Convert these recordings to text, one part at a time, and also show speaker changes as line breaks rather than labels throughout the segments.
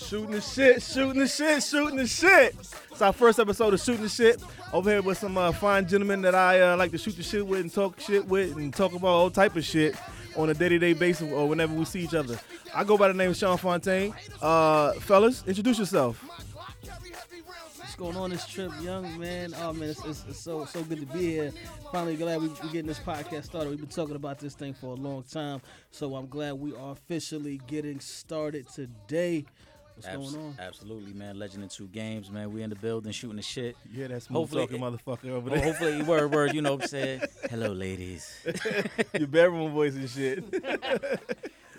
Shooting the shit, shooting the shit, shooting the shit. It's our first episode of shooting the shit. Over here with some uh, fine gentlemen that I uh, like to shoot the shit with and talk shit with and talk about all type of shit on a day-to-day basis or whenever we see each other. I go by the name of Sean Fontaine. Uh, fellas, introduce yourself.
What's going on this trip, young man? Oh man, it's, it's, it's so so good to be here. Finally, glad we, we getting this podcast started. We've been talking about this thing for a long time, so I'm glad we are officially getting started today. What's
Abs-
going on?
Absolutely, man. Legend in two games, man. We in the building shooting the shit.
Yeah, that's smooth
Hopefully-
talking motherfucker over
Well,
there.
hopefully, word word, you know what I'm saying. Hello, ladies.
Your bedroom voice and shit.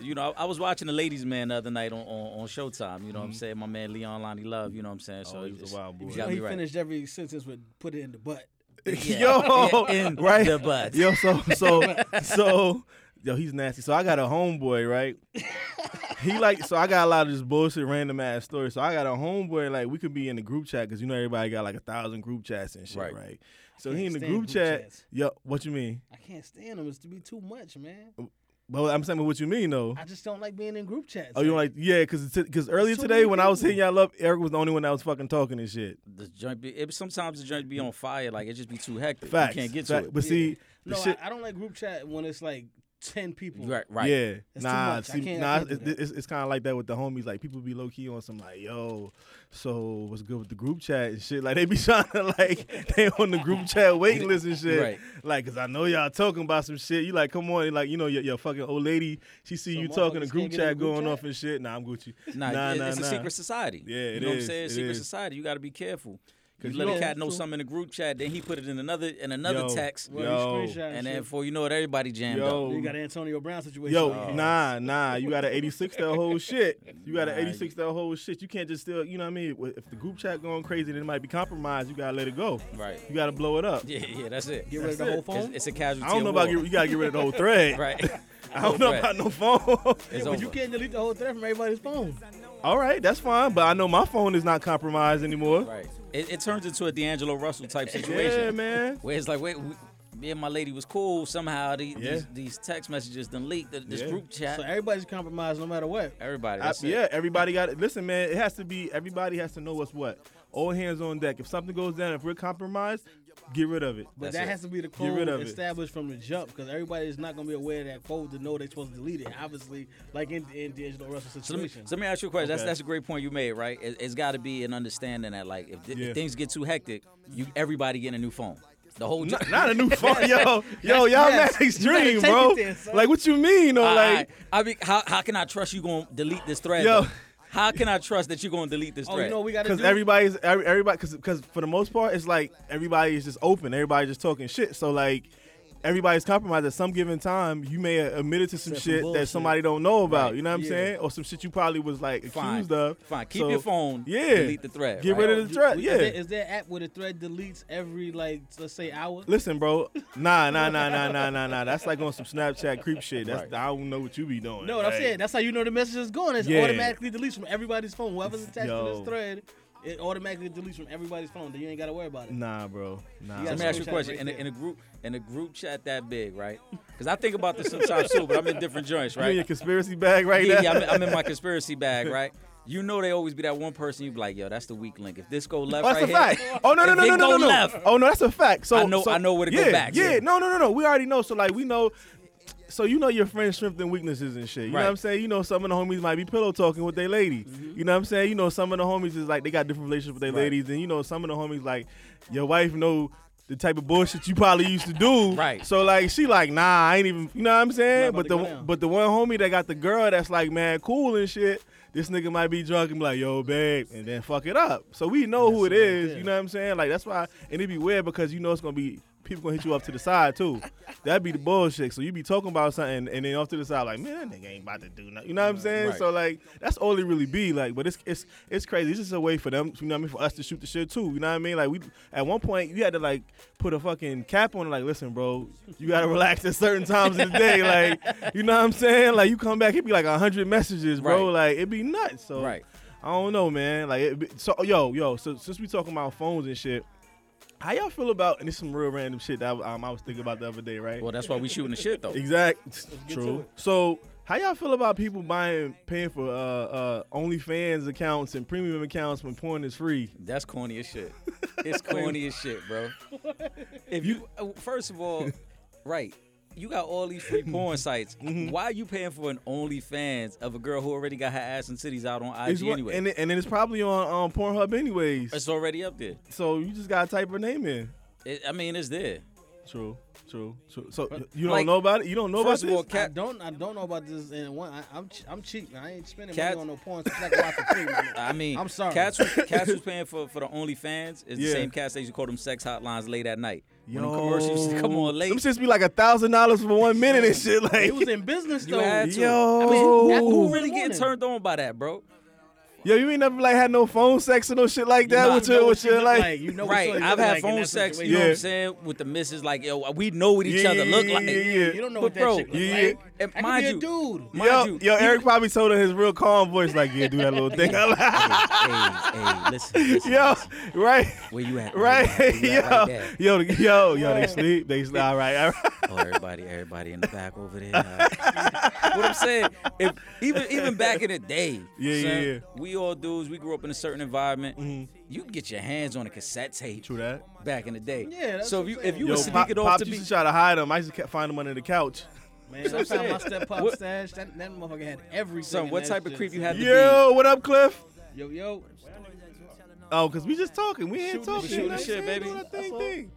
You know, I, I was watching the ladies' man the other night on, on, on Showtime. You know what I'm saying? My man Leon Lonnie Love. You know what I'm saying? So
Mm-hmm. Oh, he was a
it's-
wild boy.
You
You know,
got me
he
right.
finished every sentence with "put it in the butt."
Yo,
Yeah, in
right.
the butt.
Yo, so so so yo, he's nasty. So I got a homeboy, right? He like so I got a lot of this bullshit random ass stories. So I got a homeboy like we could be in the group chat because you know everybody got like a thousand group chats and shit, right?
Right.
So
I
he in
can't
the
stand
group
group
chat.
chats.
Yo, what you mean?
I can't stand them. It's to be too much, man.
Well, I'm saying what you mean though.
I just don't like being in group chats.
Oh, you like yeah? Because because earlier
too
today
many
when I was
people.
hitting y'all up, Eric was the only one that was fucking talking and shit.
The joint be, it, sometimes the joint be on fire. Like it just be too hectic.
Facts.
You can't get
Fact-
to it.
But see, the
no,
shit.
I, I don't like group chat when it's like ten people.
Right, right.
Yeah,
It's too
nah,
much. I
see,
can't- I
nah,
can't do
it's,
that.
it's, it's kind of like that with the homies. Like people be low key on some like, yo, so what's good with the group chat and shit. Like they be trying to like they on the group chat waiting list and shit.
Right.
Like, cause I know y'all talking about some shit. You like, come on, and, like you know your, your fucking old lady. She see
So
you talking the
motherfuckers
group
can't get in
chat
the group
going
chat?
off and shit. Nah, I'm Gucci.
Nah,
nah,
it-
nah,
it's
nah.
a secret society.
Yeah,
you
it
know what
is,
I'm saying?
it
secret
is.
society. You got to be careful.
'Cause
You
you
let
know-
a cat know
True.
something in the group chat, then he put it in another in another
Yo,
text,
Where
Yo.
you screenshot
and
shit.
then before you know it, everybody jammed
Yo.
up.
you got an Antonio Brown situation.
Yo,
Oh.
nah, nah. You got to 86 that whole shit. You got to
Nah,
86 that whole shit. You can't just still, you know what I mean? If the group chat going crazy, then it might be compromised. You got to let it go.
Right.
You got to blow it up.
Yeah, yeah, that's it.
Get rid of the
That's
whole
it.
phone.
It's, it's a casualty.
I don't know
of
about
war.
get, you gotta get rid of the whole thread.
right.
I don't know
Right.
about no phone.
It's
But
over.
you can't delete the whole thread from everybody's phone.
All right, that's fine, but I know my phone is not compromised anymore.
Right. It, it turns into a D'Angelo Russell type situation
Yeah, man.
where it's like, wait, we, me and my lady was cool. Somehow the,
Yeah.
these, these text messages done leaked th- this
Yeah.
group chat.
So everybody's compromised no matter what.
Everybody.
I-
That's it.
yeah, everybody got it. Listen, man, it has to be. Everybody has to know what's what. All hands on deck. If something goes down, if we're compromised, get rid of it.
But
That's
that
it.
has to be the
rid
code
of it.
established from the jump because everybody is not going to be aware of that code to know they're supposed to delete it. Obviously, like in, in D'Angelo Russell's
So let, me,
situation.
so let me ask you a question. That's
Okay.
that's a great point you made, right? It, has got to be an understanding that like if, th-
Yeah.
if things get too hectic, you everybody getting a new phone. The whole jo-
Not, not a new phone, yo, yo, y'all
yes.
mad
You
extreme,
better take
bro.
it then, son.
like, what you mean, though?
I,
like,
I, I mean, how how can I trust you going to delete this thread?
Yo.
though? How can I trust that you're going to delete this
oh,
thread?
you know what we got to
Because
do?
everybody's every, everybody because because for the most part it's like everybody is just open. Everybody just talking shit. So like everybody's compromised at some given time. You may have admitted to some
Said some
shit that
bullshit.
somebody don't know about.
Right.
You know what I'm
Yeah.
saying? Or some shit you probably was like
Fine.
accused of.
Fine. Keep
So,
your phone.
Yeah.
Delete the thread.
Get
right?
rid of the thread.
We-
Yeah.
Is there, is there an app where the thread deletes every, like, let's say, hour?
Listen, bro. Nah, nah, nah, nah, nah, nah, nah. That's like on some Snapchat creep shit. That's
Right.
I don't know what you be doing.
No, what I'm
Like,
saying. That's how you know the message is going. It's
Yeah.
automatically deletes from everybody's phone. Whoever's attached to
Yo.
this thread, it automatically deletes from everybody's phone. Then you ain't got to worry about it.
Nah, bro. Nah.
You
Let
gotta
me ask you a
Snapchat
question.
right
in, a,
there.
in a group, in a group chat that big, right? Because I think about this sometimes too, but I'm in different joints,
You in your
right?
conspiracy bag right
Yeah,
now.
yeah, I'm, in- I'm in my conspiracy bag, right? You know they always be that one person you be like, yo, that's the weak link. If this go left,
Oh, that's
right
a
here,
fact. Oh no no
if
no
it
no no
go
no, no.
left.
Oh no, that's a fact. So
I know-
so-
I know where to go
yeah,
back,
Yeah.
yeah.
no no no no. We already know. So like we know. So you know your friend's strengths and weaknesses and shit. You know
Right. Mm-hmm.
what I'm saying? You know some of the homies might be pillow talking with their lady. You know what I'm saying? You know some of the homies is like they got different relationships with their
Right.
ladies, and you know some of the homies like your wife know the type of bullshit you probably used to do.
Right.
So like she like nah, I ain't even. You know what I'm saying?
Not about
But
to
the
go down.
but the one homie that got the girl that's like man cool and shit. This nigga might be drunk and be like, yo, babe, and then fuck it up. So we know who it
That's what it
is.
is.
You know what I'm saying? Like that's why, and it'd be weird because you know it's gonna be people gonna hit you up to the side too. That'd be the bullshit. So you be talking about something, and then off to the side, like man, that nigga ain't about to do nothing. You know what I'm saying?
Right.
So like that's all it really be like. But it's it's it's crazy. It's just a way for them. You know what I mean? For us to shoot the shit too. You know what I mean? Like we at one point you had to like put a fucking cap on it. Like listen, bro, you gotta relax at certain times of the day. Like you know what I'm saying? Like you come back, it'd be like hundred messages, bro.
Right.
Like it'd be nuts. So
Right.
I don't know, man. Like, it, so yo, yo. So since we talking about phones and shit, how y'all feel about? And it's some real random shit that um, I was thinking about the other day, right?
Well, that's why we shooting the shit though.
exact.
get to
True.
it.
So How y'all feel about people buying, paying for uh, uh, OnlyFans accounts and premium accounts when porn is free?
That's corny as shit. It's corny as shit, bro. If you uh, first of all, right, you got all these free porn sites.
Mm-hmm.
Why are you paying for an OnlyFans of a girl who already got her ass and titties out on IG
It's what-
anyway?
and it, and it's probably on um, Pornhub anyways.
it's already up there.
so you just gotta type her name in.
It, I mean, it's there.
True, true, true. So you don't
Like,
know about it. You don't know about
First
this.
of all,
I
cat.
don't I don't know about this and one I, I'm ch- I'm cheap man. I ain't spending
Cats-
money on no porn so I can watch for free. man.
I mean,
I'm sorry.
Cats, who- cats who's paying for, for the OnlyFans is
Yeah.
the same cats that used to call them sex hotlines late at night. When them commercials used to come on
Them
late,
shits be like a thousand dollars for one minute and shit. Like
It was in business
you
though.
had to.
Yo.
I mean, that-
Ooh.
who really getting turned on by that, bro?
Yo, you ain't never like had no phone sex or no shit like that
Nah,
with
You know
your
what
with
she
your
look
like.
You know what
Right,
she look
I've
like
had
in
phone
that
sex, you
situation.
know what
Yeah.
I'm saying, with the missus, like, yo, we know what each
Yeah,
other look
yeah,
like.
yeah, yeah.
You don't know
But
what that
bro,
chick look
yeah,
like.
yeah.
And
That
mind
could be
you-
a dude.
mind
Yo,
you,
yo, Eric probably told her his real calm voice, like, yeah, do that little thing.
hey, hey, listen, listen,
yo,
listen.
right,
where you at? Where
right,
you at? Where you at
yo,
like that?
yo, the- yo, yo, they sleep, they sleep. All right, all right.
Oh, everybody, everybody in the back over there. uh, what I'm saying, if even even back in the day,
Yeah,
son,
yeah, yeah.
we all dudes, we grew up in a certain environment. You can get your hands on a cassette tape
True that.
back in the day.
Yeah, that's
so
what
if you
I'm
if
saying.
you
Yo,
would sneak
pop,
it off
Pops
to
used
be
to try to hide them. I used to ca- find them under the couch.
Man, I found my step pop
What-
stash. That, that motherfucker had everything.
son,
in
what
that
type of
shit.
creep you had to be?
Yo, what up, Cliff?
Yo, yo.
Oh, cause we just talking. We ain't
Shooting the
talking.
shit,
you know
shooting the
what I'm
shit,
saying?
baby.
Doing our thing, thing.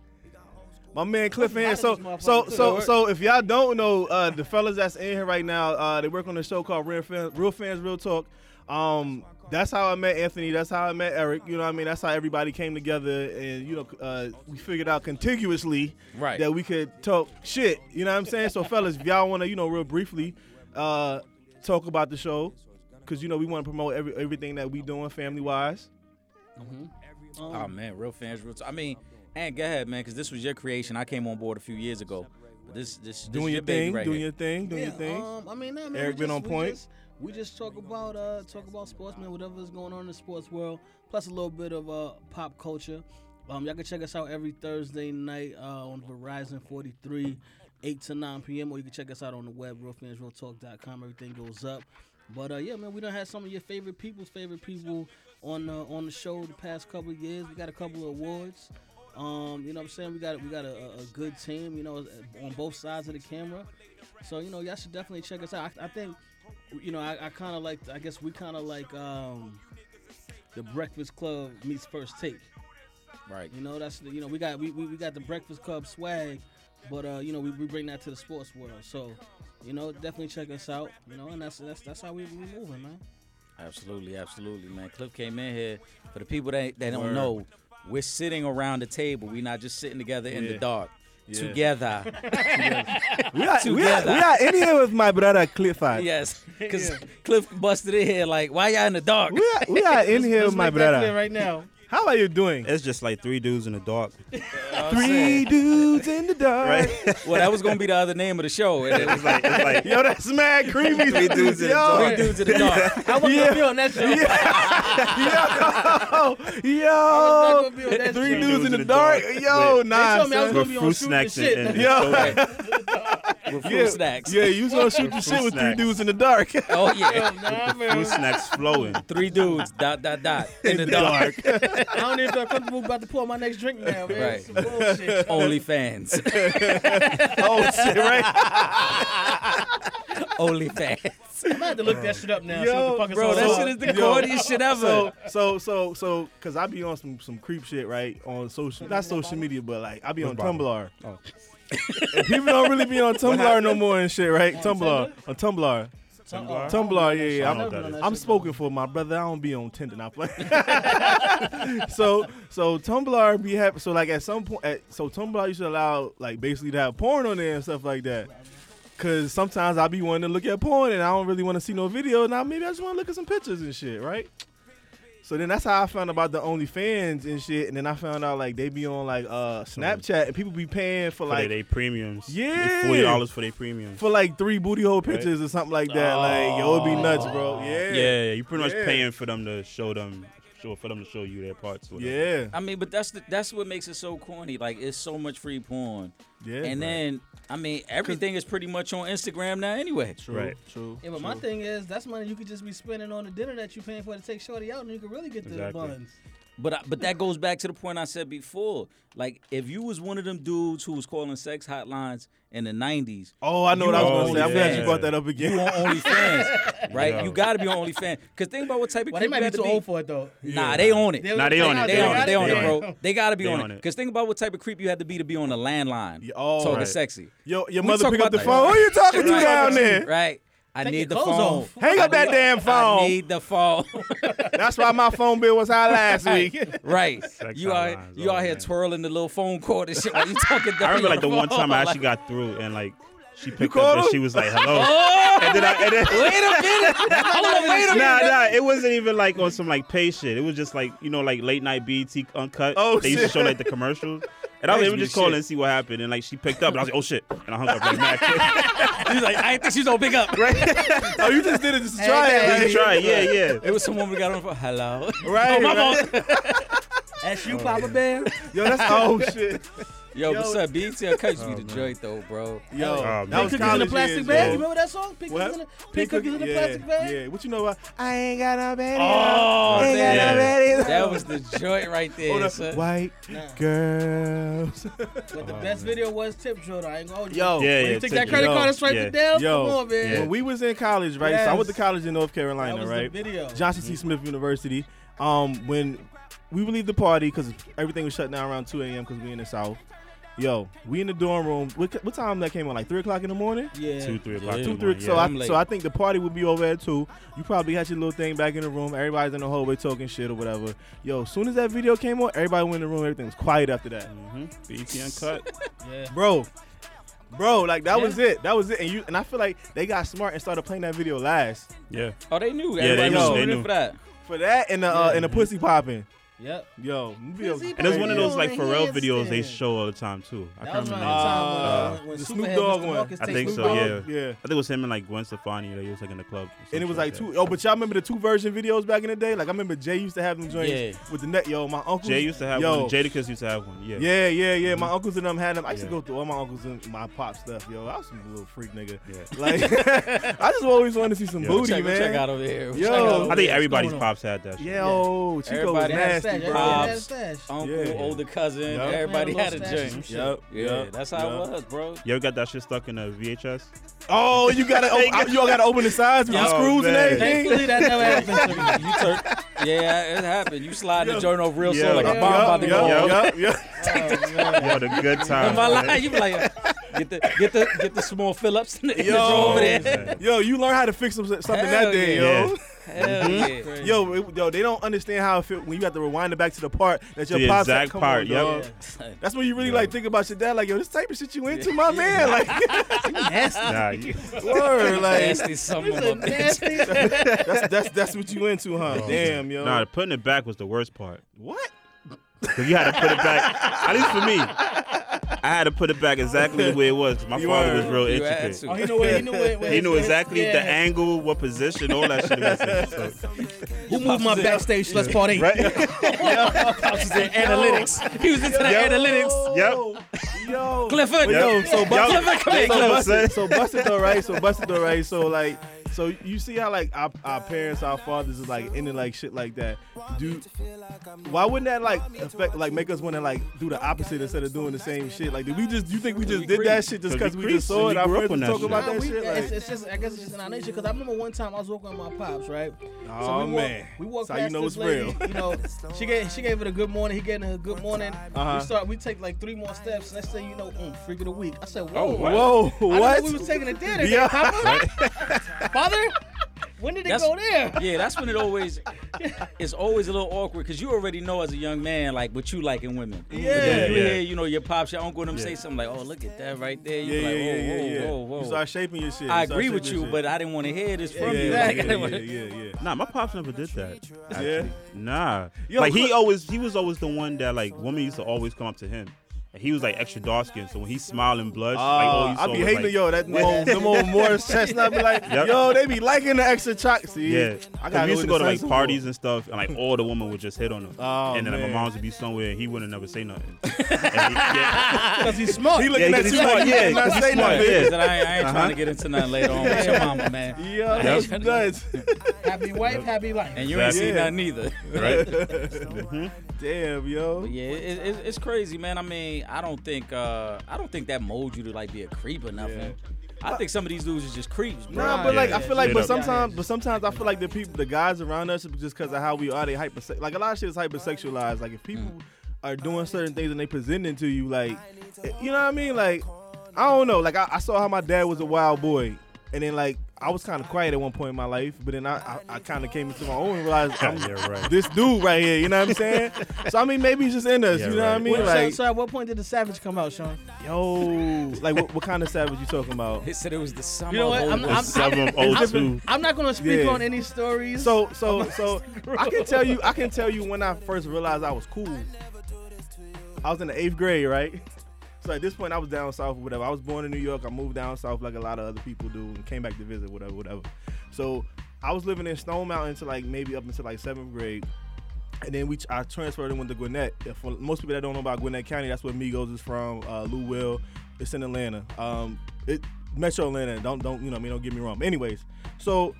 My man Cliff in. So,
Motherfucker,
so,
too.
so, so, if y'all don't know, uh, the fellas that's in here right now, uh, they work on a show called Real Fans, Real Fans, Real Talk. Um, that's how I met Anthony. That's how I met Eric. You know what I mean? That's how everybody came together, and you know, uh, we figured out contiguously
Right.
that we could talk shit. You know what I'm saying? So, fellas, if y'all want to, you know, real briefly, uh, talk about the show, because you know we want to promote every, everything that we doing family wise.
Oh man, real fans, real. T- I mean, and go ahead, man, because this was your creation. I came on board a few years ago. But this, this, this
doing
is
your,
your baby
thing,
right
doing
here.
your thing, doing
Yeah,
your thing.
Um, I mean, nah, man,
Eric
we
been
just-
on
we
point.
Just, we just talk about uh, talk about sports, man. Whatever's going on in the sports world, plus a little bit of uh, pop culture. Um, y'all can check us out every Thursday night uh, on Verizon 43, 8 to 9 p.m. Or you can check us out on the web, realfansrealtalk.com. Everything goes up. But uh, yeah, man, we done had some of your favorite people's favorite people on uh, on the show the past couple of years. We got a couple of awards. Um, you know what I'm saying? We got we got a, a- a good team, you know, on both sides of the camera. So you know, y'all should definitely check us out. I, I think, you know, I, I kind of like. I guess we kind of like um, the Breakfast Club meets First Take.
Right.
You know, that's the, you know we got we, we, we got the Breakfast Club swag, but uh, you know we, we bring that to the sports world. So, you know, definitely check us out. You know, and that's that's that's how we we moving, man.
Absolutely, absolutely, man. Cliff came in here. For the people that, that don't
Word.
know, we're sitting around the table. We're not just sitting together in the
Yeah.
dark.
Yeah.
Together.
We are, we are,
Together.
we are in here with my brother Clifford.
yes. Because Cliff busted in here like, why y'all in the dark?
We are, we are in here with
Let's
my
make that clear
brother.
right now.
How are you doing?
It's just like three dudes in the dark.
Three dudes in the dark.
Right?
Well, that was going to be the other name of the show. And it was like,
it's like
Yo, that's mad creepy.
Three dudes
three
in the
yo,
dudes in the dark.
I wasn't
Yeah.
gonna be on that show.
yo,
I was
yo.
not gonna be on that
Three
show.
dudes in the dark. Yo,
They
nah,
told me I
son.
was gonna
with
be on
fruit
shooting
snacks
shit.
and, and
Yo.
soda.
With fruit
Yeah,
snacks.
yeah, you was gonna shoot the shit with three
snacks.
dudes in the dark.
Oh, yeah.
Nah,
fruit
man.
snacks flowing.
Three dudes, dot, dot, dot, in the dark.
I don't even feel comfortable about to pour my next drink now, man.
Right.
It's some bullshit.
Only fans.
oh shit, right?
Only fans.
I'm gonna have to look that shit up now.
Yo,
see what the fuck
Bro,
it's all
that
about.
shit is the
Yo.
corniest shit ever.
So, so, so, so, cause I be on some some creep shit, right? On social, not social media, but like I be on
bottom?
Tumblr.
Oh.
And people don't really be on Tumblr no more and shit, right? Tumblr, on Tumblr,
Tumblr.
Tumblr, yeah, yeah.
I
I'm,
don't know what that
I'm spoken for, my brother. I don't be on Tinder. Not so so Tumblr be happy. So like at some point, at, so Tumblr used to allow like basically to have porn on there and stuff like that. Cause sometimes I be wanting to look at porn and I don't really want to see no video. Now maybe I just want to look at some pictures and shit, right? So then that's how I found about the OnlyFans and shit. And then I found out like they be on like uh Snapchat and people be paying for
For they,
like
they premiums. They
Yeah.
Forty dollars for their premiums.
for like three booty hole pictures
Oh.
or something like that. Like yo, it'd be nuts, bro. Yeah.
yeah, you pretty much
Yeah.
paying for them to show them show for them to show you their parts. or whatever.
Yeah.
I mean, but that's the, that's what makes it so corny. Like it's so much free porn,
Yeah.
and
bro.
then I mean everything is pretty much on Instagram now anyway.
True,
Right.
true.
Yeah, but my thing is that's money you could just be spending on the dinner that you paying for to take Shorty out, and you could really get the
Exactly.
buns.
But I, but that goes back to the point I said before. Like if you was one of them dudes who was calling sex hotlines in the '90s,
Oh, I know
You
what I was
on
gonna say. I'm glad
OnlyFans.
you brought that up again.
you on OnlyFans, right?
Yeah.
You got to be on OnlyFans. Cause think about what type of
Well,
creep
they
you
might be
have to
too old for it though.
Nah, they own it.
Nah, they on it.
They on it. They on
They
it,
on
bro. They gotta be
They
on
on
it.
it.
Cause think about what type of creep you had to be to be on the landline.
Yeah, oh,
talking
right.
sexy.
Yo, your
We
mother
talk
pick up
about
the
that.
phone. Who you talking to
Right.
down there?
Right. I
Take your
need the
clothes
phone.
off.
Hang up that damn
I
phone.
need the phone.
That's why my phone bill was high last week.
right.
Sex
You out
hotlines,
you
oh,
out here
man.
twirling the little phone cord and shit while you talking down
I remember
your
like the one
phone.
time I
Like,
actually got through and like she picked
called
up and
him?
she was like, "Hello."
Oh,
and then I, and then,
wait a minute. Hold on, wait a
nah,
minute.
nah, it wasn't even like on some like pay shit. It was just like you know, like late night BET uncut.
Oh,
they used to
shit.
show like the commercials. And I was
That
able
used
to just
to be
call
shit.
and see what happened. And like she picked up, and I was like, "Oh shit!" And I hung up like mad quick.
She's like, I ain't think she's gonna pick up.
oh, you just did it just to try it.
Hey,
right?
Just try, yeah, yeah.
It was someone we got on the phone. Hello.
Right, Oh,
Oh, my
right.
fault.
That's you, Papa Bear.
Yo, that's oh shit.
Yo,
Yo.
what's up? BTL cut
Oh,
used to be the joint though, bro.
Yo,
man.
that was
Oh, Cookies in a
college
plastic
years,
bag. You
yo.
remember that song? Pink
What?
cookies in a, pink cookies in a
yeah,
plastic bag.
Yeah, what you know? What? I ain't got no baby.
Oh,
ain't got
yeah.
no baby.
That was the joint right there.
Oh, the
son.
white
Nah.
girls.
But the best video was Tip Drill. though, I ain't gonna hold you.
Yo,
Yeah,
Oh, When
yeah.
you take
took
that
it.
credit
Yo,
card and swipe
yeah.
it down.
Yo,
Come on, man.
Yeah.
When we was in college, right? So I went to
Yes.
college in North
That
Carolina,
was
right?
the video.
Johnson C. Smith University. Um, when we would leave the party because everything was shut down around 2 a.m. because we in the South. Yo, we in the dorm room. What, what time that came on? Like three o'clock in the morning.
yeah.
Two, three o'clock.
Yeah.
in
Two,
the
three.
morning,
so
yeah.
I'm
I
late.
so I think the party would be over at two. You probably had your little thing back in the room. Everybody's in the hallway talking shit or whatever. Yo, as soon as that video came on, everybody went in the room. Everything was quiet after that.
Mhm. BET uncut.
Yeah.
Bro, bro, like that
Yeah.
was it. That was it. And you and I feel like they got smart and started playing that video last.
Yeah.
Oh, they knew.
Yeah, they
Everybody
knew,
was
they
tuning in
knew.
for that.
For that and the uh, and the pussy popping.
Yep.
Yo, we be
Pussy
okay.
And it was one of those
Yeah.
like Pharrell videos they
Handstand.
show all the time too. I
That
can't
was
remember.
around the
the name.
time when, uh, when
the
Snoop
Snoop
Dogg
Dogg
Mr.
one.
Marcus
I
takes
think
Snoop
so,
Dogg.
yeah.
Yeah.
I think it was him and like Gwen Stefani. They was like in the club. or some
And it was
shit
like
that.
two, oh, but y'all remember the two version videos back in the day? Like I remember Jay used to have them joints
Yeah.
with the net. Yo, my uncle
Jay used to have
yo,
one. Jadakiss used to have one. Yeah.
Yeah, yeah, yeah. My uncles and them had them. I used to
Yeah.
go through all my uncles and my pop stuff, yo. I was some little freak nigga.
Yeah.
Like, I just always wanted to see some
Yo.
booty,
Check,
man.
check out over here.
Yo.
check out over
I
here.
think everybody's
on?
pops had that. shit.
Yo, Chico was
Everybody
That's
nasty,
that.
bro.
Pops.
That's that.
Uncle,
Yeah.
older cousin,
Yup.
everybody
Yeah,
had a
little stash and
drink.
shit.
Yep,
Yeah,
yep,
that's how
yep.
it was, bro.
You ever got that shit stuck in a VHS?
Oh, you gotta, oh, you all gotta open the sides
Oh,
with the
Yo,
screws and
man.
everything.
Thankfully, that never happened to me.
You turn, yeah, it happened. You slide
Yo.
the joint over real
Yo.
slow like a
Yo,
bomb about to
Yup,
go
yup,
off.
yup, yup.
What a good time.
In my line, you be like, get the get the get the small Phillips in the in
Yo.
the drawer over there.
man.
Yo, you learn how to fix some- something that
Hell
day,
yeah.
yo.
Hell yeah.
Crazy.
Yo, it- yo, they don't understand how it feel when you have to rewind it back to the part that your
The
pops had.
exact
Come
part,
on,
yep.
dog. That's when you really like think about your dad, like, yo, this type of shit you into, my man. Like,
Nah, you-
word, like,
Nasty some of
It's a
them. bitch.
nasty.
that's that's that's what you into, huh? Damn, yo.
nah, putting it back was the worst part.
what?
Cause you had to put it back. At least for me, I had to put it back exactly the way it was. 'cause My
You
father
were.
was real
You had
intricate.
to.
Oh, he knew where, he knew where, where
He knew
his-
exactly
yeah.
the angle, what position, all that shit. was in, so.
Who moved my backstage? Let's party.
Pops was in analytics. He was into the analytics.
Yep. Yo.
Clifford.
Yo, so bust
Clifford, come here,
so
Clifford.
busted, so busted though, right? So busted though, right? So like, so you see how like our, our parents, our fathers is like into like shit like that. Do why wouldn't that like affect like make us want to like do the opposite instead of doing the same shit? Like, did we just you think we just
We
did that
creep.
shit just
'Cause
because
we
we just
creeps
saw
and
it?
we
Our
grew up
friends would
on that
talk
shit.
about
Nah,
that
we-
shit.
it's,
Like,
it's just, I guess it's just in our nature. Because I remember one time I was walking with my pops, right?
oh
we
man,
Walk, we walked
so
past
you know
this
it's
lady.
real.
You know, she gave she gave it a good morning. He gave her a good morning.
Uh-huh.
We start. We take like three more steps. Let's say you know, mm, freak of the week. I said,
Whoa,
whoa, I didn't know
Oh, what?
we was taking a dinner.
Yeah.
Papa? Father, when did it
That's-
go there?
Yeah, that's when it always it's always a little awkward because you already know as a young man like what you like in women. But then
Yeah.
you
Yeah.
hear you know your pops, your uncle, them say
Yeah.
something like, "Oh, look at that right there." You
Yeah,
be like,
yeah, yeah, yeah, yeah.
"Whoa, whoa,
You
whoa, whoa."
start shaping your shit.
I
start
agree with
shaping
you,
your
but
shit.
I didn't want to hear this from you.
yeah,
Like,
yeah,
I didn't
yeah,
wanna-
yeah, yeah, yeah.
Nah, my pops never did that. actually.
Yeah?
Nah.
Yo,
like he
look-
always, he was always the one that like women used to always come up to him And he was like extra dark skinned, so when he smiled and blushed, like all
Uh,
you saw
I be
was
hating
like,
yo that old, them old Morris chestnut. I be like,
Yep.
yo, they be liking the extra chocolate. See,
Yeah,
I
Cause
got
we used to go to like parties and stuff, and like all the women would just hit on him,
Oh,
and then like,
man.
my mom's would be somewhere, and he wouldn't never say nothing. And he- yeah,
Because he's smart.
He looking
Yeah,
at
he
you
smart,
like,
yeah,
yeah, not
he
say
smart,
nothing.
yeah.
That I, I ain't trying
Uh-huh.
to get into nothing later on with your mama, man.
Yo, that's nuts.
happy wife, happy life.
And you ain't
Exactly.
seen nothing either.
right. Mm-hmm.
Damn, yo.
But yeah, it, it, it's crazy, man. I mean, I don't think uh, I don't think that molds you to like be a creep or nothing. I think some of these dudes are just creeps, bro.
Nah, but like I feel like,
Straight
but
up.
sometimes, but sometimes I feel like the people, the guys around us, just because of how we are, they hypersex. Like a lot of shit is hypersexualized. Like if people
Mm.
are doing certain things and they presenting to you, like, eh, you know what I mean? Like, I don't know. Like I, I saw how my dad was a wild boy, and then like I was kind of quiet at one point in my life, but then I, I, I kind of came into my own and realized I'm
Yeah, right.
this dude right here. You know what I'm saying? so I mean, maybe it's just in us.
Yeah,
you know
right.
what I mean?
Well, so-
Like,
so at what point did the savage come out, Sean?
yo, like what, what kind of savage you talking about?
They said it was the summer.
You know what?
of
I'm-
old-
The
I'm-
summer of 02.
I'm not gonna speak
Yeah.
on any stories.
So so so I can tell you I can tell you when I first realized I was cool. I was in the eighth grade, right? So at this point I was down south or whatever. I was born in New York. I moved down south like a lot of other people do and came back to visit, whatever, whatever. So I was living in Stone Mountain until like maybe up until like seventh grade. And then we I transferred and went to Gwinnett. If- For most people that don't know about Gwinnett County, that's where Migos is from. Uh, Lou Will, it's in Atlanta. Um, it Metro Atlanta. Don't don't you know what I mean? Don't get me wrong. But anyways, so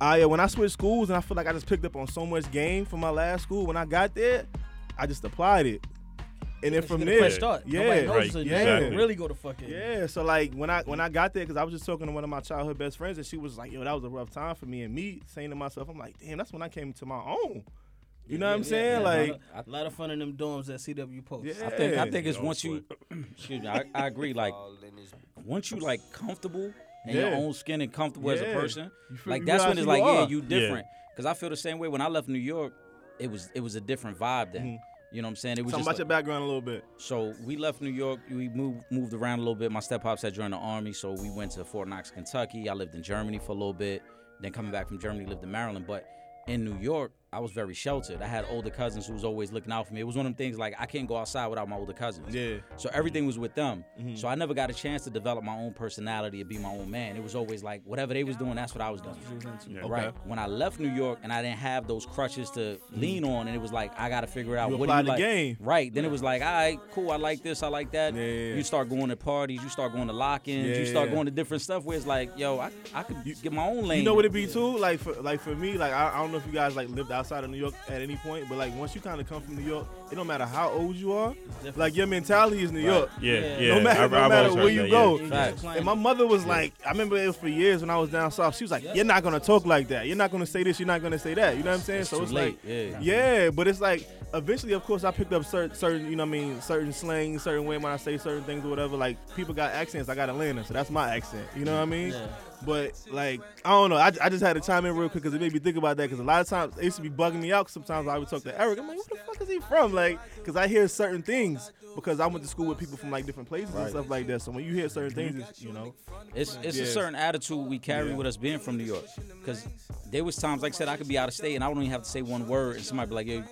I uh, when I switched schools and I feel like I just picked up on so much game from my last school. When I got there, I just applied it, and then from
Get a
there,
fresh start.
yeah,
Nobody knows
right,
until you
exactly.
really go to fucking.
yeah. So like when I when I got there, because I was just talking to one of my childhood best friends, and she was like, "Yo, that was a rough time for me." And me saying to myself, "I'm like, damn, that's when I came to my own." You know what I'm saying? like,
a lot, of, lot of fun in them dorms at CW Post.
yeah.
I think I think it's once you, excuse me, I, I agree. Like once you like comfortable in your
Yeah.
own skin and comfortable as a
Yeah.
person,
You feel-
like
you
that's when
realize
it's
who
like
you
yeah,
are.
you different. Because I feel the same way when I left New York, it was it was a different vibe then.
Mm-hmm.
You know what I'm saying? It was
something about
just
your
like-
background a little bit.
so we left New York. We moved moved around a little bit. My step pops had joined the army, so we went to Fort Knox, Kentucky. I lived in Germany for a little bit. Then coming back from Germany, lived in Maryland. But in New York, I was very sheltered. I had older cousins who was always looking out for me. It was one of them things like I can't go outside without my older cousins.
Yeah.
So everything was with them.
Mm-hmm.
So I never got a chance to develop my own personality or be my own man. It was always like whatever they was doing, that's what I was doing. Right. When I left New York and I didn't have those crutches to lean on, and it was like I gotta figure out
Mm-hmm. You
what do
apply
you
the
like.
game.
Right. Then it was like, all right, cool. I like this. I like that.
Yeah, yeah, yeah.
You start going to parties. You start going to lock-ins.
Yeah,
you start
yeah.
going to different stuff where it's like, yo, I, I could get my own lane.
You know what it be too? Like for like for me, like I, I don't know if you guys like lived outside of New York at any point, but like once you kind of come from New York, it don't matter how old you are,
different.
like your mentality is New York.
Yeah,
No
yeah.
no matter,
I've-
no
I've
matter
always
where
heard
you
that,
go.
You
Facts.
just applying-
And my mother was like, I remember it was for years when I was down south. She was like,
Yeah.
"You're not gonna talk like that. You're not gonna say this. You're not gonna say that." You know what I'm saying?
It's
so
too
it's like,
late. yeah.
yeah, but it's like eventually, of course, I picked up certain, certain, you know, what I mean, certain slang, certain way when I say certain things or whatever. Like people got accents. I got Atlanta, so that's my accent. You know what I mean?
Yeah.
But like, I don't know. I, I just had to chime in real quick because it made me think about that. Because a lot of times it used to be bugging me out. 'cause Sometimes I would talk to Eric. I'm like, where the fuck is he from? Like, because I hear certain things because I went to school with people from like different places and stuff like that. So when you hear certain things, it's, you know,
It's it's a
Yeah.
certain attitude we carry with us being from New York. Cause there was times, like I said, I could be out of state and I don't even have to say one word, and somebody be like, "Yo,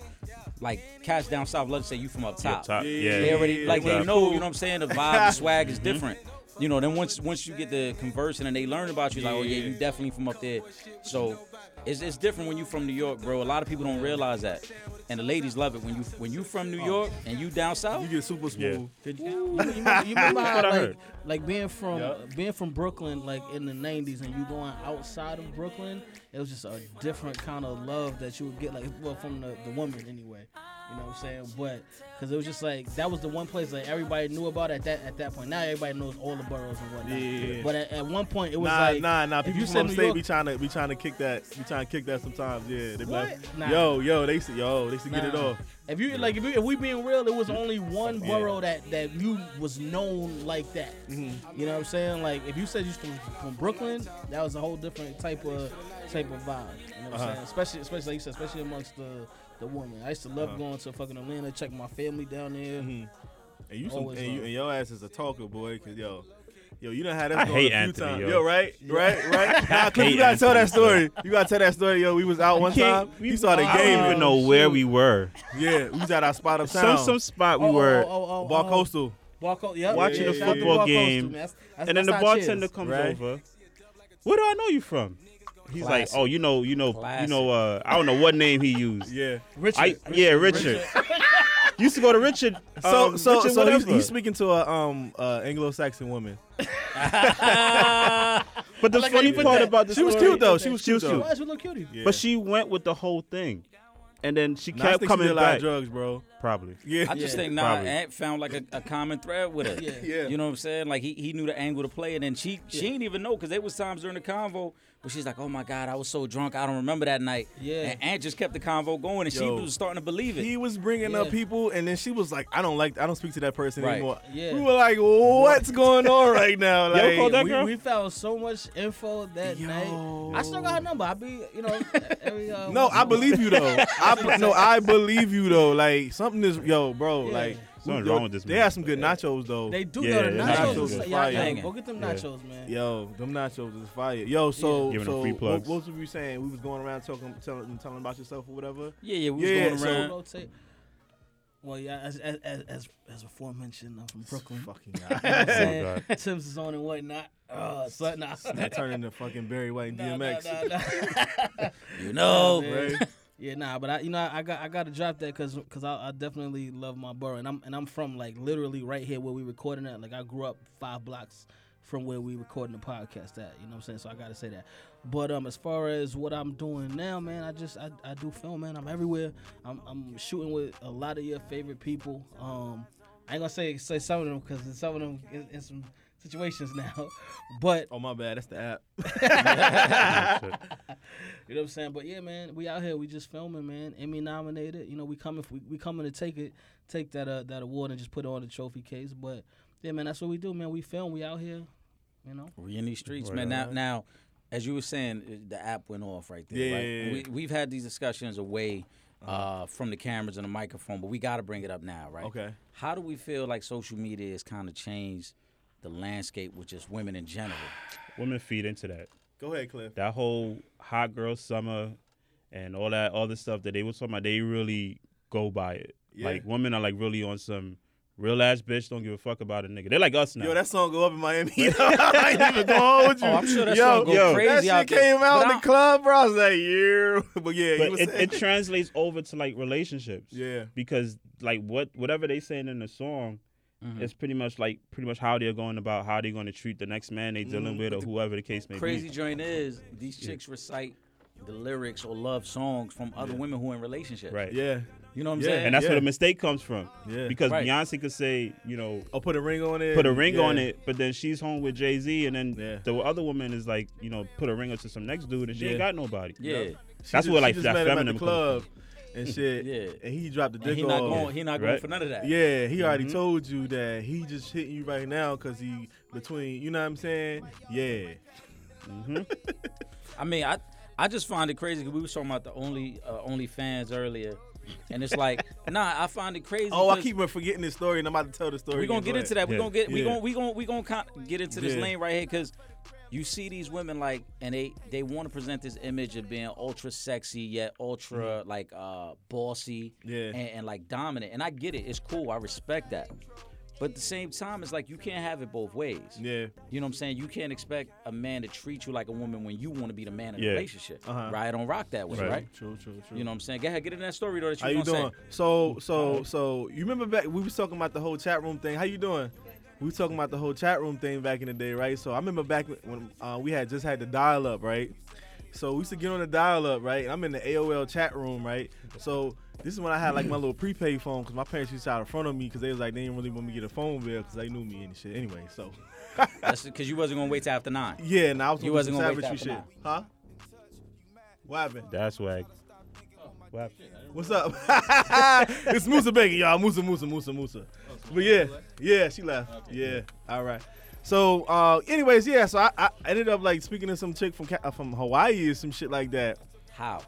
like cats down south, let's say you from up top."
Up top.
Yeah,
Yeah,
They already like
Up
they
top.
know, you know what I'm saying? The vibe, the swag is different. You know, then once once you get the conversing and they learn about you, like, oh yeah, you definitely from up there. So it's, it's different when you from New York, bro. A lot of people don't realize that, and the ladies love it when you when you from New York and you down south.
you get super smooth.
Ooh, you remember, you remember how,
what I
like,
heard.
like being from
Yeah.
being from Brooklyn, like in the '90s, and you going outside of Brooklyn, it was just a different kind of love that you would get, like well, from the, the woman anyway. You know what I'm saying? But because it was just like that was the one place that everybody knew about at that at that point. Now everybody knows all the boroughs and whatnot.
Yeah.
But at, at one point, it was
Nah,
like
nah, nah.
if
People
you
from
said New
upstate
York,
be trying to be trying to kick that. Be trying to kick that sometimes. Yeah, they be like,
What? Nah.
yo, yo, they should, yo, they should get it
Nah.
off.
If you like, if, you, if we being real, it was only one borough that that you was known like that.
Mm-hmm.
You know what I'm saying? Like, if you said you from from Brooklyn, that was a whole different type of type of vibe. You know what
Uh-huh.
I'm saying? Especially, especially like you said, especially amongst the the woman. I used to
Uh-huh.
love going to fucking Atlanta, check my family down there.
Mm-hmm.
And you, some,
Always
and, you
love.
and your ass is a talker, boy. Cause yo, Yo, you done had us
I
going
hate
a few
Anthony,
times.
yo.
right, right, right. Nah, Cliff, you
hate
gotta tell that
Anthony, yo.
story. You gotta tell that story. Yo, we was out one time.
can't- we-
We saw the
I don't even
game.
know where we were.
Yeah, we was at our spot uptown.
Some some spot we
Oh,
were,
oh, oh, oh,
Bar
oh.
Coastal.
Barco- yep.
Watching
a
Shout out to
football
Barcoastal,
game.
man. That's- that's-
and then the
that's our
bartender
cheers.
comes
Right.
over. Where do I know you from? He's
Classic.
like, oh, you know, you know,
Classic.
you know. Uh, I don't know what name he used.
Yeah.
Richard.
I, yeah, Richard. used to go to Richard.
So
um,
so
Richard
so he's,
whatever.
he's speaking to a um uh, Anglo-Saxon woman.
But the
like how
funny
you put
part
that.
about this
She was
story-
cute, though. She was
She was
cute,
cute.
though.
Why is she look cutie?
Yeah.
But she went with the whole thing, and then she
Nah, I
kept
think she
coming
did a lot
back.
of drugs, bro.
Probably.
Yeah.
I just
Yeah.
think nah,
Probably.
Ant found like a, a common thread with her.
Yeah.
Yeah.
You know what I'm saying? Like he, he knew the angle to play, and then she she
Yeah.
didn't even know because there was times during the convo where she's like, "Oh my God, I was so drunk, I don't remember that night."
Yeah.
And Ant just kept the convo going, and
Yo.
she was starting to believe it.
He was bringing
Yeah.
up people, and then she was like, "I don't like, I don't speak to that person
Right.
anymore."
Yeah.
We were like, "What's going on right now?" Like,
call that
we,
girl?
we found so much info that night. I still got her number. I be, you know, every,
No,
uh, once in
I
a while.
believe you though. I be- no, I believe you though. Like something is yo, bro.
Yeah.
Like
Something
yo,
wrong with this
They
man.
have some good nachos though.
They do
Yeah,
know the
the
nachos.
nachos
is-
is
yeah, yeah,
fire.
go get them
Yeah.
nachos, man.
yo, them nachos is fire. Yo, so
Giving them
so
free
what,
plugs.
what were you saying? We was going around talking, telling, telling about yourself or whatever.
yeah, yeah, we was
Yeah,
going
so-
around.
Rotate. Well, yeah, as as as as, as aforementioned, I'm from Brooklyn.
Fucking
You know
god.
what I'm saying?
Oh,
Tim's is on and whatnot. Uh, son, nah.
that turned into fucking Barry White and
Nah, nah,
DMX.
nah, nah.
you know,
Yeah, man. yeah, nah, but I, you know, I got, I got to drop that because, cause I, I definitely love my borough, and I'm, and I'm from like literally right here where we recording at. Like I grew up five blocks from where we recording the podcast at. You know what I'm saying? So I got to say that. But um, as far as what I'm doing now, man, I just, I, I do film, man. I'm everywhere. I'm, I'm shooting with a lot of your favorite people. Um, I ain't gonna say say some of them because some of them in, in some situations now, but
Oh my bad, that's the app.
God. Shit.
You know what I'm saying? But yeah, man, we out here. We just filming, man. Emmy nominated. You know, we coming. We, we coming to take it, take that uh, that award and just put it on the trophy case. But yeah, man, that's what we do, man. We film. We out here. You know.
we in these streets, man. Now, now, as you were saying, uh, the app went off right there.
Yeah,
right?
yeah, yeah.
We, we've had these discussions away uh, from the cameras and the microphone, but we got to bring it up now, right?
Okay.
How do we feel like social media has kind of changed the landscape with just women in general?
Women feed into that.
Go ahead, Cliff.
That whole hot girl summer and all that other stuff that they was talking about, they really go by it.
Yeah.
Like women are like really on some real ass bitch, don't give a fuck about a nigga. They're like us now.
Yo, that song go up in Miami. You know, I ain't even going with you.
Oh, I'm sure that
yo,
song go
yo, That
crazy
shit
out there.
came out
But
in
I
the
don't-
club, bro. I was like, yeah, but yeah, you
but
was
it,
saying-
it translates over to like relationships.
Yeah.
Because like what whatever they saying in the song,
Mm-hmm.
it's pretty much like pretty much how they're going about how they're going to treat the next man they dealing with or whoever the case may
Mm-hmm. Crazy
be.
joint is these chicks recite the lyrics or love songs from other women who are in relationships.
Right.
yeah.
You know what I'm
Yeah.
saying?
And that's
Yeah.
where the mistake comes from.
Yeah.
Because
Right.
Beyonce could say, you know,
I'll put a ring on it.
put a ring on
Yeah.
it, but then she's home with Jay Z, and then
Yeah.
the other woman is like, you know, put a ring up to some next dude, and she
Yeah.
ain't got nobody.
yeah.
She
That's
ju-
where
she
like
just
that
met him at
feminine
the club and shit.
Yeah.
and he dropped the dick
And he not
off.
going. He not going
Right.
for none of that.
Yeah, he
Mm-hmm.
already told you that he just hitting you right now because he between. You know what I'm saying? Yeah.
I mean, I I just find it crazy because we were talking about the only uh, only fans earlier, and it's like, nah, I find it crazy.
Oh, I
'cause
keep forgetting this story, and I'm about to tell the story.
We gonna
again.
get
Go
into
ahead.
that. We
Yeah.
gonna get. We
Yeah.
gonna we gonna we gonna con- get into this
Yeah.
lane right here because you see these women like, and they they want to present this image of being ultra sexy yet ultra like uh bossy,
Mm-hmm. Yeah.
and, and like dominant. And I get it. It's cool. I respect that. But at the same time, it's like you can't have it both ways.
Yeah.
You know what I'm saying? You can't expect a man to treat you like a woman when you want to be the man in the
Yeah.
relationship.
Uh-huh.
Right? Don't rock that way, right?
Right.
True. True. True.
You know what I'm saying? Go ahead, get in that story though. That you
How you
gonna say.
doing? So, so, so, you remember back? We was talking about the whole chat room thing. How you doing? We was talking about the whole chat room thing back in the day, right? So I remember back when uh, we had just had the dial up, right? So we used to get on the dial up, right? And I'm in the AOL chat room, right? So this is when I had like my little prepaid phone because my parents used to out in front of me because they was like they didn't really want me to get a phone bill because they knew me and shit. Anyway, so
That's because you wasn't gonna wait till after nine.
yeah, and I was
You
on some
wasn't gonna wait
savagery
till
shit,
after
huh? What happened?
That's wag. What happened?
What's up? it's Musa Bacon, y'all. Musa, Musa, Musa, Musa. But yeah, yeah, she left. Yeah, all right. So, uh, anyways, yeah. So I, I ended up like speaking to some chick from Ca- uh, from Hawaii or some shit like that.
How?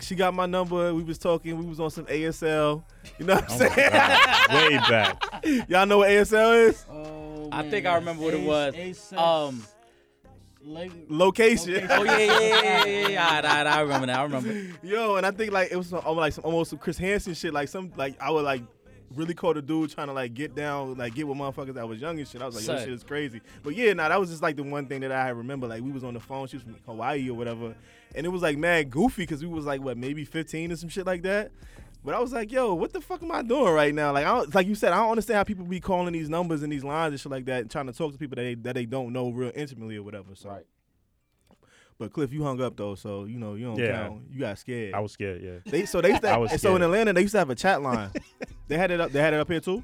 She got my number. We was talking. We was on some
Oh
ASL. You know what I'm saying?
Way back.
Y'all know what ASL is?
Oh
I think I remember what it was. Um,
Location.
oh yeah, yeah, yeah, yeah, yeah, yeah. All right, all right, I remember now. I remember.
Yo, and I think like it was some, almost like some almost some Chris Hansen shit. Like some like I would like really caught a dude trying to like get down, like get with motherfuckers that was young and shit. I was like, yo,
Son.
shit is crazy. But yeah, nah, that was just like the one thing that I remember. Like we was on the phone, she was from Hawaii or whatever, and it was like mad goofy because we was like what maybe 15 or some shit like that. But I was like, yo, what the fuck am I doing right now? Like, I don't, like you said, I don't understand how people be calling these numbers and these lines and shit like that, and trying to talk to people that they that they don't know real intimately or whatever. So. But Cliff, you hung up though, so you know you don't
Yeah.
count. You got scared.
I was scared. Yeah.
They so they used to-
I was
and so in
scared.
Atlanta they used to have a chat line. they had it up. They had it up here too.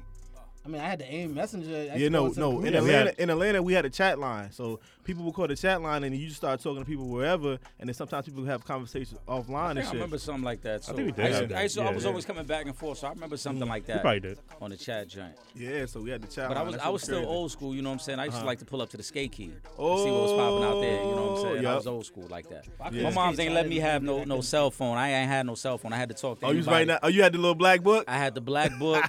I mean, I had to aim messenger. I
yeah,
used to
no,
go into the
no. In
community.
Yeah, we
Atlanta,
had-
in Atlanta we had a chat line. So people would call the chat line, and you just start talking to people wherever, and then sometimes people have conversations offline
I
and shit.
remember something like that. So I,
think we did
used
have
to-
that.
I, used to- I
Yeah,
was
yeah.
always coming back and forth, so I remember something like that
probably did.
on the chat joint.
Yeah, so we had the chat.
But I
line.
was
That
I
shit
was still
crazy.
old school, you know what I'm saying? I used to like to pull up to the skate key. to see what was popping out there, you know what I'm saying? I
yup.
was old school like that.
Yeah.
My moms ain't let me have no
Yeah.
no cell phone. I ain't had no cell phone. I had to talk to
Oh, you was
anybody.
right now. Oh, you had the little black book.
I had the black book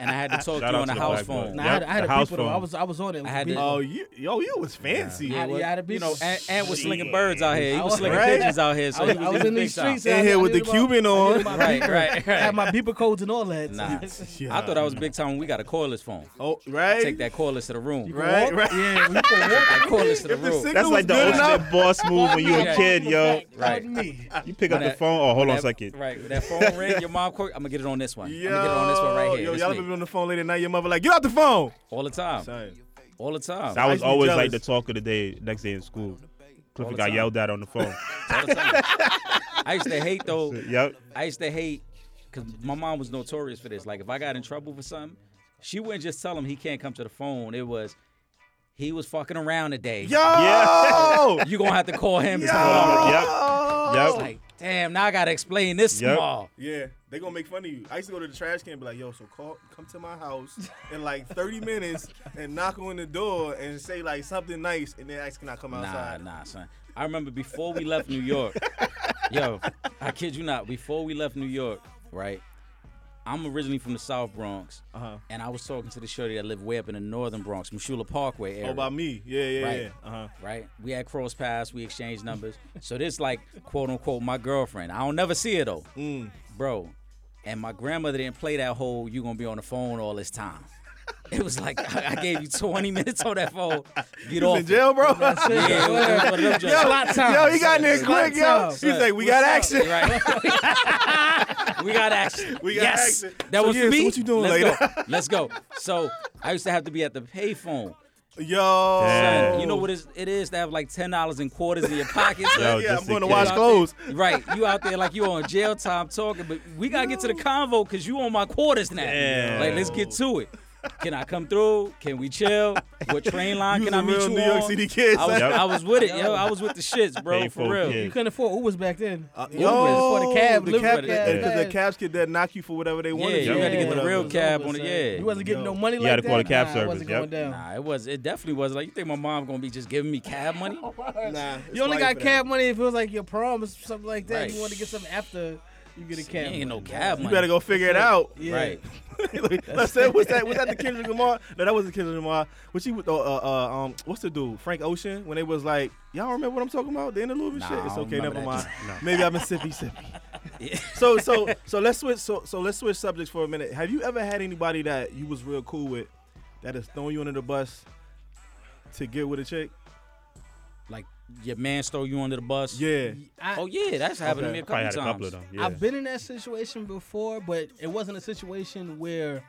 and I had to talk
Shout
to you
out
on
to
the
the
house
Black Book.
phone.
Nah, I
Yep,
had, I had
the
to
house
people though. I
phone.
was I was on it. It was
I had to-
big.
Oh, you, yo, you was fancy.
I had, yeah, I had to be
You know, and, and was slinging birds out here.
I
He was
was-
slinging
Right?
pigeons out here. So
I was,
he
I was
he
in these
big time.
streets
In
I-
here
I
with
did
the
my-
Cuban
I did
on.
my
Right,
beeper.
right,
I had
right.
my beeper codes and all that.
Nah.
Yeah.
I thought I was big time when we got a cordless phone.
Oh, right.
Take that cordless to the room.
could Right, right.
Walk- Yeah, you can walk.
That cordless to the
If the
room.
signal
That's
was
like the
good enough,
ultimate boss move when you a
Yeah.
kid, yo.
Right.
Right. Me.
You pick up
When
the
that-
phone. Oh, hold on a
That-
second.
Right. when That phone ring, your mom quick. I'm gonna get it on this one. I'm gonna get it on this one right here.
Yo,
This
y'all
me.
ever been on the phone late at night? Your mother like, get out the phone.
All the time. All the time.
That was
used to be
always like
jealous.
the talk of the day. Next day in school,
All the
Clifford got
time.
yelled at on the phone.
All the time. I used to hate though.
yep.
I used to hate because my mom was notorious for this. Like if I got in trouble for something, she wouldn't just tell him he can't come to the phone. It was he was fucking around today.
Yo.
You gonna have to call him.
Yo.
tomorrow.
Oh.
Yep.
It's like, damn, now I gotta explain this
Yep.
small.
Yeah, they gonna make fun of you. I used to go to the trash can and be like, yo, so call, come to my house in like 30 minutes and knock on the door and say like something nice and then ask can I come
Nah,
outside?
nah, son. I remember before we left New York, yo, I kid you not, before we left New York, right? I'm originally from the South Bronx,
Uh-huh.
and I was talking to the shorty that lived way up in the Northern Bronx, Mashula Parkway area.
Oh, about me. Yeah, yeah,
Right.
yeah. Uh-huh.
right? We had cross paths, we exchanged numbers. so this like quote unquote my girlfriend. I don't never see her though,
Mm.
bro. And my grandmother didn't play that whole "you gonna be on the phone all this time." It was like I, I gave you 20 minutes on that phone. Get off.
In
it.
jail, bro?
Yeah, it was- it was one of them joints.
Slot time.
yo, he got in there
Slot
quick, yo.
time.
He's like, we got action.
Right. we got action.
We got
yes.
action.
That
So,
was
yeah,
for
so
me.
what you doing
Let's
later?
go. Let's go. So I used to have to be at the payphone.
Yo.
Damn.
You know what it's- it is to have like ten dollars in quarters in your pockets.
Yo,
Yeah, I'm
just a
going to
kid.
wash
out
clothes.
there- right, you out there like you on jail time talking, but we gotta get to the convo because you on my quarters now.
Yeah.
Like, let's get to it. Can I come through? Can we chill? What train line
You
can
was
I
a
meet
real
you
New York
on?
City kid,
I was,
son.
I was with it, yo. I was with the shits, bro,
Painful
for real.
kid.
You couldn't afford Ubers back then.
Uh,
Ubers. Yo,
Before the cab,
the
Lyft
cab,
cab,
because
yeah.
the cabs could then knock you for whatever they
Yeah,
wanted.
you had to get the
Whatever.
real
It was
cab
over,
on it,
son.
yeah.
You wasn't getting no
Yo.
money
You
like
had to call
that?
the cab
Nah,
service,
It wasn't
yep.
going down.
Nah, it was. It definitely was. Like, you think my mom gonna be just giving me cab money?
Oh
Nah, it's
You only
life
got
for
cab money if it was like your prom or something like that.
Right.
You want to get something after you get a
You
cab.
ain't get no
money.
cab money.
You better go figure it out.
Yeah.
Right.
Let's say, was that was that the Kendrick Lamar? No, that wasn't Kendrick Lamar. What she was, uh, uh, um, what's the dude? Frank Ocean. When they was like, y'all remember what I'm talking about? The interlude and
Nah,
shit.
I
It's
don't
okay,
remember
never mind.
that
Maybe I've been sippy sippy. So so so let's switch. So so let's switch subjects for a minute. Have you ever had anybody that you was real cool with that has thrown you under the bus to get with a chick?
Like, your man stole you under the bus.
Yeah.
I,
Oh yeah, that's happened
Okay.
to me a
Probably
couple times.
had a couple of them. Yeah.
I've been in that situation before, but it wasn't a situation where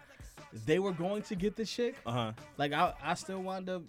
they were going to get the chick.
Uh huh.
Like I, I still wound up.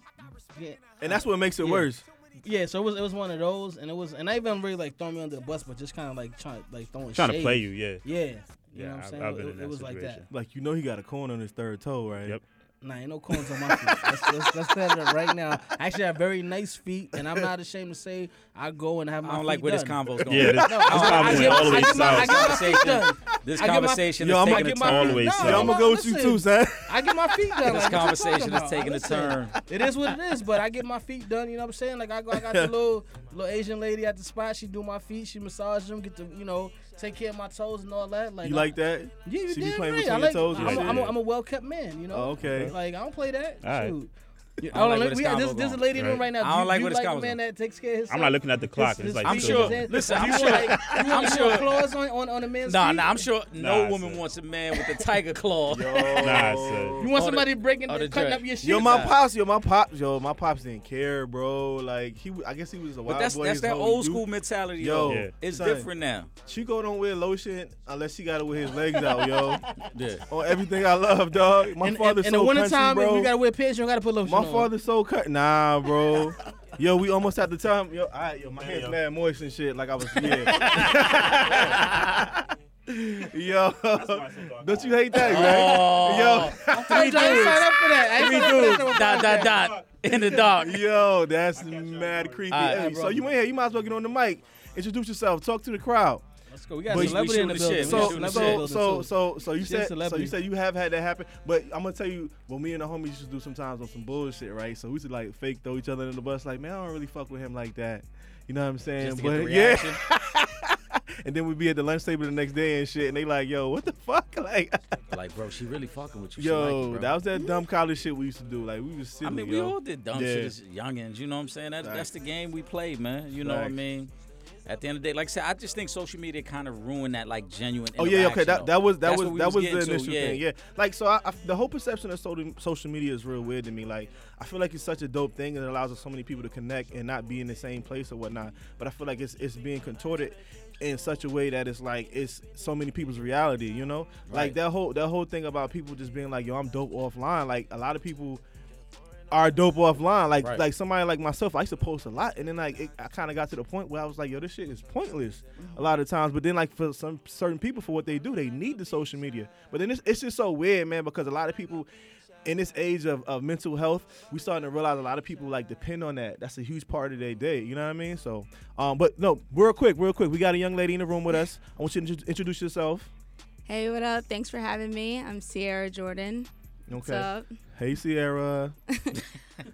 Getting,
And that's what makes it
Yeah.
worse.
yeah, so it was it was one of those, and it was, and I even really like throwing me under the bus, but just kind of like trying like throwing
Trying to
shade.
play you, yeah.
Yeah, you
Yeah,
know what I'm
I've-
saying.
I've been
it,
in
it
that
was like that.
situation.
Like you know he got a corn on his third toe, right?
Yep.
Nah, ain't no cones on my feet. Let's, let's, let's set it up right now. I actually have very nice feet, and I'm not ashamed to say I go and have my.
I don't like
feet
where this
done.
convo's going.
Yeah, this, this
I
problem went
get-
all the way
I get my- I get
south.
my feet
conversation.
done.
This
I get my-
conversation
Yo,
is
I'ma
taking a
get my-
turn.
all the way
No,
Yeah, I'm
south.
gonna go with you too, son.
I get my feet done. like,
This
what you talking
conversation is
about?
taking a
Listen,
turn.
It is what it is, but I get my feet done. You know what I'm saying? Like I go, I got the little little Asian lady at the spot. She do my feet. She massage them. Get the you know take care of my toes and all that. Like
You like that?
Yeah, you
She be
damn
playing
right.
between
I
your
like,
toes and
I'm, a,
shit.
I'm, a, I'm a well kept man. You know.
Oh, okay.
Like I don't play that.
All right.
Shoot.
I
Hold
don't
on,
like where
let-
this
we- this,
combo
this is a
going.
lady in the room
Right.
right now.
I don't
Do you-
like
do
where
you
this
like a
combo
man that takes care of himself?
I'm not looking at the clock.
His-
It's
his
like
I'm
feet
so-
sure-
is in-
listen,
you
I'm
want,
sure-
like- you
I'm
want
sure-
Claws on, on, on a man's
Nah,
feet?
nah, I'm sure no
Nah,
woman
son.
wants a man with the tiger claw.
You
Nah, son.
want
on the-
somebody breaking,
on the
cutting
joint.
up your shit?
Yo, my
Nah.
pops, yo, my pops, yo, my pops didn't care, bro. Like he, w- I guess he was a wild
But that's
boy.
that's
his
that
whole
old
youth.
school mentality.
Yo,
though.
Yeah.
it's
son.
different now.
Chico don't wear lotion unless she got it with his legs out, yo.
Yeah.
On everything I love, dog. My
In, in,
father's
in the
so
winter
country,
time,
bro.
if you gotta wear pants, you don't gotta put lotion
My
on.
father's so cut. Nah, bro. Yo, we almost at the time. Yo, all right, yo, my hands
yo.
mad moist and shit. Like I was, yeah. yo,
why it's so dark.
don't you hate that, right?
I ain't trying to sign up for that. I ain't sign up for that.
dot dot dot in the dark.
Yo, yo, that's mad creepy.
All right,
Hey,
bro.
so you in here? You might as well get on the mic, introduce yourself, talk to the crowd.
Let's go. We got
But
a
we
celebrity in the
shooting the
building.
shit.
We
We
So
got a
shooting the
celebrity in
so so
the
so
building, too.
so you
She a
said so
celebrity.
you said you have had that happen, but I'm gonna tell you what me and the homies used to do sometimes on some bullshit, right? So we used to like fake throw each other in the bus, like man, I don't really fuck with him like that, you know what I'm saying?
Just to
but
get the
yeah,
reaction.
and then we'd be at the lunch table the next day and shit, and they like, yo, what the fuck, like,
Like, bro, she really fucking with you. She like
yo,
you, bro.
that was that dumb college shit we used to do, like we was
I
silly,
mean, we
yo.
all did dumb
Yeah.
shit as youngins. You know what I'm saying? That,
Facts.
that's the game we played, man. You know what I
Facts.
mean? At the end of the day, like I said, I just think social media kind of ruined that like genuine.
Oh yeah, yeah, okay.
interaction,
That,
though.
that was that
That's
was
what we
that was the
getting to,
initial thing. Yeah, like so, I, I- the whole perception of social social media is real weird to me. Like, I feel like it's such a dope thing and it allows so many people to connect and not be in the same place or whatnot. But I feel like it's it's being contorted in such a way that it's like it's so many people's reality. You know, like
Right.
that whole that whole thing about people just being like, "Yo, I'm dope offline." Like a lot of people are dope offline. Like
Right.
like somebody like myself, I used to post a lot, and then like it, I kind of got to the point where I was like, yo, this shit is pointless a lot of times. But then like for some certain people, for what they do, they need the social media. But then it's, it's just so weird, man, because a lot of people. In this age of, of mental health, we starting to realize a lot of people like depend on that. That's a huge part of their day. You know what I mean? So, um, but no, real quick, real quick, we got a young lady in the room with us. I want you to intro- introduce yourself.
Hey, what up? Thanks for having me. I'm Sierra Jordan.
Okay.
What's up?
Hey, Sierra.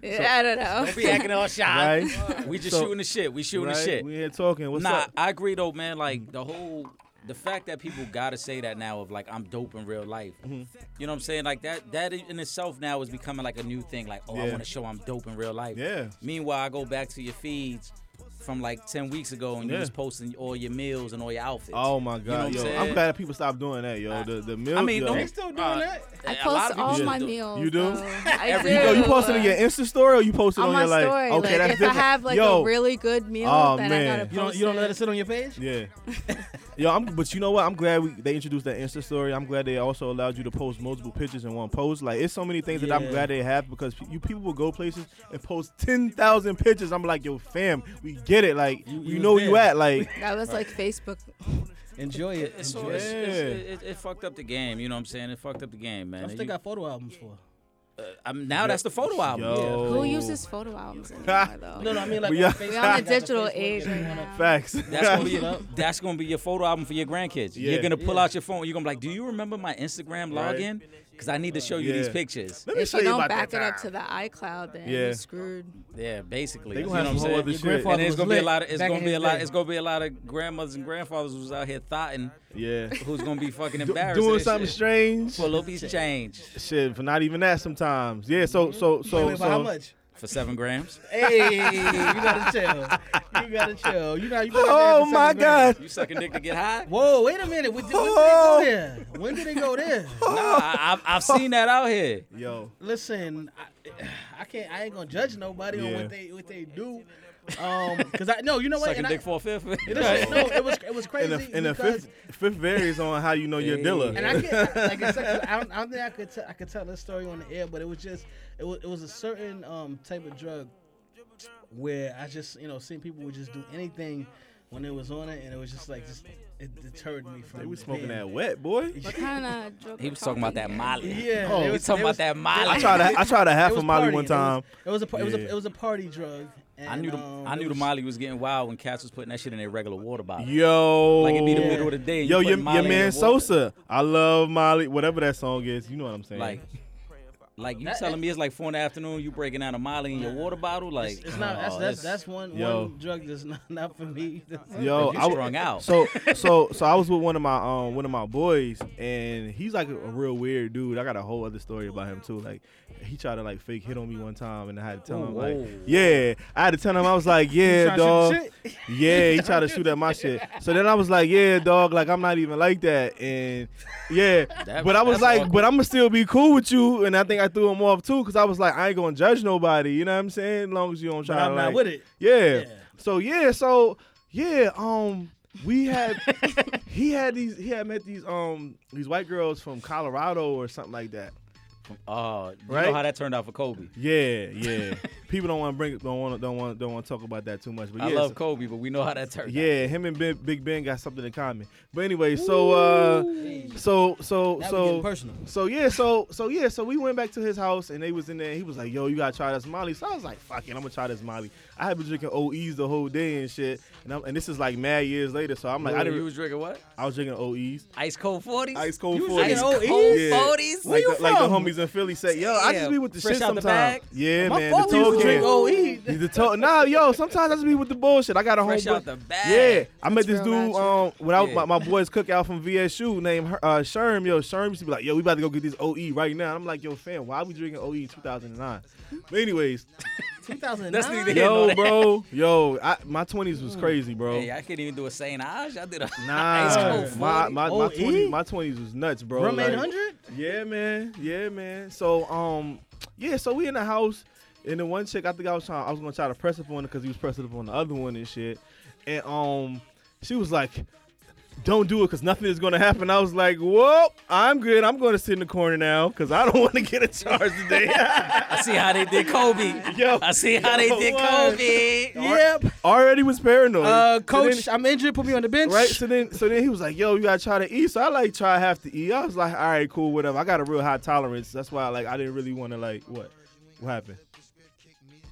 I don't know.
Don't be acting all shy.
Right?
We just
So-
shooting the shit. We shooting
right?
the shit.
We here talking. What's
nah,
up?
I agree though, man. Like the whole, the fact that people gotta say that now of like I'm dope in real life.
Mm-hmm.
You know what I'm saying? Like that, that in itself now is becoming like a new thing. Like, oh, I
Yeah.
want to show I'm dope in real life.
Yeah.
Meanwhile, I go back to your feeds from like ten weeks ago, and
Yeah.
you was posting all your meals and all your outfits.
Oh my
know
god,
what I'm
yo! I'm
saying?
glad people stopped doing that, yo. The the milk.
I mean,
yo.
don't
They still doing
Uh,
that?
I
a lot of
post
people
all
just
my
do-
meals.
You do?
though. I
Every-
do.
you go. You posted on your Insta story or you posted
on
on,
my
your like?
story.
okay,
like,
that's
if
different.
I have like
yo,
a really good meal,
Oh,
then
man.
I gotta post
You
You don't, you don't let it
it.
sit on your page?
yeah. Yo, I'm, but you know what? I'm glad we, they introduced that Insta story. I'm glad they also allowed you to post multiple pictures in one post. Like, it's so many things that I'm
Yeah.
glad they have because pe- you people will go places and post 10,000 pictures. I'm like, yo, fam, we get it. Like,
You-
you,
you
know where you
there.
at. Like,
That was like Facebook.
Enjoy it.
It's
Enjoy
all, it's,
it.
it's,
Yeah.
it, it, it fucked up the game. You know what I'm saying? It fucked up the game, man.
I
And
still
you-
got photo albums for.
I'm, now that's the photo album.
yo.
Who uses photo albums anymore, though?
No, no, I mean like
We
on
are-
Facebook,
We're on
you
a
got the
digital
Facebook,
age
you
right
wanna-
now.
Facts.
That's gonna be
Post it up.
that's gonna be your photo album for your grandkids.
Yeah.
You're gonna pull
Yeah.
out your phone. You're gonna be like, "Do you remember my Instagram
Right.
login? Because I need to show you
Yeah.
these pictures."
Let me
If
show
you
you
don't
about
back
that
it up
time.
to the iCloud, then
Yeah.
you're screwed.
Yeah, basically.
They
you know
gonna have
what I'm
some whole
saying?
other
Your
shit.
grandfather
And there's
was
gonna be a
lit
lot. Of, it's
back in
gonna be
his
a lot.
day.
It's gonna be a lot of grandmothers and grandfathers who's out here thotting
Yeah.
who's gonna be fucking
Do-
embarrassed.
doing something
straight.
strange.
For a little piece change
Shit, for not even that sometimes. Yeah, so so so
Mm-hmm. Wait, wait,
so
but how much?
for seven grams.
Hey, you gotta chill. You gotta chill. You know, you gotta
Oh my god.
You sucking dick to get high?
Whoa, wait a minute. When did, when did they go there? When did they go there?
Nah, I, I've, I've seen that out here.
Yo.
Listen, I, I can't. I ain't gonna judge nobody on
Yeah.
what they what they do. Um, cause I no, you know what?
Sucking
and I,
dick for a fifth.
listen, no, it was it was
And
crazy.
the, and the
because-
fifth fifth varies on how you know your
Hey.
dealer.
And I can't, like I said, 'cause I don't, I don't think I could, t- I could tell this story on the air, but it was just, it was, it was a certain um, type of drug where I just, you know, seen people would just do anything when it was on it, and it was just like, just it deterred me from.
they was smoking
being-
that wet, boy.
What kind of drug?
He
we're
was talking about that Molly.
Yeah,
Oh,
they
you
was-
talking
they
about
was-
that
they-
Molly.
I tried a, I tried a half
it
of
was
Molly
partying.
one time.
It was, it was a, par- it was
Yeah.
a, it was a party drug. And,
I knew the
um,
I
it
knew the
was-
Molly was getting wild when Cass was putting that shit in their regular water bottle.
Yo.
Like it'd be the
Yeah.
middle of the day. and
Yo,
you
your,
putting Molly
your
in
man
water.
Sosa. I love Molly. Whatever that song is, you know what I'm saying.
Like Like you
That-
telling me it's like four in the afternoon, you breaking out a molly in your water bottle, like
It's, it's not.
oh,
That's that's, that's one
Yo.
one drug that's not, not for me. That's-
Yo,
you
Oh, I w-
strung out.
So so so I was with one of my um one of my boys and he's like a real weird dude. I got a whole other story about him too. Like he tried to like fake hit on me one time and I had to tell him like yeah. I had to tell him I was like yeah
trying to shoot
dog.
the shit?
Yeah, he tried to shoot at my shit. So then I was like yeah dog like I'm not even like that and yeah.
That-
but I was
that's
like
awkward.
but I'm gonna still be cool with you and I think I threw him off too because I was like I ain't gonna judge nobody. You know what I'm saying? As long as you don't try
But
to
I'm not
like-
with it.
yeah.
Yeah.
So yeah, so yeah, um we had he had these he had met these um these white girls from Colorado or something like that.
Oh, you
Right?
know how that turned out for Kobe.
Yeah, yeah. People don't want to bring it don't want to don't want don't want to talk about that too much. But
I
yeah,
love
so-
Kobe, but we know how that turned out.
yeah, him and Big, Big Ben got something in common. But anyway, so uh so so
Now we
so
getting personal.
So yeah, so so yeah, so we went back to his house and they was in there. And he was like, "Yo, you gotta try this Molly." So I was like, "Fuck it, I'm gonna try this Molly." I had been drinking OEs the whole day and shit, and I'm, and this is like mad years later. So I'm like, I
Wait,
didn't.
you was drinking what?
I was drinking OEs,
Ice cold forties.
ice cold
You was
forties,
drinking
Ice cold
OEs?
Yeah.
forties.
Like,
you
the, like the
from?
homies in Philly say, "Yo, I just
Yeah,
be with the
fresh
shit
out the
sometimes."
bag.
Yeah,
My
man.
folks
the
used
toe
to
E.
drink E.
can.
OE.
The toe, nah, yo. Sometimes I just be with the bullshit. I got a
Fresh
homeboy.
out the bag.
Yeah, I met
That's
this
real
dude
ratchet.
um when I was
Yeah.
my, my boys cookout from VSU named uh, Sherm. Yo, Sherm used to be like, yo, we about to go get this OE right now. I'm like, yo, fam, why we drinking OE in 2009? But anyways,
2009.
That's neither here nor
yo,
there.
bro, yo, I, my 20s was crazy, bro.
Hmm. Hey, I can't even do a Saint Aj. I did a
Nah,
ice cold forty.
my my, my,
OE?
20, my 20s was nuts, bro.
Rum
Like,
800.
yeah, man. Yeah, man. So um, yeah. So we in the house, and the one chick I think I was trying, I was gonna try to press up on it because he was pressing up on the other one and shit, and um, she was like. Don't do it because nothing is going to happen. I was like, whoa, I'm good. I'm going to sit in the corner now because I don't want to get a charge today.
I see how they did Kobe.
Yo,
I see how they
yo,
did
what?
Kobe.
Yep.
Already was paranoid.
Uh,
So
coach,
then-
I'm injured. Put me on the bench.
right? So then, so then he was like, "Yo, you gotta try to eat." So I like try half to eat. I was like, "All right, cool, whatever." I got a real high tolerance. That's why, like, I didn't really want to like what, what happened?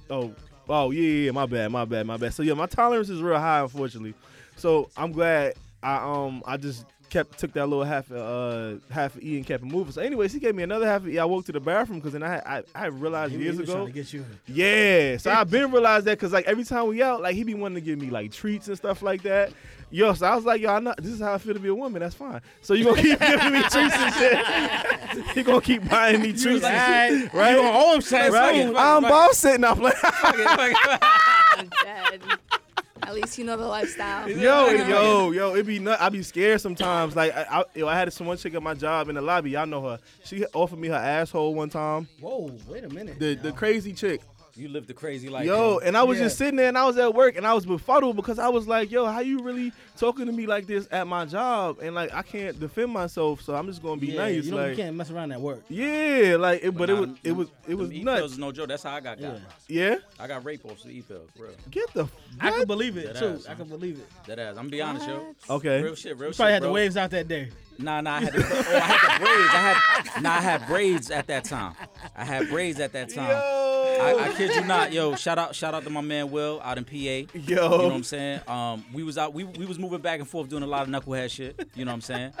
Oh, oh yeah, yeah, yeah, my bad, my bad, my bad. So yeah, my tolerance is real high, unfortunately. So I'm glad I um I just kept took that little half uh half of E and kept it moving. So anyways, he gave me another half of E. I walked to the bathroom because then I I, I realized
He- he
years
was
ago
trying to get you.
yeah, so I've been realized that because like every time we out, like he be wanting to give me like treats and stuff like that. Yo, so I was like, yo, I know this is how I feel to be a woman. That's fine. So you gonna keep giving me treats and shit. you gonna keep buying me treats,
like,
and shit, right?
Oh, I'm saying
right?
fuck it,
I'm
fuck it.
ball sitting up like,
I'm dead. At least you know the lifestyle.
yo, yo, yo, it be nut. I be scared sometimes. Like, I, I, yo, I had this one chick at my job in the lobby. Y'all know her. She offered me her asshole one time.
Whoa, wait a minute.
The the
now.
crazy chick.
You lived a crazy life.
Yo,
bro.
and I was
Yeah.
just sitting there and I was at work and I was befuddled because I was like, yo, how you really talking to me like this at my job? And like I can't defend myself, so I'm just gonna be
yeah,
nice.
You, know, you
like
can't mess around at work.
Yeah, like it, but it
nah,
was it was it
them
was
E
nuts.
pills is no joke. That's how I got got.
Yeah.
yeah?
I got raped off the E pills, real.
Get the
I can
what?
believe it
That
too.
ass,
I can believe it.
That ass. I'm gonna be honest, yo.
Okay.
Real shit, real
You
shit.
probably had
bro.
the waves out that day.
Nah, nah, I had, the, oh, I had the braids. I had, nah, I had braids at that time. I had braids at that time.
Yo,
I, I kid you not, yo. Shout out, shout out to my man Will out in PA. You know what
yo,
I'm saying? Um, we was out, we, we was moving back and forth doing a lot of knucklehead shit. You know what I'm saying?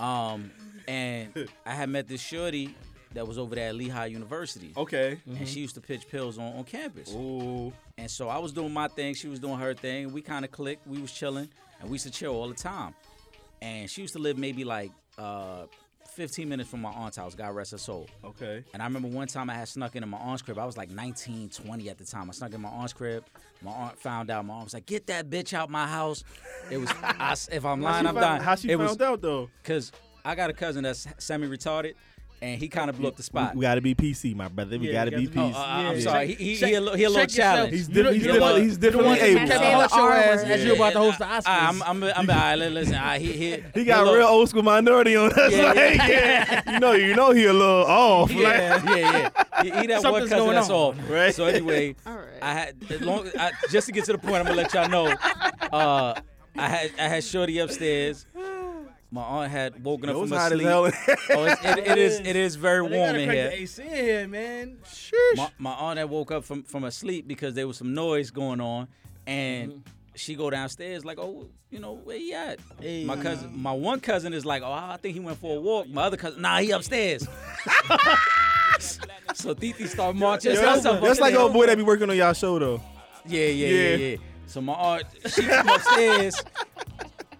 Um, and I had met this shorty that was over there at Lehigh University,
okay.
and she used to pitch pills on, on campus.
Ooh.
And so I was doing my thing, she was doing her thing. We kind of clicked, we was chilling, and we used to chill all the time. And she used to live maybe like uh, 15 minutes from my aunt's house, God rest her soul.
Okay.
And I remember one time I had snuck into my aunt's crib. I was like 19, 20 at the time. I snuck in my aunt's crib. My aunt found out. My aunt was like, "Get that bitch out my house." It was. I, if I'm lying,
She
I'm
found-
dying.
How she
it
found
was
out though?
because I got a cousin that's semi-retarded, and he kind of blew up the spot.
gotta be PC, my brother. We
Yeah, gotta we be gotta
Oh, uh, I'm
Yeah.
sorry. He, he, he a little, he a little
Check yourself.
challenged.
He's
You don't-
different. He's
you don't
different.
want-
He's
You don't
different.
want
differently
to
able.
able.
catch
Yeah.
all
Yeah.
your
Yeah.
ass as you about to host the
I,
Oscars.
Ah, I'm, I'm, I'm, I, listen, I, he, he,
He got real old school minority on us.
Yeah,
like,
yeah.
yeah. you know, you know, he a little off. like-
Yeah, yeah, yeah. He, he that one
Something's
cousin
going
that's
on.
off.
Right.
So anyway,
All right.
I had as long I, just to get to the point. I'm gonna let y'all know. Uh, I had I had Shorty upstairs. My aunt had woken up
Yo, it's
from her
hot as hell.
sleep. Oh, it's, it, it is it is very
They
warm
gotta
in
crank
here.
the AC in here, man. Sheesh.
my, my aunt had woke up from from her sleep because there was some noise going on, and
Mm-hmm.
she go downstairs like, oh, you know where he at?
Hey.
My cousin, my one cousin is like, oh, I think he went for a walk. My other cousin, nah, he upstairs. So Titi start marching.
Yo,
herself
that's
up in
like
there.
old boy that be working on y'all show though.
Yeah, yeah, yeah,
Yeah.
yeah. So my aunt, she come upstairs.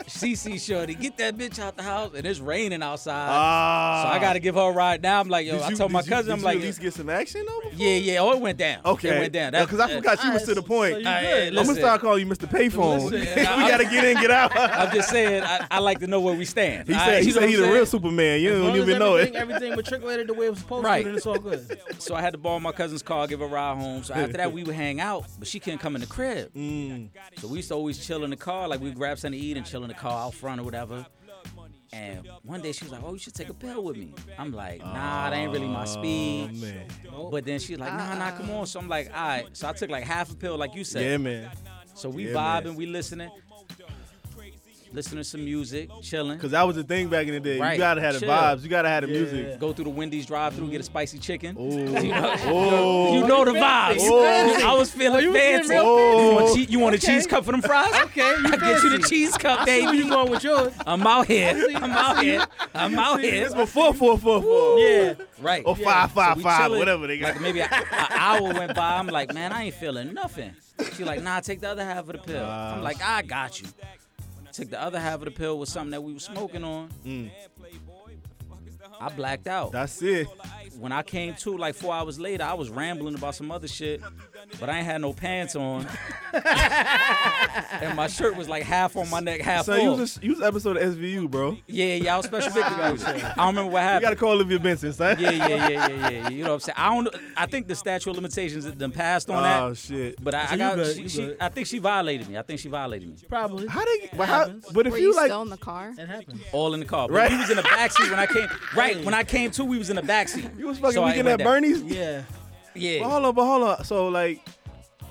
she see Shorty, get that bitch out the house, and it's raining outside.
Ah.
so I gotta give her a ride now. I'm like, yo,
Did
I
you-
told my
did you-
cousin,
did
I'm
you
like,
at least get some action over.
yeah, yeah. Oh, it went down.
Okay,
it went down.
because I forgot she was to the
So
point.
you
All right,
good.
I'm
listen.
gonna start calling you Mr. Payphone.
Listen,
we
I-
gotta get in, get out.
I'm just saying, I, I like to know where we stand.
he
All
said
right,
he
you know
said
what
he's
I'm
the
saying?
real Superman. You
As
don't
long as
even know
everything,
it.
everything matriculated the way it was supposed
Right.
to, then it's all good.
So I had to borrow my cousin's car, give a ride home. So after that, we would hang out, but she couldn't come in the crib.
Mm.
So we used to always chill in the car, like we'd grab something to eat and chill in the car out front or whatever. And one day she was like, "Oh, you should take a pill with me." I'm like, "Nah, that ain't really my speed."
Oh, man.
But then she's like, "Nah, nah, come on." So I'm like, "All right." So I took like half a pill, like you said.
Yeah, man.
So we
Yeah,
vibing,
man.
we listening, listening to some music, chilling.
Because that was the thing back in the day. You
Right.
gotta have the
Chill.
vibes. You gotta have the music.
Go through the Wendy's drive-through, get a spicy chicken.
Oh,
You know the vibes.
Oh.
I was feeling
you was getting
fancy.
real
fancy.
You want, che- you want
Okay.
a cheese cup for them fries?
Okay, you
I get you the
fancy.
cheese cup,
Hey, where you
baby.
going with yours?
I'm out here. I'm out here. I'm out here.
it's before four four four.
Yeah.
Right.
Or
Yeah.
five five
we
five,
chilling,
whatever they got.
Like maybe an hour went by. I'm like, man, I ain't feeling nothing. She like, nah, take the other half of the pill. I'm like, I got you. Took the other half of the pill was something that we were smoking on. I blacked out.
That's it.
when I came to, like four hours later, I was rambling about some other shit, but I ain't had no pants on, and my shirt was like half on my neck, half
So
off.
use use episode of SVU, bro.
Yeah, yeah, I was special victim. I don't remember what
You gotta
happened.
call Olivia Benson, son.
Yeah, yeah, yeah, yeah, yeah. You know what I'm saying? I don't. I think the statute of limitations that done passed on that.
Oh shit.
But I,
So
I
you
got.
good,
she,
you
she,
good.
I think she violated me. I think she violated me.
Probably.
How they? But, how,
happens.
but if
Were
you
you
like,
still in the car?
It happens.
All in the car. But
Right.
We was in the backseat when I came. Right when I came to, we was in the backseat.
you was fucking
So I
weekend
went
at Oh,
down.
Bernie's.
Yeah.
But
Yeah.
hold on, but hold on. So like,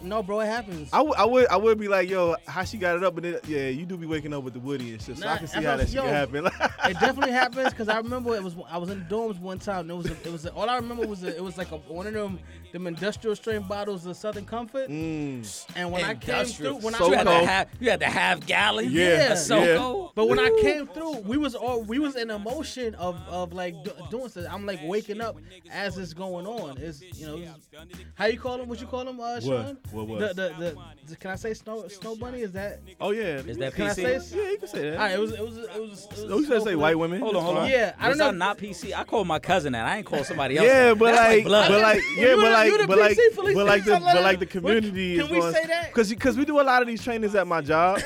No, bro, it happens.
I would, I would, I would be like, yo, how she got it up, but then, yeah, you do be waking up with the Woody and shit, so I
Nah,
can see
that's
how
what-
that shit
yo.
can happen.
it definitely happens because I remember it was I was in the dorms one time. And it was a, it was a, all I remember was a, it was like a, one of them them industrial strength bottles of Southern Comfort.
Mm.
And when I came
Industrial.
through, when
So
you
I
had
cold.
the half. You had the half gallon.
Yeah,
That's so
yeah.
cold.
But when I came through, we was all we was in a motion of of like do, doing stuff. I'm like waking up as it's going on. It's you know it's- how you call him? What you call him? Uh, Sean?
What? What?
The, the, the, can I say snow snow bunny? Is that?
Oh yeah.
Is that
Can I
PC?
say it's-
Yeah, you can say that.
All right, it was it was it was. It was
Oh, you should say white women.
Hold on, hold on.
Yeah, I
Was
don't
I
know.
not PC. I called my cousin that. I ain't called somebody else.
Yeah,
that.
but
That's
like,
blood.
but like, yeah,
You
but
the-
like,
you the
but like,
PC, Felicia.
but like the,
Tell her
but like the
that.
community
What-
is
can we
going,
say that?
Cause, 'cause we do a lot of these trainings at my job,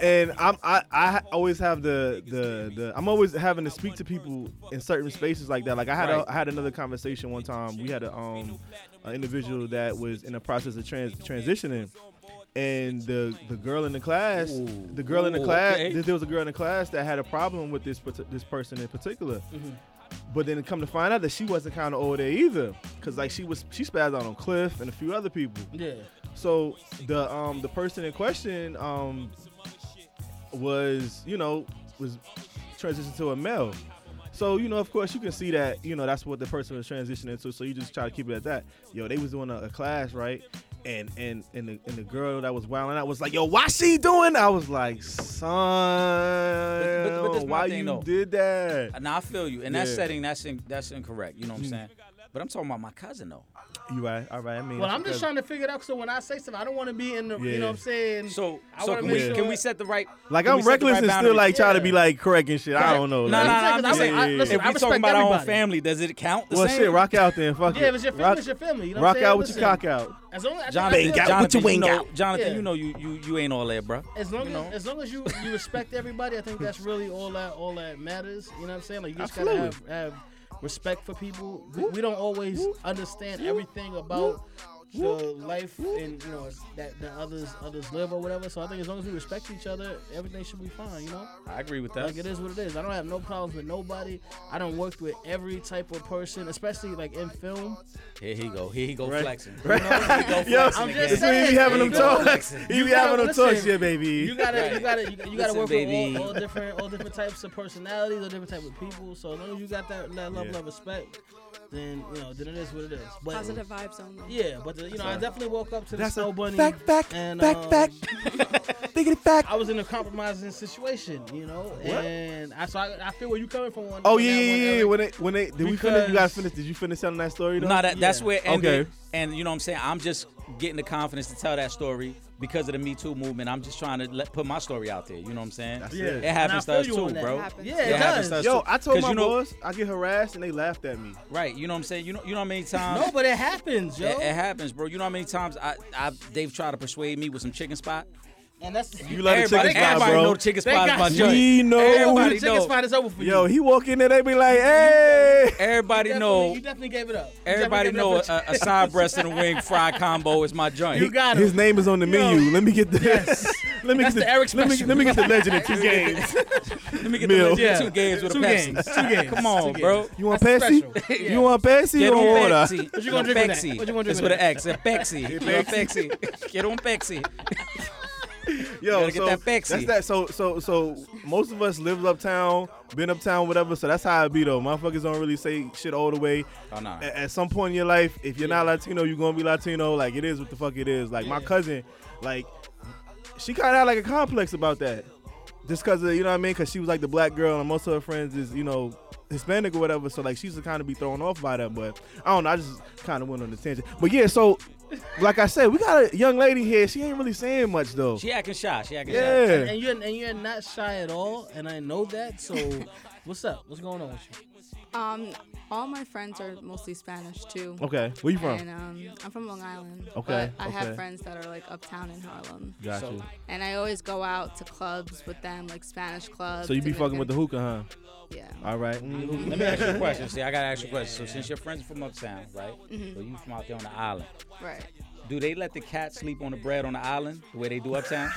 and I'm I, I ha- always have the, the the I'm always having to speak to people in certain spaces like that. Like I had
Right.
a, I had another conversation one time. We had a um an individual that was in the process of trans transitioning. And the, the girl in the class,
Ooh.
the girl in the
Ooh,
class,
okay.
there- there was a girl in the class that had a problem with this parti- this person in particular. But then come to find out that she wasn't kind of over there either, cause like she was she spazzed out on Cliff and a few other people.
Yeah.
So the um the person in question um was you know was transitioned to a male. So you know of course you can see that you know that's what the person was transitioning to. So you just try to keep it at that. Yo, they was doing a, a class right, and and and the, and the girl that was wilding out was like, yo, why she doing? I was like, son,
But- but- but this my
why
thing,
you
though.
did that?
Now Uh, I feel you. In that
Yeah. Hmm.
setting, that's in, that's incorrect. You know what I'm saying? But I'm talking about my cousin though.
You right, all right. I mean,
Well,
that's
I'm just
because-
trying to figure it out. So when I say something, I don't want to be in the. You
Yeah.
know what I'm saying?
So,
I
so
wanna
can,
make
we,
sure-
can we set the right?
Like
can
I'm
we set the
reckless
right
and still
boundary?
like trying to be
Yeah.
like correct and shit. I don't know.
No, no,
like-
no.
Like,
I'm
because
just saying.
I- listen,
if
I
we
respect
talking about our own
everybody.
family, does it count? The
Well,
same?
shit, rock out then. Fuck it.
yeah, if it's your family,
rock,
it's your family. You know
rock
what I'm
out
saying?
with
Listen,
your cock out.
As long as,
Jonathan,
I think-
out
Jonathan,
what you
you
ain't
know,
got.
Jonathan,
Yeah.
you know you, you you ain't all that, bro.
As long
you
as,
know?
as long as you, you respect everybody, I think that's really all that all that matters. You know what I'm saying? Like you just gotta
Absolutely.
have, have respect for people. We, we don't always understand everything about the life and you know that, that others others live or whatever. So I think as long as we respect each other, everything should be fine. You know,
I agree with that.
like it is what it is. I don't have no problems with nobody. I don't work with every type of person, especially like in film.
Here he go. Here he go
Right.
flexing.
Right.
You know, here he go
Yo,
flexing
I'm
again.
this
just
when he be having them
saying, there you go.
talks. He be
You gotta
having them talks,
listen.
yeah, baby.
You gotta, you gotta, you, you gotta
Listen,
work
baby.
with all, all different, all different types of personalities, all different type of people. So as long as you got that, that level
Yeah.
of respect, then you know, then it is what it is. But
Positive vibes only.
Yeah, but the, you know, I definitely woke up to the
That's
snow
a
bunny.
fact, fact,
and,
fact,
um,
fact. Thinking it back.
I was in a compromising situation, you know, and I so I, I feel where you coming from. On,
Oh
on
yeah,
that
yeah,
one,
yeah. yeah.
Eric.
When they, when they, did we finish? You guys
Because-
finished? Did you finish telling that story? Though?
No, that, that's
Yeah.
where it ended.
Okay.
And you know what I'm saying? I'm just getting the confidence to tell that story because of the Me Too movement. I'm just trying to let, put my story out there. You know what I'm saying?
That's
yeah,
it.
It
And I
happens to
feel
us
you
too,
on that.
bro.
Happens.
Yeah, it,
It happens
does.
to us
Yo, I told
'Cause
my
you know-
boss I get harassed and they laughed at me.
Right. You know what I'm saying? You know you know how many times
No, but it happens, yo.
it, it happens, bro. You know how many times I, I they've tried to persuade me with some chicken spot.
and that's
You love the
everybody
chicken spot,
everybody
bro.
know the chicken
They
spot is
got
my
you.
joint.
We know.
Everybody
Everybody
the chicken
know.
spot is over for you.
Yo, he walk in there, they be like, "Hey."
Everybody
Definitely,
know.
You definitely gave it up. You
Everybody
definitely
know uh,
gave it up.
a, a side breast and a wing fry combo is my joint.
You got
His
him.
name is on the
Yo.
menu. Let me get the.
Yes.
let me
That's
get
the Eric
let me,
special.
let me get the legend in two games.
Let me get
Meal.
the legit
Yeah.
two games with
Two
a Pepsi.
games. Two games.
Come on,
Two
bro.
games.
You want
That's
Pepsi?
special. Yeah.
You want Pepsi?
Get
You
on
want water?
Pepsi.
What you gonna drink with that?
Pepsi.
What you gonna drink
it's
with
with an
that?
X. A Pepsi. You know, Pepsi. Get on Pepsi.
Yo,
Gotta get
so
that Pepsi.
that's that. So, so, so most of us live uptown, been uptown, whatever. So that's how it be though. Motherfuckers don't really say shit all the way.
Oh, nah.
A- At some point in your life, if you're not Latino, you're gonna be Latino. Like it is what the fuck it is. Like my
Yeah.
cousin, like she kind of had like a complex about that, just cause of, you know what I mean. Cause she was like the black girl, and most of her friends is you know. Hispanic or whatever, so like she's to kind of be thrown off by that, but I don't know. I just kind of went on the tangent, but yeah. So, like I said, we got a young lady here. She ain't really saying much though.
She acting shy. She acting shy.
yeah,
And you're and you're not shy at all, and I know that. So, what's up? What's going on with you?
Um, all my friends are mostly Spanish too.
Okay, where you from?
And um, I'm from Long Island.
Okay,
But I have
okay.
friends that are like uptown in Harlem.
Got
So-
you.
And I always go out to clubs with them, like Spanish clubs.
So you be fucking with the hookah,
the. Yeah.
huh? All right.
Let me ask you a question. See, I gotta ask you a question. So since your friends from uptown, right? So you from out there on the island.
Right.
Do they let the cat sleep on the bread on the island the way they do uptown?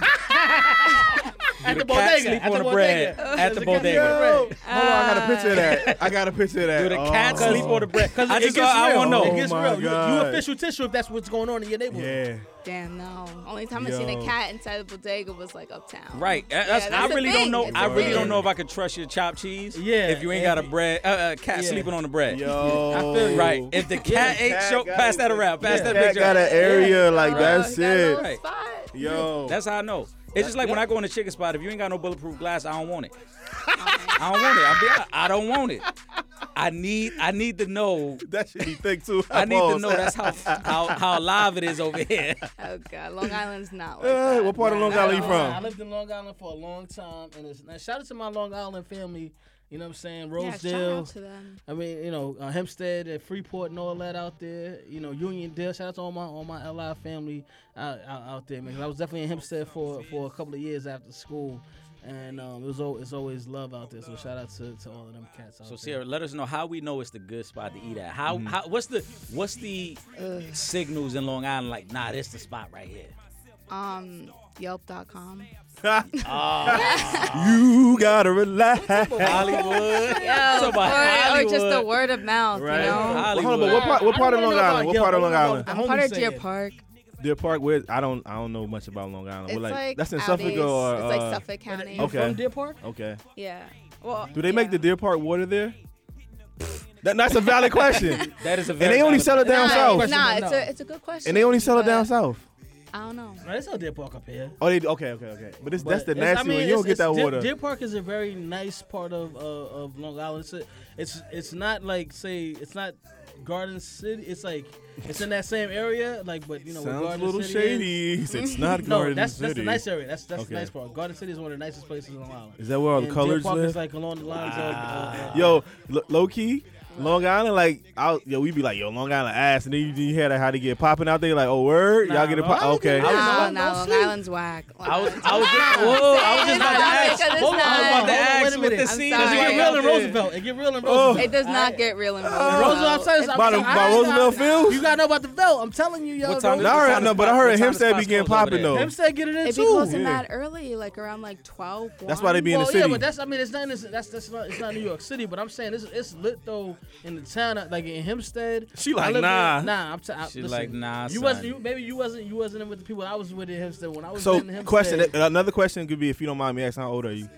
At the
the cat
bodega.
sleep
At
on
the
the bread
bodega.
at
Does cat sleep
the bodega.
on the bread?
Hold on, I got a picture of that. I got a picture of that.
Do the cat
Oh.
sleep on the bread?
Cause
I
it
just
gets
I
real.
want to
Oh
It
know.
gets
my
real. You, you
God.
official tissue if that's what's going on in your neighborhood.
Yeah.
Damn, no. Only time I seen
Yo.
a cat inside the bodega was like uptown.
Right. That- that's-
Yeah, that's
I
a
really don't
thing.
know.
It's
I
a
really
thing.
don't know if I could trust your chopped cheese.
Yeah,
If you ain't got a
and-
bread, uh, uh, cat
Yeah.
sleeping on the bread.
Yo.
I feel you.
Right. If the cat ain't
cat
show,
got
pass
it.
that around. Pass
Yeah.
that
Cat
Cat
picture.
got an area like
Oh,
that's
you got a little
it.
Right.
spot.
Yo.
That's how I know. It's just like when I go in a chicken spot. If you ain't got no bulletproof glass, I don't want it. I don't want it. I'm be honest, I don't want it. I need. I need to know.
that should be thick too.
I need to
Pause.
know that's how how how live it is over here.
Oh god, Long Island's not like
Hey,
that.
Uh, what part of
No,
Long
no,
Island you
no.
from?
I lived in Long Island for a long time, and it's now shout out to my Long Island family. You know what I'm saying?
Yeah, shout out
Rosedale.
to them.
I mean, you know, uh, Hempstead and Freeport and all that out there. You know, Uniondale. Shout out to all my all my LI family out, out, out there, man. 'Cause I was definitely in Hempstead for for a couple of years after school, and um, it was al- it's always love out there. So shout out to, to all of them cats out
So
there.
Sierra, let us know how we know it's the good spot to eat at. How,
Mm-hmm.
how what's the what's the signals in Long Island like? Nah, this the spot right here.
Um, Yelp.com.
Ah. you gotta relax.
Hollywood.
Yeah,
Talk
Oh, or,
about
or just the
Hollywood.
word of mouth,
Right.
you know.
Well, hold on, but what part? What
I
part of
don't
Long
know about
Island? What
Yelp.
part of
I
Long
don't know about
Island?
the
I'm part of
homies
Deer
saying.
Park.
Deer Park. Where? I don't. I don't know much about Long Island.
It's
We're
like,
like that's in
out
Suffolk
east.
or
it's like
uh,
Suffolk
Wait,
County.
You
Okay.
from Deer Park?
Okay.
Yeah. Well,
Do they make
yeah.
the Deer Park water there? That, that's a valid question.
That is a very
And they only
valid-
sell it down
nah,
south.
it's- Nah,
Question,
it's
no.
a it's a good question.
And they only sell it
but
down south.
I don't know.
No, it's not Deer Park up here.
Oh, they do- okay, okay, okay. But it's, that's the
But it's-
nasty
I mean,
one. You don't get
it's-
that
it's- Deer-
water.
Deer Park is a very nice part of uh, of Long Island. It's, a- it's it's not like say it's not Garden City. It's like it's in that same area, like but you know where
Sounds a
Garden
little
City Is.
shady. It's not
Mm-hmm. No,
Garden
that's that's
City.
the nice area. That's that's
Okay.
the nice part. Garden City is one of the nicest places in Long Island.
Is that where all the
And
colors
Deer Park
live?
is like along the lines of. Uh,
yo, lo- low key, Long Island, like, I'll, yo, we be like, yo, Long Island ass, and then you, you hear that how they get popping out there, like, oh word,
Nah,
y'all get it
bro, I
pop.
don't
Okay,
do that.
No,
Island,
no,
no
Long
sleep.
Island's whack.
I was I was just whoa, I was just about to ask.
Because it's
Hold on, I was about to
not-
Wait
ask
a
what the
minute.
scene
I'm
is
it
sorry.
get
like
real
out
in
there.
Roosevelt. It get real in
Oh.
Roosevelt.
It does not get real
Uh,
in Roosevelt.
Roosevelt, I'm sorry,
It's
I'm
by, the,
sorry.
not-
by Roosevelt Fields.
You gotta know about the belt. I'm telling you, yo.
What
No,
time is
Roosevelt-
I heard,
What
no,
time
but I
the
heard
spot- what
Hempstead
time the
be getting
spot's
popping
closed over
though.
there?
Hempstead get it in
It be
too.
closing
yeah.
that early, like around like 12.
That's why they
1.
be in the
Well,
city.
yeah, but that's I mean it's not in, that's that's not it's not New York City, but I'm saying it's it's lit though in the town like in Hempstead.
She
I
like,
live in-
nah.
nah. I'm t- I,
She
listen,
like, nah,
You
son.
wasn't you, maybe you wasn't you wasn't in with the people I was with in Hempstead when I was
so,
in Hempstead.
question. Another question could be, if you don't mind me asking, how old are you?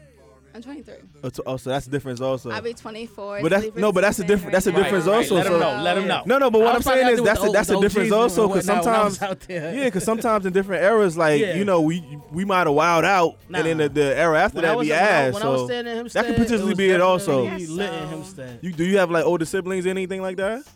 I'm 23.
Oh, t- oh, so that's the difference also.
I'll be 24.
But that's-
Sleepers
no, but that's a
in
different-
right
that's a
now.
difference
Right,
also,
Let him
so-
know. Let him
Yeah.
know.
No, no, but
I
what I'm
was probably
saying
out
is
there
that's
with
a, that's
the
a
OGs
difference
when-
also
when
because
I- when I was
sometimes
out there.
yeah, because sometimes in different eras like
Yeah.
you know we we might have wowed out and then
Nah.
the, the era after
When I
that
was-
be
when I-
ass.
when I was
So
staying in Hempstead,
that could potentially
was
be it also.
definitely
Yes,
Lit in
so-
Hempstead.
you do you have like older siblings anything like that?
Uh-huh.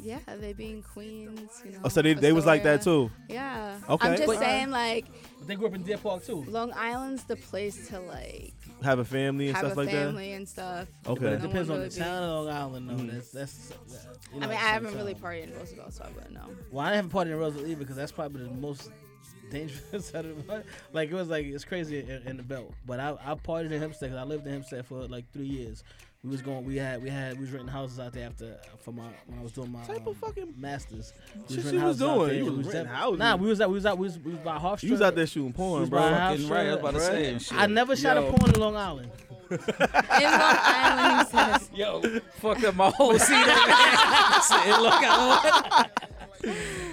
Yeah, they being queens. You know,
Oh, so they they was like that
Astoria.
too.
Yeah.
Okay.
I'm just
But-
saying, like,
They grew up in Deer Park too.
Long Island's the place to, like,
Have a family and
have a
stuff like that.
family and stuff.
Okay.
But
No
it
Yeah.
one
depends on the
really be-
town of Long Island, though.
Mm-hmm.
That's that's. you know,
I mean, I
it's
haven't
the
really
town.
partied in Roosevelt, so I wouldn't know.
Well, I haven't partied in Roosevelt either because that's probably the most dangerous out of the Like it was like it's crazy in, in the belt, but I I partied in Hempstead 'cause I lived in Hempstead for like three years. We was going, we had, we had, we was renting houses out there after for my when I was doing my
Type of
um,
fucking
masters.
shit you
renting
was
houses out
doing?
there.
You
We
was renting
def-
houses?
Nah, we was out, we was out, we was, we was by Hofstra.
You was out there shooting porn,
was
bro.
by Hofstra.
Fucking right. I was about to say and shit.
I never shot
Yo.
a porn in Long Island.
In Long Island, it says,
Yo, fucked up my whole seat. up there. Shit, look,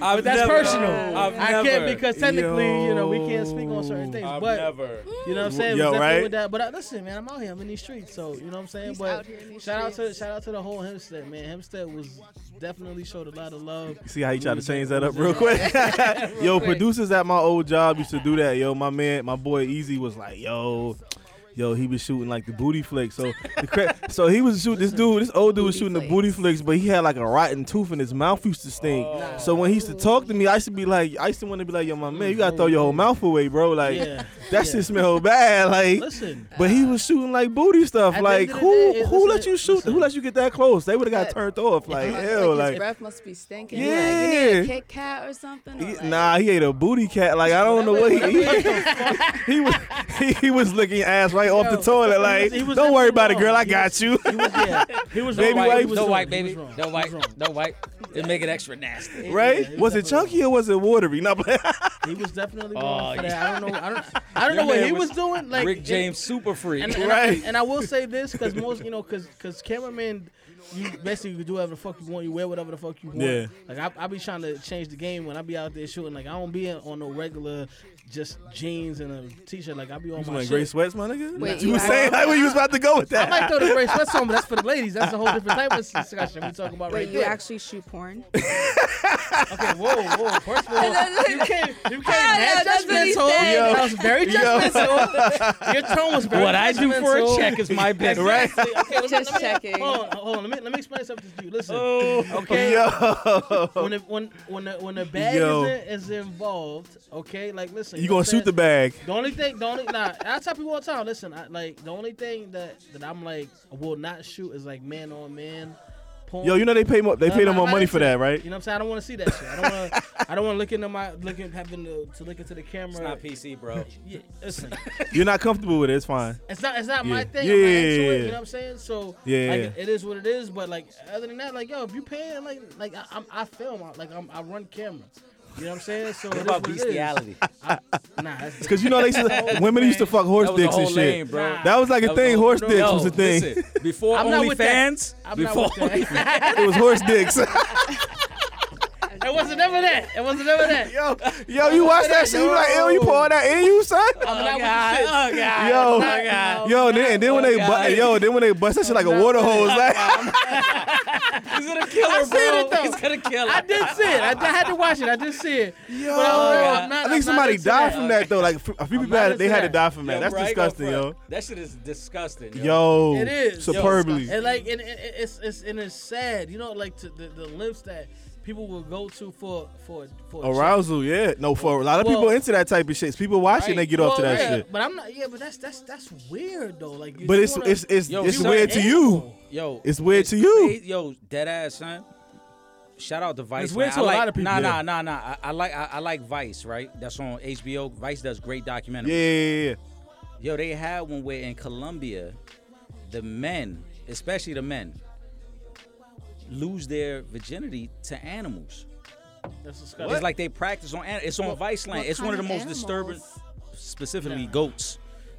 I
But that's personal.
I've
I
never,
can't because technically, you know, we
Yo.
can't speak on certain things.
I've
but
never.
You know what I'm saying?
Yo,
It was definitely
right?
with that. But uh, listen, man, I'm out here. I'm in these streets, so you know what I'm saying.
He's
but
out here in these
shout out to
streets.
shout out to the whole Hempstead, man. Hempstead was definitely showed a lot of love.
See how you try to
Louisiana
change that up
was
real
in
quick? yo,
quick.
producers at my old job used to do that. Yo, my man, my boy Easy was like, yo, yo, he was shooting like the booty flick. So, the cra- so he was shooting this dude, this old dude was
Booty
shooting the
flicks.
booty flicks, but he had like a rotten tooth and his mouth used to stink.
Oh.
So when he used to talk to me, I used to be like, I used to want to be like, yo, my man, you gotta throw your whole mouth away, bro. Like,
Mm-hmm. Yeah,
that
yeah.
shit smell bad. Like,
Listen,
But he was shooting like booty stuff.
At the
Like
end of the
who
day, it-
who let
listen,
you shoot? Who
listen.
let you get that close? They would have got
But-
turned off. Like
"Oh, like,
hell,
his
like
breath must be stinking.
Yeah.
Like, you need a Kit Kat or something. Or
he-
like,
nah, he ate a booty cat. Like I don't know what he he, he was he, he was licking ass right off the
Yo,
toilet. Like
he was
don't worry
definitely
about it, girl.
wrong.
I
He
got you.
he was yeah, he was
Baby
wrong.
wipe,
He was
No
wrong.
white,
He was
baby.
wrong.
No
He was
white.
wrong.
No white. It make it extra nasty.
Right?
Yeah, he
was it
definitely
chunky or was it watery? Not
He was definitely
Oh,
wrong for that. I don't know. I don't. I
Your
don't know what
man
he was
was
doing. Like
Rick
it-
James super freak.
And, and
Right.
I, and I will say this because most, you know, because because cameramen, you basically you do whatever the fuck you want. You wear whatever the fuck you want.
Yeah.
Like I, I be trying to change the game when I be out there shooting. Like I don't be in- on no regular just jeans and a t-shirt. Like I be on
you
my
wearing
shit.
gray sweats, my nigga.
Wait,
you
you
were
are-
saying like where you was about to go with
I
that.
might throw the gray sweats on, but that's for the ladies. That's a whole different type of discussion we talking about
Wait,
right
you
there.
actually shoot porn?
okay, whoa, whoa. First of all, you can't, you can't
Yeah,
have
that's what he
judgmental.
said.
Yo.
That was very
Yo.
judgmental. Your tone was very
what I do for a
judgmental.
check is my business.
Right?
Okay, let me-
Just
let me-
checking.
Hold on, hold on. Let me let me explain something to you. Listen,
Oh.
okay.
Yo,
When the, when when the, when the bag
Yo.
is, in, is involved, okay. Like, listen.
you gonna
what I'm
shoot the
saying?
bag?
The only thing, the only nah, I tell people all the time. Listen, I, like the only thing that that I'm like will not shoot is like man on man. Porn.
Yo, you know they pay more. They
No,
pay
no,
them more
I'm not
money for
into it.
that, right?
You know what I'm saying? I don't want to see that shit. I don't want to. I don't want to look into my looking having to, to look into the camera.
It's not PC, bro.
yeah, listen.
You're not comfortable with it. It's fine.
It's not it's not
Yeah.
my thing.
Yeah,
I'm not
yeah,
into
yeah,
it,
yeah.
you know what I'm saying? So
Yeah,
like,
yeah.
it is what it is. But like other than that, like yo, if you paying, like like I, I'm, I film, I, like I'm, I run camera. You know what I'm saying? So it is
about
what it is.
bestiality?
I, nah, that's
Cause you know they used to, women used to fuck horse
That was a
dicks
whole
and shit.
lane, bro.
Nah.
That was like a
That was
thing.
a-
horse dicks
No,
was a thing.
listen, before
I'm not with that.
OnlyFans,
I'm not
before
with that.
It was horse dicks.
it wasn't ever that. It wasn't ever that.
yo, yo, you watch that shit. You like, yo, you pour that in you, son.
Oh, I'm
Oh
not
God!
with the shit.
Oh God!
Yo,
I'm not- no,
yo, then, and then when
oh,
they
God.
bu- yo, then when they bust that shit like a water hose, like
He's gonna kill her,
seen it,
bro.
though.
He's gonna kill her.
I did see it. I, I had to watch it. I did see it.
yo.
But I'm- I'm not-
I
I'm not
think somebody
into
died
that.
from that though. Like a few- a few
I'm
people
not
had, they
into
had to
that.
die from
Yo,
that. That's
bro, I ain't
disgusting,
gonna
yo.
front. That shit is disgusting, yo.
Yo,
It is.
superbly.
And like, and, and it's it's and it's sad, you know, like to the, the lengths that people will go to for for for a chick.
Arousal, yeah. No, for a lot of people
Well-
into that type of shit. People watch it and they
Right.
get off to
Well,
that
yeah,
shit.
But I'm not. Yeah, but that's that's that's weird though. Like, you
But it's
wanna-
it's it's
Yo,
it's
you
weird
an
to you.
animal.
Yo,
It's weird to you.
crazy- Yo, dead ass son. Shout out to Vice.
It's weird
man.
to
I
a
like,
lot of people,
Nah,
yeah.
nah, nah, nah. I, I like I, I like Vice, right? That's on HBO. Vice does great
Yeah,
documentaries.
yeah, yeah.
Yo, they had one where in Colombia, the men, especially the men, lose their virginity to animals.
that's disgusting.
It's like they practice on an- it's on Vice Land.
what
It's one of the
kind
most
of
disturbing,
animals?
specifically
Nah.
goats.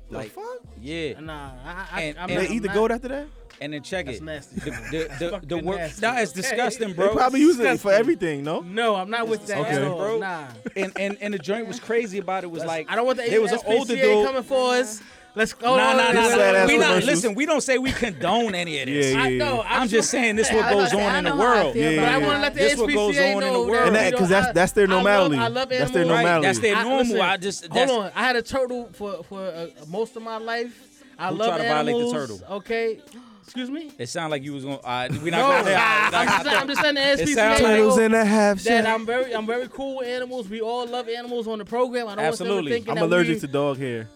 Like,
fuck?
yeah,
nah. I, I,
And-
I mean,
and
They
I'm
eat the
not-
goat after that?
and then check
That's
it.
nasty.
The the the, the
fucking
work.
nasty.
Nah, it's disgusting, bro.
They probably use it for
disgusting.
everything, no?
No, I'm not with that.
Okay.
at all.
Bro.
Nah.
and and and the joint was crazy about it was like
I don't want the
there was an older
SPCA
dude
coming Oh, for us. Let's go.
Nah, nah,
This
nah. nah.
sad-ass
We not
commercials.
listen. We don't say we condone any of this.
Yeah, yeah.
I know.
I'm, just saying this what
I was
goes
about to say,
on
I
in the
know how I
world.
feel
Yeah,
about
But I
yeah.
that.
want to let the
This
HPCA
what goes on in the
know
world.
that,
And
you
that,
know,
because that's
I-
that's their
I love-
normality.
I love
that's their
animals.
normality.
Right, that's their
I-
normal.
listen,
I just
Hold
that's,
on, I had a turtle for for uh, most of my life. I
Who
love
tried to violate the
animals.
turtle?
Okay, excuse me.
It sounded like you was going. Uh, we
No,
not going there.
I'm, just, I'm just saying the
It
SPCA
sounds like-
Turtles
know
and a half
that
shell.
I'm very I'm very cool with animals. We all love animals on the program. I don't
Absolutely.
want them thinking
I'm
that
allergic
we,
to dog hair.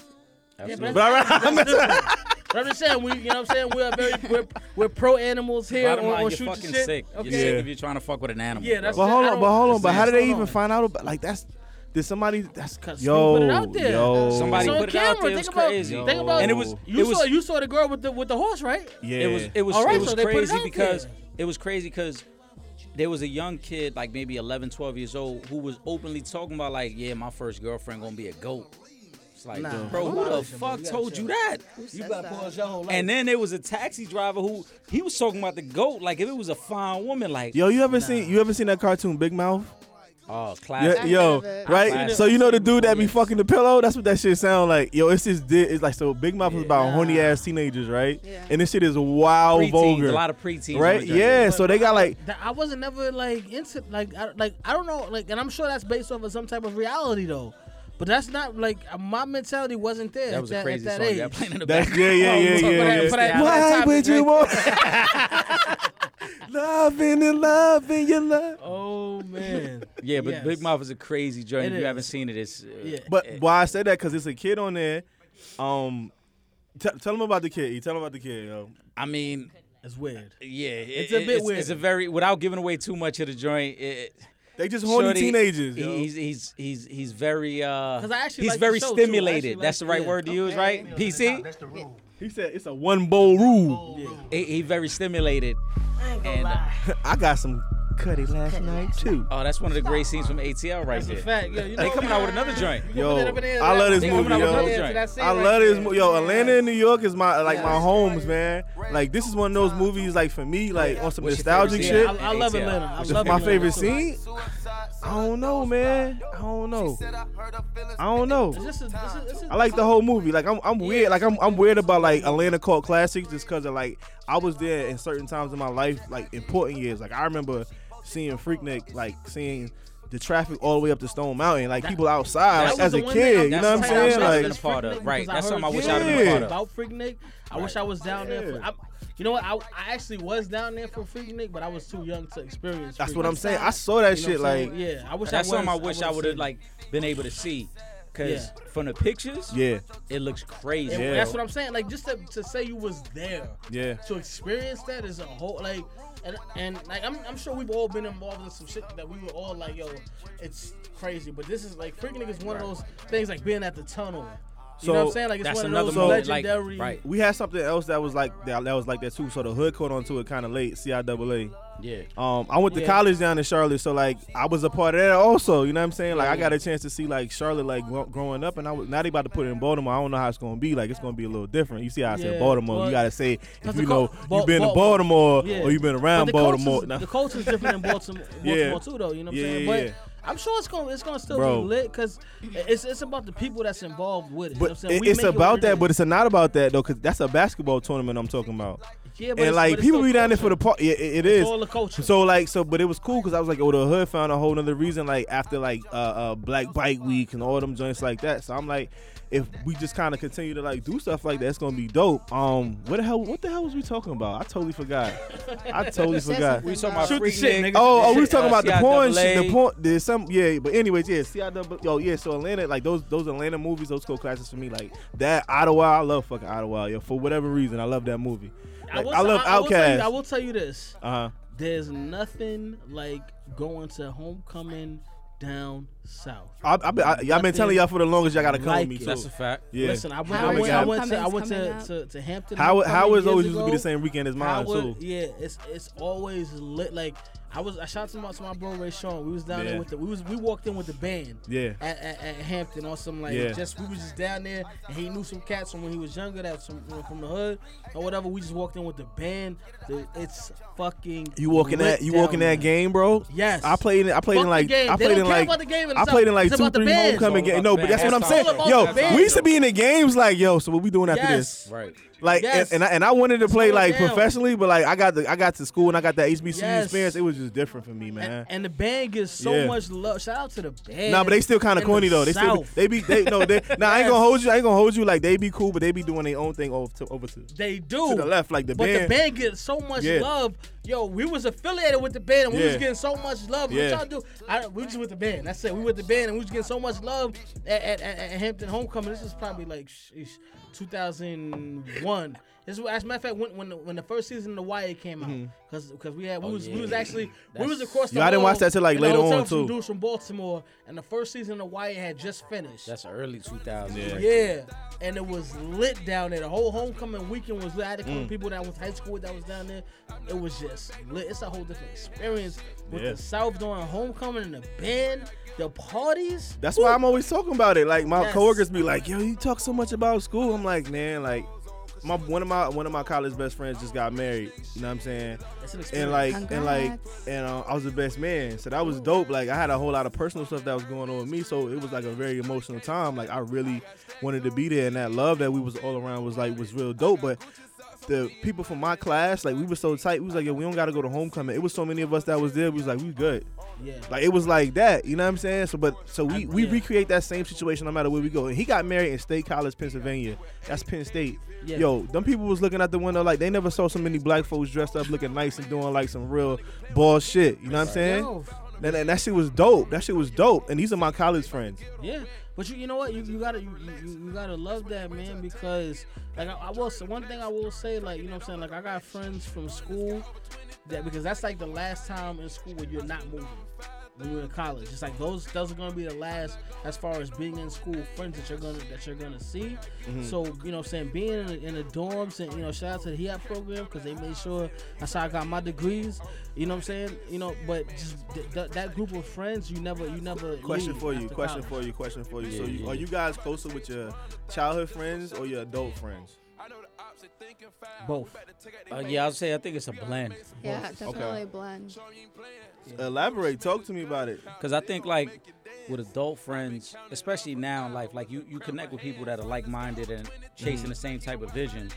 Yeah,
Absolutely.
but that's, that's different. But I'm just saying, we, you know what I'm saying? We're very, we're, we're pro animals here
Bottom
on,
line,
on
you're
Shoot Your
fucking
Shit.
sick. You're
Okay.
sick
Yeah.
if you're trying to fuck with an animal.
Yeah, that's-
bro.
But hold
I
on,
don't-
but hold on,
it's
but how did they
hold
even
on.
find out about? Like that's did somebody? That's
'Cause
yo,
someone put it out there.
yo,
Somebody
It's on
put it
camera.
out there. It
Think
was
about,
crazy.
think about,
And it was-
you
it was-
saw you saw the girl with the with the horse, right?
yeah,
It was it was
All right,
it was
so they put it
crazy
out
because
there.
it was crazy because there was a young kid like maybe 11, 12 years old who was openly talking about like, yeah, my first girlfriend gonna be a goat. It's like,
Nah.
bro,
Who
who the
knows, man?
fuck
You gotta
told
chill.
you that?
You got pause your whole life.
And uh, then there was a taxi driver who he was talking about the goat like if it was a fine woman like,
yo. You ever seen you ever seen that cartoon Big Mouth?
oh,
Yeah,
classic.
yo,
heard of it.
I've
right?
seen
So
it.
you know the dude that be
Yes.
fucking the pillow? That's what that shit sound like. Yo, it's just di- it's like so Big Mouth is about horny ass teenagers, right?
Yeah.
And this shit is wild
Preteens,
vulgar,
a lot of preteens, on
right?
the journey.
Yeah. So they got like
That- I wasn't never like into like I, like I don't know like, and I'm sure that's based off of some type of reality though. But that's not like my mentality wasn't there
that was
at, that,
a crazy
at that
song.
age.
Y'all playing in the
that's
background.
yeah, yeah, yeah,
Oh, for
yeah.
that-
yeah.
for that-
Why
for that
would you
topic,
want loving and loving your love?
Oh man.
Yeah, but
Yes.
Big Mouth is a crazy journey.
It
if you haven't
is.
seen it, it's uh,
Yeah.
But why I said that? Cause it's a kid on there. Um, t- tell them about the kid. E. Tell them about the kid, yo.
I mean,
It's weird.
yeah,
It's a bit
it's, It's a
weird.
very without giving away too much of the joint. It,
They just horny
Shorty,
teenagers.
he-
Yo.
E.
he's he's he's he's very uh.
'Cause I actually
he's
like the
very
show, too. I actually
stimulated.
like-
That's the right
yeah.
word to use, right? PC.
he said it's a one bowl rule.
He, he very stimulated. And uh,
I got some cutty last night too.
oh, that's one of the great scenes from ATL right
That's a
there.
fact. Yeah, you know,
They coming out with another joint.
Yo,
Put that up in the air,
I love this
They
movie,
coming out with
yo.
another air to that scene
I
right
love
there.
this movie. Yo, Atlanta and New York is my like my
Yeah.
homes, man. Like this is one of those movies like for me, like on some
What's your
nostalgic
favorite
shit.
scene?
I, I love Atlanta. I
It's
love
my
Atlanta.
favorite scene. I don't know, man. I don't know. I don't
It's
know.
just a, it's a, it's a,
I like the whole movie. Like I'm, I'm weird. Like I'm, I'm weird about like Atlanta cult classics just because of like I was there in certain times in my life, like important years. Like I remember seeing Freaknik, like seeing the traffic all the way up to Stone Mountain, like people outside, like
That was
as
the
a
one thing I-
kid. You know what I'm
that's the one
saying?
thing I
Like
was
That's part of-
Freaknik
right,
because
that's something I
heard
wish
I would've been a part of.
About Freaknik, I wish I was down there. For,
Yeah.
I, you know what? I, I actually was down there for Freaknik, but I was too young to experience.
That's what
Freaknik.
I'm saying. I saw that
You know
shit
what I'm
like
saying? yeah. I wish
That's
I was,
something I wish I
would've
would have
seen it.
like been able to see, cause
Yeah.
from the pictures,
yeah,
it looks crazy.
And
Yeah.
That's what I'm saying. Like just to, to say you was there.
yeah.
To experience that is a whole like, and, and like I'm, I'm sure we've all been involved in some shit that we were all like, yo, it's crazy. But this is like freaking is one of those things like being at the tunnel. You know what I'm
So,
saying? Like it's
That's
one of
another
those
moment, like
legendary.
right?
We had something else that was like that, that was like that too. So the hood caught onto it kind of late. CIAA.
Yeah.
Um, I went to
Yeah.
college down in Charlotte, so like I was a part of that also. You know what I'm saying? Like I got a chance to see like Charlotte like gro- growing up, and I was now they about to put it in Baltimore. I don't know how it's gonna be. Like it's gonna be a little different. You see how I said
Yeah,
Baltimore?
well,
you gotta say if
Cause
you
the cul-
know
Bal-
you've been to
Baltimore.
Baltimore
Yeah.
or you've Oh, been around
But the
Baltimore.
Culture's,
Nah.
The culture's different in Baltimore, Baltimore
Yeah.
too, though. You know what
Yeah,
I'm saying?
yeah,
But
yeah.
I'm sure it's gonna it's gonna still
Bro.
be lit because it's it's about the people that's involved with it. you know what I'm
But
saying?
it-
We
it's
make it what
about
it
that,
is.
but it's not about that though, because that's a basketball tournament I'm talking about.
yeah, but
and
it's-
like
but it's
people
still
be down there for the
culture.
part. Yeah, it, it
It's
is.
all the culture.
So like so, but it was cool because I was like, oh, the hood found a whole nother reason. Like after like uh, uh Black Bike Week and all them joints like that. So I'm like, if we just kind of continue to like do stuff like that, it's gonna be dope. Um, what the hell? What the hell was we talking about? I totally forgot. I totally
said
forgot.
something
We talking about
Shoot
freak
shit, nigga.
Oh, oh, we
Uh,
was talking about the porn, shit, the
CIAA.
porn, there's some, yeah. But anyways, yeah, CIAA, yo, yeah. So Atlanta, like those, those Atlanta movies, those cult classics for me. Like that Ottawa, I love fucking Ottawa, yo. For whatever reason, I love that movie. Like,
will
I
t-
love
will tell you-
Outkast.
I will tell you this:
Uh huh.
there's nothing like going to homecoming down south.
I've I, been- I, y'all been telling y'all for the longest. Y'all gotta come
Like
with me
it.
too.
That's a fact.
yeah.
Listen, I went, I
Howard
went, I went to I
Homecoming's
went
coming
to,
up.
to, to Hampton.
How
homecoming
Howard's
years
always used to be
ago.
the same weekend as mine
Howard,
too.
yeah, it's it's always lit. Like I was I shot some out to my bro Ray Sean. We was down
Yeah.
there with the we was we walked in with the band.
Yeah.
At, at, at Hampton or something like
Yeah.
just we was just down there and he knew some cats from when he was younger that was from from the hood or whatever. We just walked in with the band. The, it's fucking
You walking
lit
that you
down
walking
there.
that game, bro?
Yes.
I played in I played
Fuck
in
the
like
game.
I
They
played in
don't care
like
about the game and
I
it's
played in
about-
like
it's
two
about the
three
bands.
homecoming
It's all
games.
about
No,
the
but that's what I'm
bands.
saying.
It's all about
Yo,
the bands.
we used to be in the games like yo. So what we doing after
Yes.
this?
Right.
Like
Yes.
and, and I and I wanted to play
going
like
down.
professionally, but like I got the I got to school and I got that HBCU
Yes.
experience. It was just different for me, man.
And, and the band gets so
Yeah.
much love. Shout out to the band.
Nah, but they still kind of
in
corny
the
though. They still be,
South.
they be they no. They, nah, I ain't
Yes.
gonna hold you. I ain't gonna hold you. Like they be cool, but they be doing their own thing over to over to, to
They do.
the left. Like the
but
band.
the band gets so much
Yeah.
love. Yo, we was affiliated with the band and we was
Yeah.
getting so much love.
Yeah.
What y'all do? I, we was with the band. That's it. We with the band and we was getting so much love at, at, at, at Hampton Homecoming. This is probably like sheesh, 2001. This was, as a matter of fact, when when the, when the first season of the YA came out, because we had we was we was
Oh, yeah.
actually we
That's-
was across the.
Yeah, I Mm-hmm. didn't
hall
watch that till, like,
in the
later
hotel
on,
with some
too.
Dudes from Baltimore, and the first season of YA had just finished.
That's early 2000.
Yeah.
right?
Yeah, and it was lit down there. The whole homecoming weekend was lit. I had a couple
Mm.
people that was high school that was down there. It was just lit. It's a whole different experience with
Yeah.
the South during homecoming and the band, the parties.
That's why I'm always talking about it. Like my
Yes.
coworkers be like, "Yo, you talk so much about school." I'm like, man, like my one of my one of my college best friends just got married. You know what I'm saying?
It's an experience.
And like and like
Congrats.
and uh, I was the best man, so that was dope. Like I had a whole lot of personal stuff that was going on with me, so it was like a very emotional time. Like I really wanted to be there, and that love that we was all around was like was real dope. But the people from my class, like we were so tight, we was like, "Yo, we don't got to go to homecoming." It was so many of us that was there. We was like, "We good."
yeah,
Like it was like that, you know what I'm saying? So, but so we
I-
we
yeah.
recreate that same situation no matter where we go. And he got married in State College, Pennsylvania. That's Penn State.
Yeah.
Yo, them people was looking out the window like they never saw so many black folks dressed up looking nice and doing like some real ball shit. You know what I'm saying?
Yo,
And, and that shit was dope. That shit was dope. And these are my college friends.
yeah. But you, you know what? You, you gotta you, you, you gotta love that man because like I, I will say one thing I will say like you know what I'm saying like I got friends from school that because that's like the last time in school where you're not moving when you're in college. It's like those those are gonna be the last as far as being in school friends that you're gonna that you're gonna see.
Mm-hmm.
So you know, what I'm saying being in the, in the dorms and you know, shout out to the HEAP program because they made sure that's how I got my degrees. You know what I'm saying? You know, but just th- th- that group of friends you never you never
Question
leave
for you.
after
Question
college.
for you. Question for you. so,
Yeah,
you,
yeah.
are you guys closer with your childhood friends or your adult friends?
both.
Uh, yeah, I'll say I think it's a blend
Yeah, definitely blend.
Elaborate. Talk to me about it.
because I think like with adult friends, especially now in life, like you you connect with people that are like minded and
Mm-hmm.
chasing the same type of vision.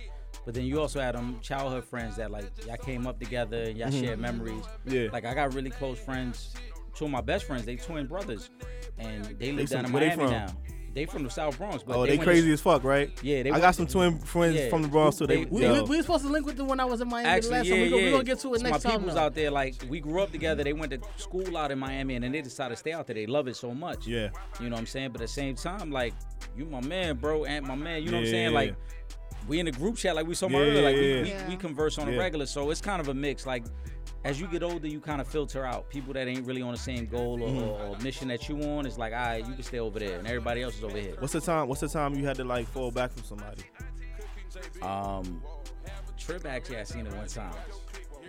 But then you also had them childhood friends that like y'all came up together and y'all shared memories.
Mm-hmm. Yeah.
Like I got really close friends. Two of my best friends, they twin brothers, and they live
some-
down in
where they
Miami
from?
now. They from the South Bronx, but
Oh,
they,
they,
went to-
crazy as fuck, right?
Yeah, they
I
went-
got some twin friends
Yeah.
from the Bronx, so they.
They-
We,
yo.
we, we were supposed to link with the one I was in Miami
Actually,
last
yeah,
time. We're
yeah.
we gonna get to it
So
next
my
time.
people's
though.
out there, like we grew up together. They went to school out in Miami, and then they decided to stay out there. They love it so much.
Yeah.
you know what I'm saying. But at the same time, like you, my man, bro, and my man. You know what
Yeah,
I'm
yeah,
saying? Like we in the group chat, like we so much
Yeah,
earlier. Like we,
yeah,
we,
yeah.
we converse on
Yeah.
a regular, so it's kind of a mix. Like as you get older, you kind of filter out people that ain't really on the same goal or, or mission that you on. It's like, all right, you can stay over there, and everybody else is over here.
What's the time? What's the time you had to like fall back from somebody?
Um, Trip actually, I seen it one time.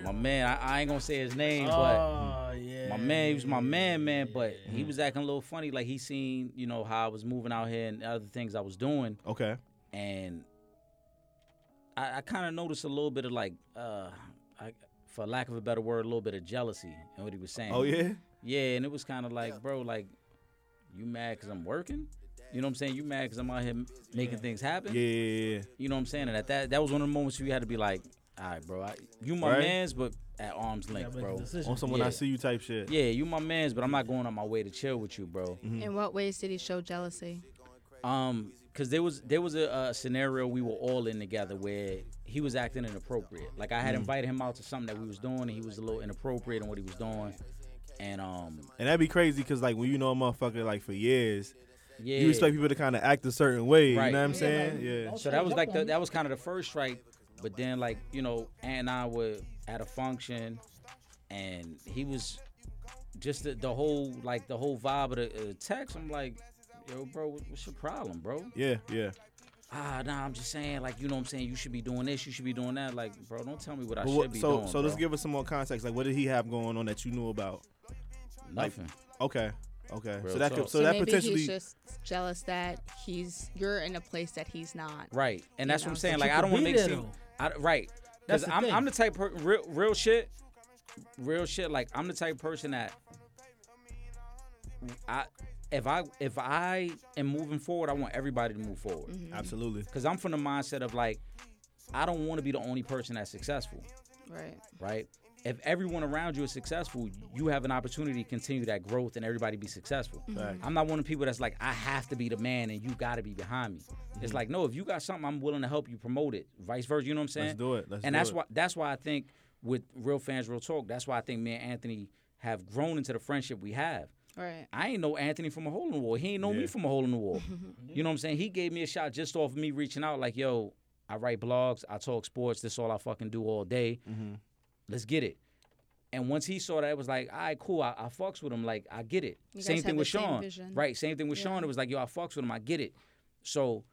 My man, I, I ain't gonna say his name, but.
Oh, yeah.
My man, he was my man, man, but he was acting a little funny. Like he seen, you know, how I was moving out here and other things I was doing,
Okay.
and I, I kind of noticed a little bit of like, uh, I, for lack of a better word, a little bit of jealousy in what he was saying.
Oh yeah.
yeah, and it was kind of like, bro, like you mad because I'm working. You know what I'm saying? You mad because I'm out here m- making things
Yeah.
happen.
yeah, yeah.
You know what I'm saying? And at that, that was one of the moments where you had to be like, all right, bro, I, you my
Right.
man's, but at arm's
Yeah,
length,
make
bro.
the decision.
On someone I
Yeah.
see you type shit.
Yeah, you my man's, but I'm not going on my way to chill with you, bro.
In what ways did he show jealousy?
Um, cause there was there was a, uh scenario we were all in together where he was acting inappropriate. Like I had invited him out to something that we was doing, and he was a little inappropriate in what he was doing. And um,
And that'd be crazy because like when you know a motherfucker like for years,
yeah,
you expect people to kind of act a certain way. You
Right.
know what I'm
Yeah,
saying?
like,
yeah.
don't
so that was
Jump
like
on
the,
me.
that was kind of the first strike. But then like you know, Aunt and I were at a function, and he was just the, the whole like the whole vibe of the uh, text. I'm like, yo, bro, what- what's your problem, bro?
Yeah. Yeah.
ah, nah, I'm just saying, like, you know what I'm saying? You should be doing this, you should be doing that. Like, bro, don't tell me what I
But
should
what-
be
so
doing.
so let's
bro.
give us some more context. Like, what did he have going on that you knew about?
nothing.
Okay, okay.
Real
so that
talk.
could, so,
So
that
maybe
potentially
he's just jealous that he's you're in a place that he's not.
Right. And that's what I'm
know,
saying.
but
Like,
you
I
could
don't want
be
to make
there,
seem.
though.
I, right.
That's
Because
the
I'm,
thing.
I'm the type per- real, real shit, real shit. Like, I'm the type of person that I, if I, if I am moving forward, I want everybody to move forward.
Mm. hmm.
absolutely.
Because I'm from the mindset of like, I don't want to be the only person that's successful,
Right.
right? If everyone around you is successful, you have an opportunity to continue that growth and everybody be successful.
Right.
I'm not one of the people that's like, I have to be the man and you got to be behind me. It's like, no, if you got something, I'm willing to help you promote it. Vice versa, you know what I'm saying?
Mhm. Let's do it. Let's
and
do
that's
it.
why that's why I think with real fans, real talk. That's why I think me and Anthony have grown into the friendship we have.
Right.
I ain't know Anthony from a hole in the wall. He ain't know me
Yeah.
from a hole in the wall. you know what I'm saying? He gave me a shot just off of me reaching out, like, yo, I write blogs, I talk sports, this all I fucking do all day.
Mm-hmm.
Let's get it. And once he saw that, it was like, all right, cool. I, I fucks with him. Like, I get it.
You
same
guys
thing
have
with
the same
Sean.
vision.
Right. Same thing with Sean. It was like, yo, I fucks with him. I get it. So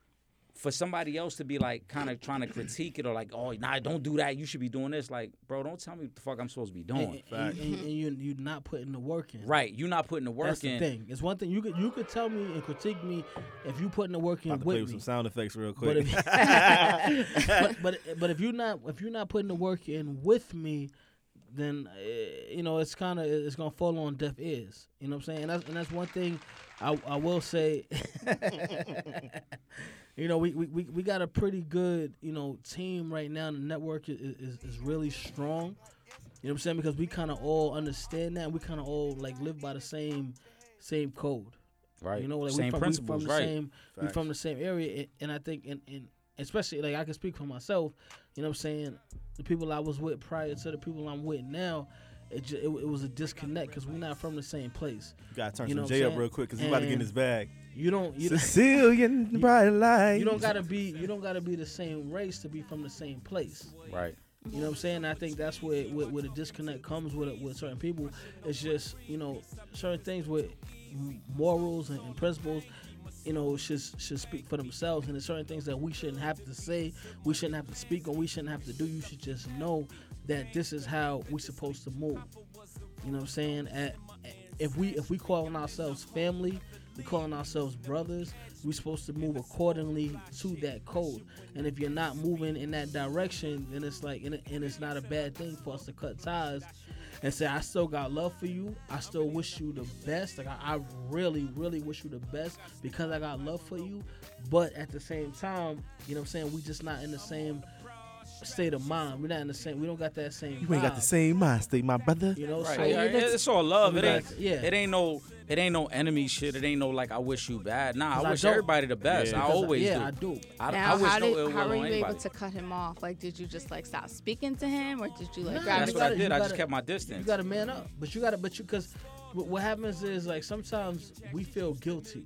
for somebody else to be like kind of trying to critique it or like, oh, nah, don't do that. You should be doing this. Like, bro, don't tell me what the fuck I'm supposed to be doing.
And, and, and, and you you're not putting the work in.
right. You're not putting the work
That's
in.
the thing. It's one thing you could you could tell me and critique me if you putting the work in
About to play
with
with
me.
some sound effects real
But
quick.
if, but, but but if you're not if you're not putting the work in with me, then eh, you know it's kind of it's gonna fall on deaf ears. You know what I'm saying? And that's and that's one thing I I will say. you know we, we, we, we got a pretty good you know team right now. The network is is, is really strong. You know what I'm saying? Because we kind of all understand that. We kind of all like live by the same same code.
Right.
You know, like
same
we from,
principles,
we from the
right?
same we
Facts.
from the same area, and, and I think and, and especially like I can speak for myself. You know, what I'm saying the people I was with prior to the people I'm with now, it ju- it, it was a disconnect because we're not from the same place.
gotta turn
you know
some
what I'm
Jay up
saying?
real quick because he's about to get in
And-
his bag.
You don't you don't,
Sicilian bright light.
you don't gotta be you don't gotta be the same race to be from the same place.
Right.
You know what I'm saying? I think that's where where, where the disconnect comes with with certain people. It's just you know certain things with morals and, and principles. You know, should should speak for themselves, and there's certain things that we shouldn't have to say, we shouldn't have to speak on, we shouldn't have to do. You should just know that this is how we're supposed to move. You know what I'm saying? At, if we if we calling ourselves family, we calling ourselves brothers, we supposed to move accordingly to that code. And if you're not moving in that direction, then it's like and, it- and it's not a bad thing for us to cut ties and say I still got love for you. I still wish you the best. Like I, I really really wish you the best because I got love for you. But at the same time, you know what I'm saying? We just not in the same state of mind. We're not in the same. We don't got that same.
You ain't got the
vibe,
same mind state, my brother.
You know,
Right.
so
Yeah, it- it's all love. It ain't.
Yeah.
It ain't no. It ain't no enemy shit. It ain't no like I wish you bad. Nah,
'Cause
I
I
wish
don't.
everybody the best.
Because
I always
yeah,
do.
I do.
I, I
Now,
wish
how
no
did
ill will
how were
on
you
anybody.
able to cut him off? Like, did you just like stop speaking to him, or did you like
Nah,
grab
That's
his?
you
what I
gotta-
did.
you
I just
gotta-
kept my distance.
You gotta man up, but you gotta, but you, cause what, what happens is like sometimes we feel guilty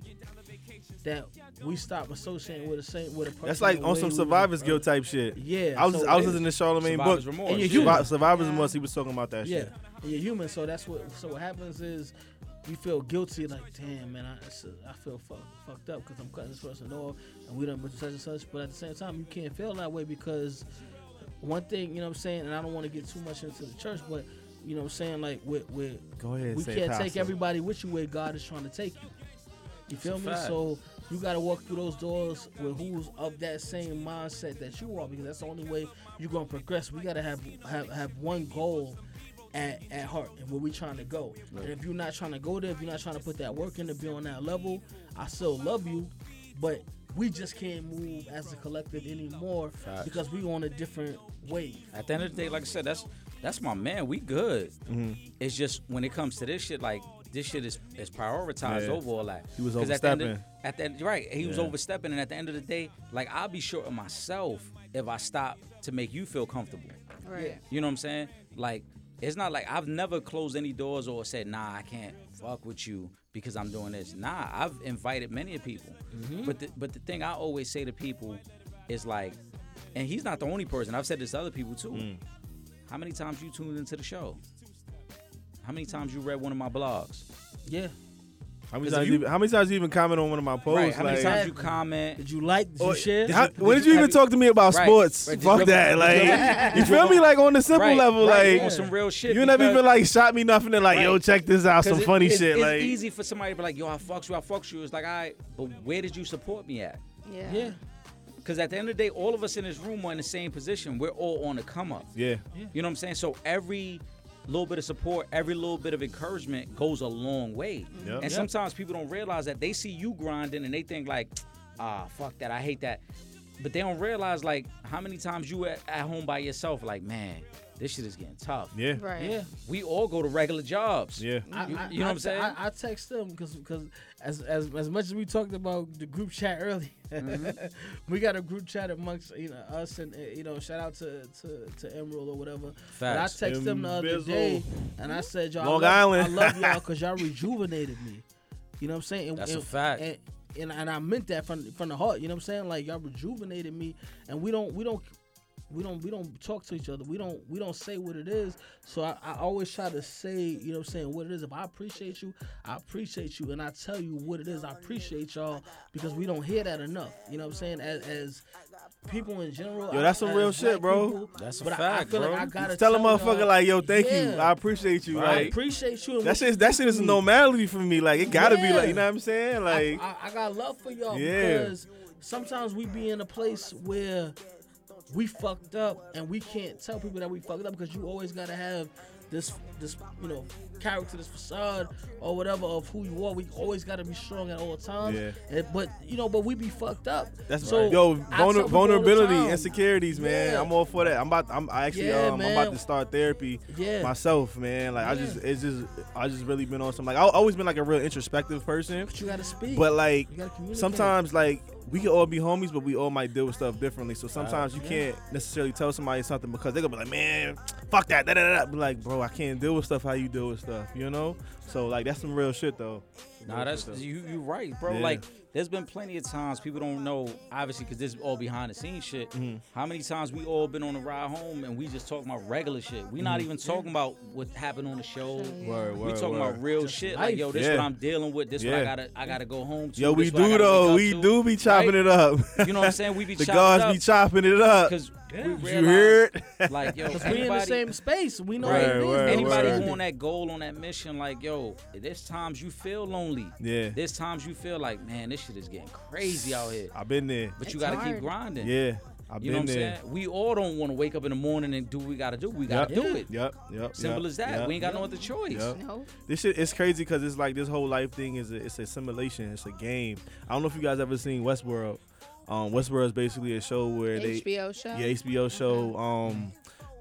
that we stop associating with the same with a person.
That's like
the
on
way
some
we
survivors
were-
guilt type shit.
Yeah,
I was
so
I was
it-
listening to Charlemagne book.
Survivor's remorse.
And you're
shit.
human.
Survi- Survivors remorse. He was talking about that
Yeah,
shit.
and you're human, so that's what. So what happens is you feel guilty, like damn man, I, it's- I feel fuck, fucked up because I'm cutting this person off, and we done been such and such. But at the same time, you can't feel that way because one thing, you know what I'm saying, and I don't want to get too much into the church, but you know what I'm saying, like with with
Go ahead. and
we
say
can't
pastor.
take everybody with you where God is trying to take you. You feel
It's a
me?
fact.
So you gotta walk through those doors with who's of that same mindset that you are, because that's the only way you're gonna progress. We gotta have have, have one goal at, at heart and where we trying to go. And if you're not trying to go there, if you're not trying to put that work in to be on that level, I still love you, but we just can't move as a collective anymore
Facts.
because we on a different wave.
At the end of the day, like I said, that's that's my man. We good. It's just when it comes to this shit, like this shit is is prioritized
Yeah.
over all that.
He was
'Cause at the end of-
overstepping.
At the end, right, he was
Yeah.
overstepping, and at the end of the day, like I'll be short of myself if I stop to make you feel comfortable.
Right.
You know what I'm saying? Like, it's not like I've never closed any doors or said, nah, I can't fuck with you because I'm doing this. Nah, I've invited many of people.
Mm-hmm.
But the, but the thing I always say to people is like, and he's not the only person. I've said this to other people too.
Mm.
How many times you tuned into the show? How many times you read one of my blogs?
Yeah.
How many
'Cause if
times?
you-
You, even, how many times you even comment on one of my posts?
Right, how many
like-
times you comment?
Did you like? Did
Or-
you share?
how-
did you-
when did you even
have you-
talk to me about
Right,
sports?
right, did
Fuck
you-
that. Like,
did you-
you feel me? Like on the simple
Right,
level,
right,
like
on some real shit.
you never
because-
even like shot me nothing and like,
Right.
yo, check this out,
'cause
some
it-
funny
it's-
shit.
It's
like,
easy for somebody to be like, yo, I fucks you, I fucks you. It's like, all right, but where did you support me at?
Yeah.
yeah.
Because at the end of the day, all of us in this room are in the same position. We're all on a come up.
yeah,
You know what I'm saying? So every little bit of support, every little bit of encouragement goes a long way.
Yep.
And
Yep.
sometimes people don't realize that they see you grinding and they think like, ah, fuck that, I hate that. But they don't realize like how many times you at, at home by yourself, like, man, this shit is getting tough.
yeah,
Right.
Yeah.
We all go to regular jobs.
yeah.
I-
You-
I-
you know what
I
I'm
te-
saying?
I, I text them because as, as as much as we talked about the group chat early,
Mm-hmm.
we got a group chat amongst you know us and uh, you know shout out to to, to Emerald or whatever. But I
Facts.
texted them the other
Embizzle.
day and I said y'all
Long
I love,
Island.
I love y'all because y'all rejuvenated me. You know what I'm saying? And-
That's a
and-
fact.
And, and, and I meant that from from the heart. You know what I'm saying? Like y'all rejuvenated me, and we don't we don't we don't we don't talk to each other. We don't we don't say what it is. So I, I always try to say, you know what I'm saying, what it is. If I appreciate you, I appreciate you and I tell you what it is. I appreciate y'all because we don't hear that enough. You know what I'm saying? As, as people in general.
Yo, that's
I-
some
as
real
black
shit, bro.
people,
That's a
but I- I,
fact,
feel
bro.
Like I gotta
Tell a
tell
motherfucker
y'all,
like, yo, thank you,
yeah,
I appreciate you.
I
Like
appreciate you. and
that
what
shit,
you
that
do
shit is a
for me.
normality for me. Like it gotta be
Yeah.
like, you know what I'm saying? Like,
I, I, I got love for y'all
Yeah.
because sometimes we be in a place where we fucked up and we can't tell people that we fucked up because you always gotta have this this you know character, this facade or whatever of who you are. We always gotta be strong at all times.
Yeah.
And- but you know, but we be fucked up.
that's
so
right. Yo,
I tell people all
vulner-
the
vulnerability,
time,
insecurities, man.
Yeah.
I'm all for that. I'm about. I'm I actually.
Yeah,
um, I'm about
man.
to start therapy
Yeah.
myself, man. Like I
Yeah.
just, it's just, I just really been on some. Like I've always been like a real introspective person,
But you gotta speak.
but like
you gotta communicate.
sometimes like we can all be homies, but we all might deal with stuff differently. So sometimes you can't necessarily tell somebody something because they're gonna be like, man, fuck that, da da da. Be like, bro, I can't deal with stuff how you deal with stuff, you know? So like that's some real shit though. Some
Nah,
real
that's
shit, though.
you. You right, bro.
Yeah.
Like, there's been plenty of times people don't know, obviously, because this is all behind the scenes shit.
Mm-hmm.
How many times we all been on a ride home and we just talking about regular shit? We not even talking about what happened on the show.
Word,
we
Mm-hmm. word,
talking
word.
about real shit. Like,
life.
yo, this
Yeah.
what I'm dealing with. This what
Yeah.
I gotta. I gotta go home to.
Yo, we
This what I
do
gotta
though.
wake
We
up to.
do be chopping
Right?
it up.
You know what I'm saying? We be
the
chopping
guards
it up
be chopping it up.
because we
Did
realize,
you hear it?
like, yo,
'Cause we in the
anybody-
same space. We know
Right,
what it is.
word,
Anybody
word.
who on that goal, on that mission, like, yo, there's times you feel lonely.
Yeah.
There's times you feel like, man, this shit is getting crazy out here.
I've been there.
But you
It's
gotta keep
hard.
grinding.
Yeah, I've
You
been
know what I'm
there.
saying? We all don't want to wake up in the morning and do what we gotta do. We gotta
Yep.
do it.
Yep, yep.
Simple
yep,
as that.
yep.
We ain't got no other choice.
Yep.
No.
This shit it's crazy because it's like this whole life thing is a, it's a simulation. It's a game. I don't know if you guys ever seen Westworld. Um, Westworld is basically a show where they
HBO show.
yeah HBO show. Um,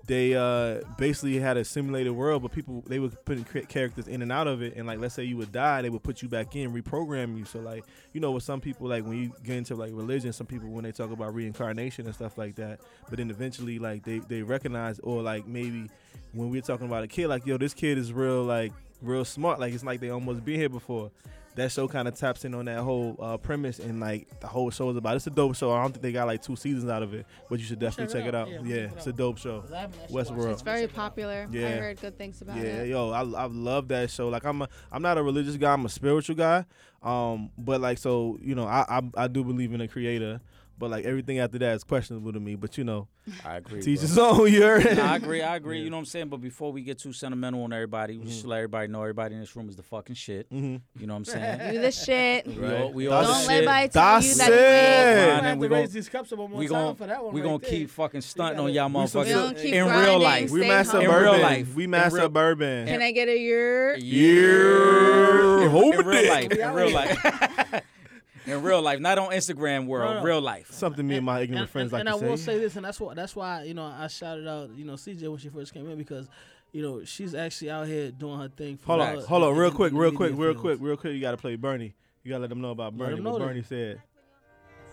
they uh, basically had a simulated world, but people they were putting cra- characters in and out of it, and like let's say you would die, they would put you back in, reprogram you. So like you know, with some people like when you get into like religion, some people when they talk about reincarnation and stuff like that, but then eventually like they they recognize or like maybe when we're talking about a kid, like yo, this kid is real like real smart, like it's like they almost been here before. That show kind of taps in on that whole uh, premise and like the whole show is about. It's a dope show. I don't think they got like two seasons out of it, but you should definitely check it out. Yeah,
we'll check it
it's a
out.
dope show.
'Cause I haven't actually watched it.
Westworld.
It's very
Check it out.
popular. I
Yeah.
heard good things about
Yeah,
it.
yo, I, I love that show. Like I'm a, I'm not a religious guy. I'm a spiritual guy. Um, but like so, you know, I I, I do believe in a creator. But like everything after that is questionable to me. But you know,
I agree.
teach his own. You heard?
Nah, I agree. I agree. You know what I'm saying? But before we get too sentimental on everybody, we should let everybody know everybody in this room is the fucking shit. You know what I'm saying?
You the shit.
We all, we all
That's
the
Don't let
shit.
anybody tell you
That's
that
it.
you
I'm gonna have
we
to raise
gon-
these cups up one more
we
time
gon'
for that one.
we
right
gonna
there.
keep fucking stunting on
gotta-
y'all
We some
ain't. We don't
motherfuckers
keep
in
grinding,
real life.
we
stay
mass
humble.
real
suburban.
life.
We
In
mass
real-
suburban.
Can I get a year?
Yeah.
In,
Hope
in
it
real
did.
life. In real life. in real life. Not on Instagram world.
No, no.
Real life.
Something me and my
And,
ignorant friends
and-
like
and
to
I will
say.
say this, and that's why that's why you know I shouted out you know CJ when she first came in because you know she's actually out here doing her thing. For
hold on,
her-
hold on, real
in-
quick,
in the
real
media
quick, real
fields.
quick, real quick. You gotta play Bernie. You gotta let them know about Bernie.
them
what
know that.
Bernie said.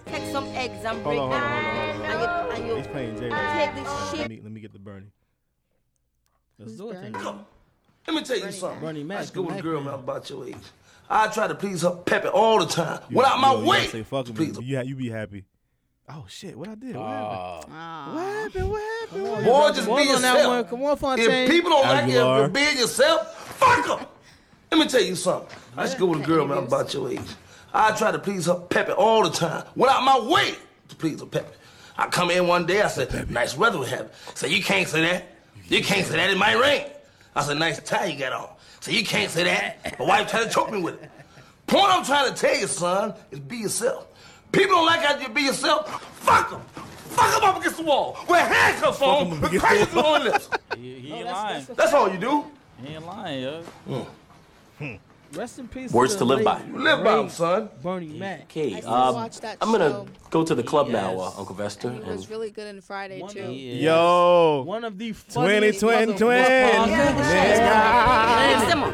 Take some eggs and
Hold
break
on, hold on, hold on, hold on.
And you, and
He's
you
playing J.
take this
Let
shit.
me let me get the Bernie.
Let's do it. then.
Let me tell you something.
Bernie Mac,
I just go with
Mac
a girl,
Man.
man, about your age. I try to please her peppy all the time. Without
Yo,
my
you gotta
way.
Say fuck
please.
him. You, ha- you be happy. Oh shit! What I did? What
Ah,
happened?
Aw.
What happened? What happened? What happened?
Boy,
Come
just be
on now,
yourself.
one. Come on, Fontaine.
If people don't
As
like
you
you
are.
for being yourself, fuck them. Let me tell you something. I used to go with a girl, man, about your age. I tried to please her peppy all the time. Went out my way to please her peppy. I come in one day, I said, nice weather we having. Say, you can't say that. You can't say that, it might rain. I said, nice tie you got on. Say, you can't say that. My wife tried to choke me with it. Point I'm trying to tell you, son, is be yourself. People don't like how you be yourself. Fuck them. Fuck them up against the wall. With handcuffs on, with crackers through their lips.
He, he ain't lying.
That's all you do.
He ain't lying, yo.
Rest in peace.
Words
the
to live by.
late,
You live by them,
great
son.
Bernie Mac.
Okay,
still
um,
watch that
I'm gonna
show.
go to the club now, uh,
Yes.
Uncle Vester.
He was
And
really good in Friday
One
too.
of,
Yo.
one of the
Twenty,
funniest
twenty,
motherfuckers.
twenty.
Simon,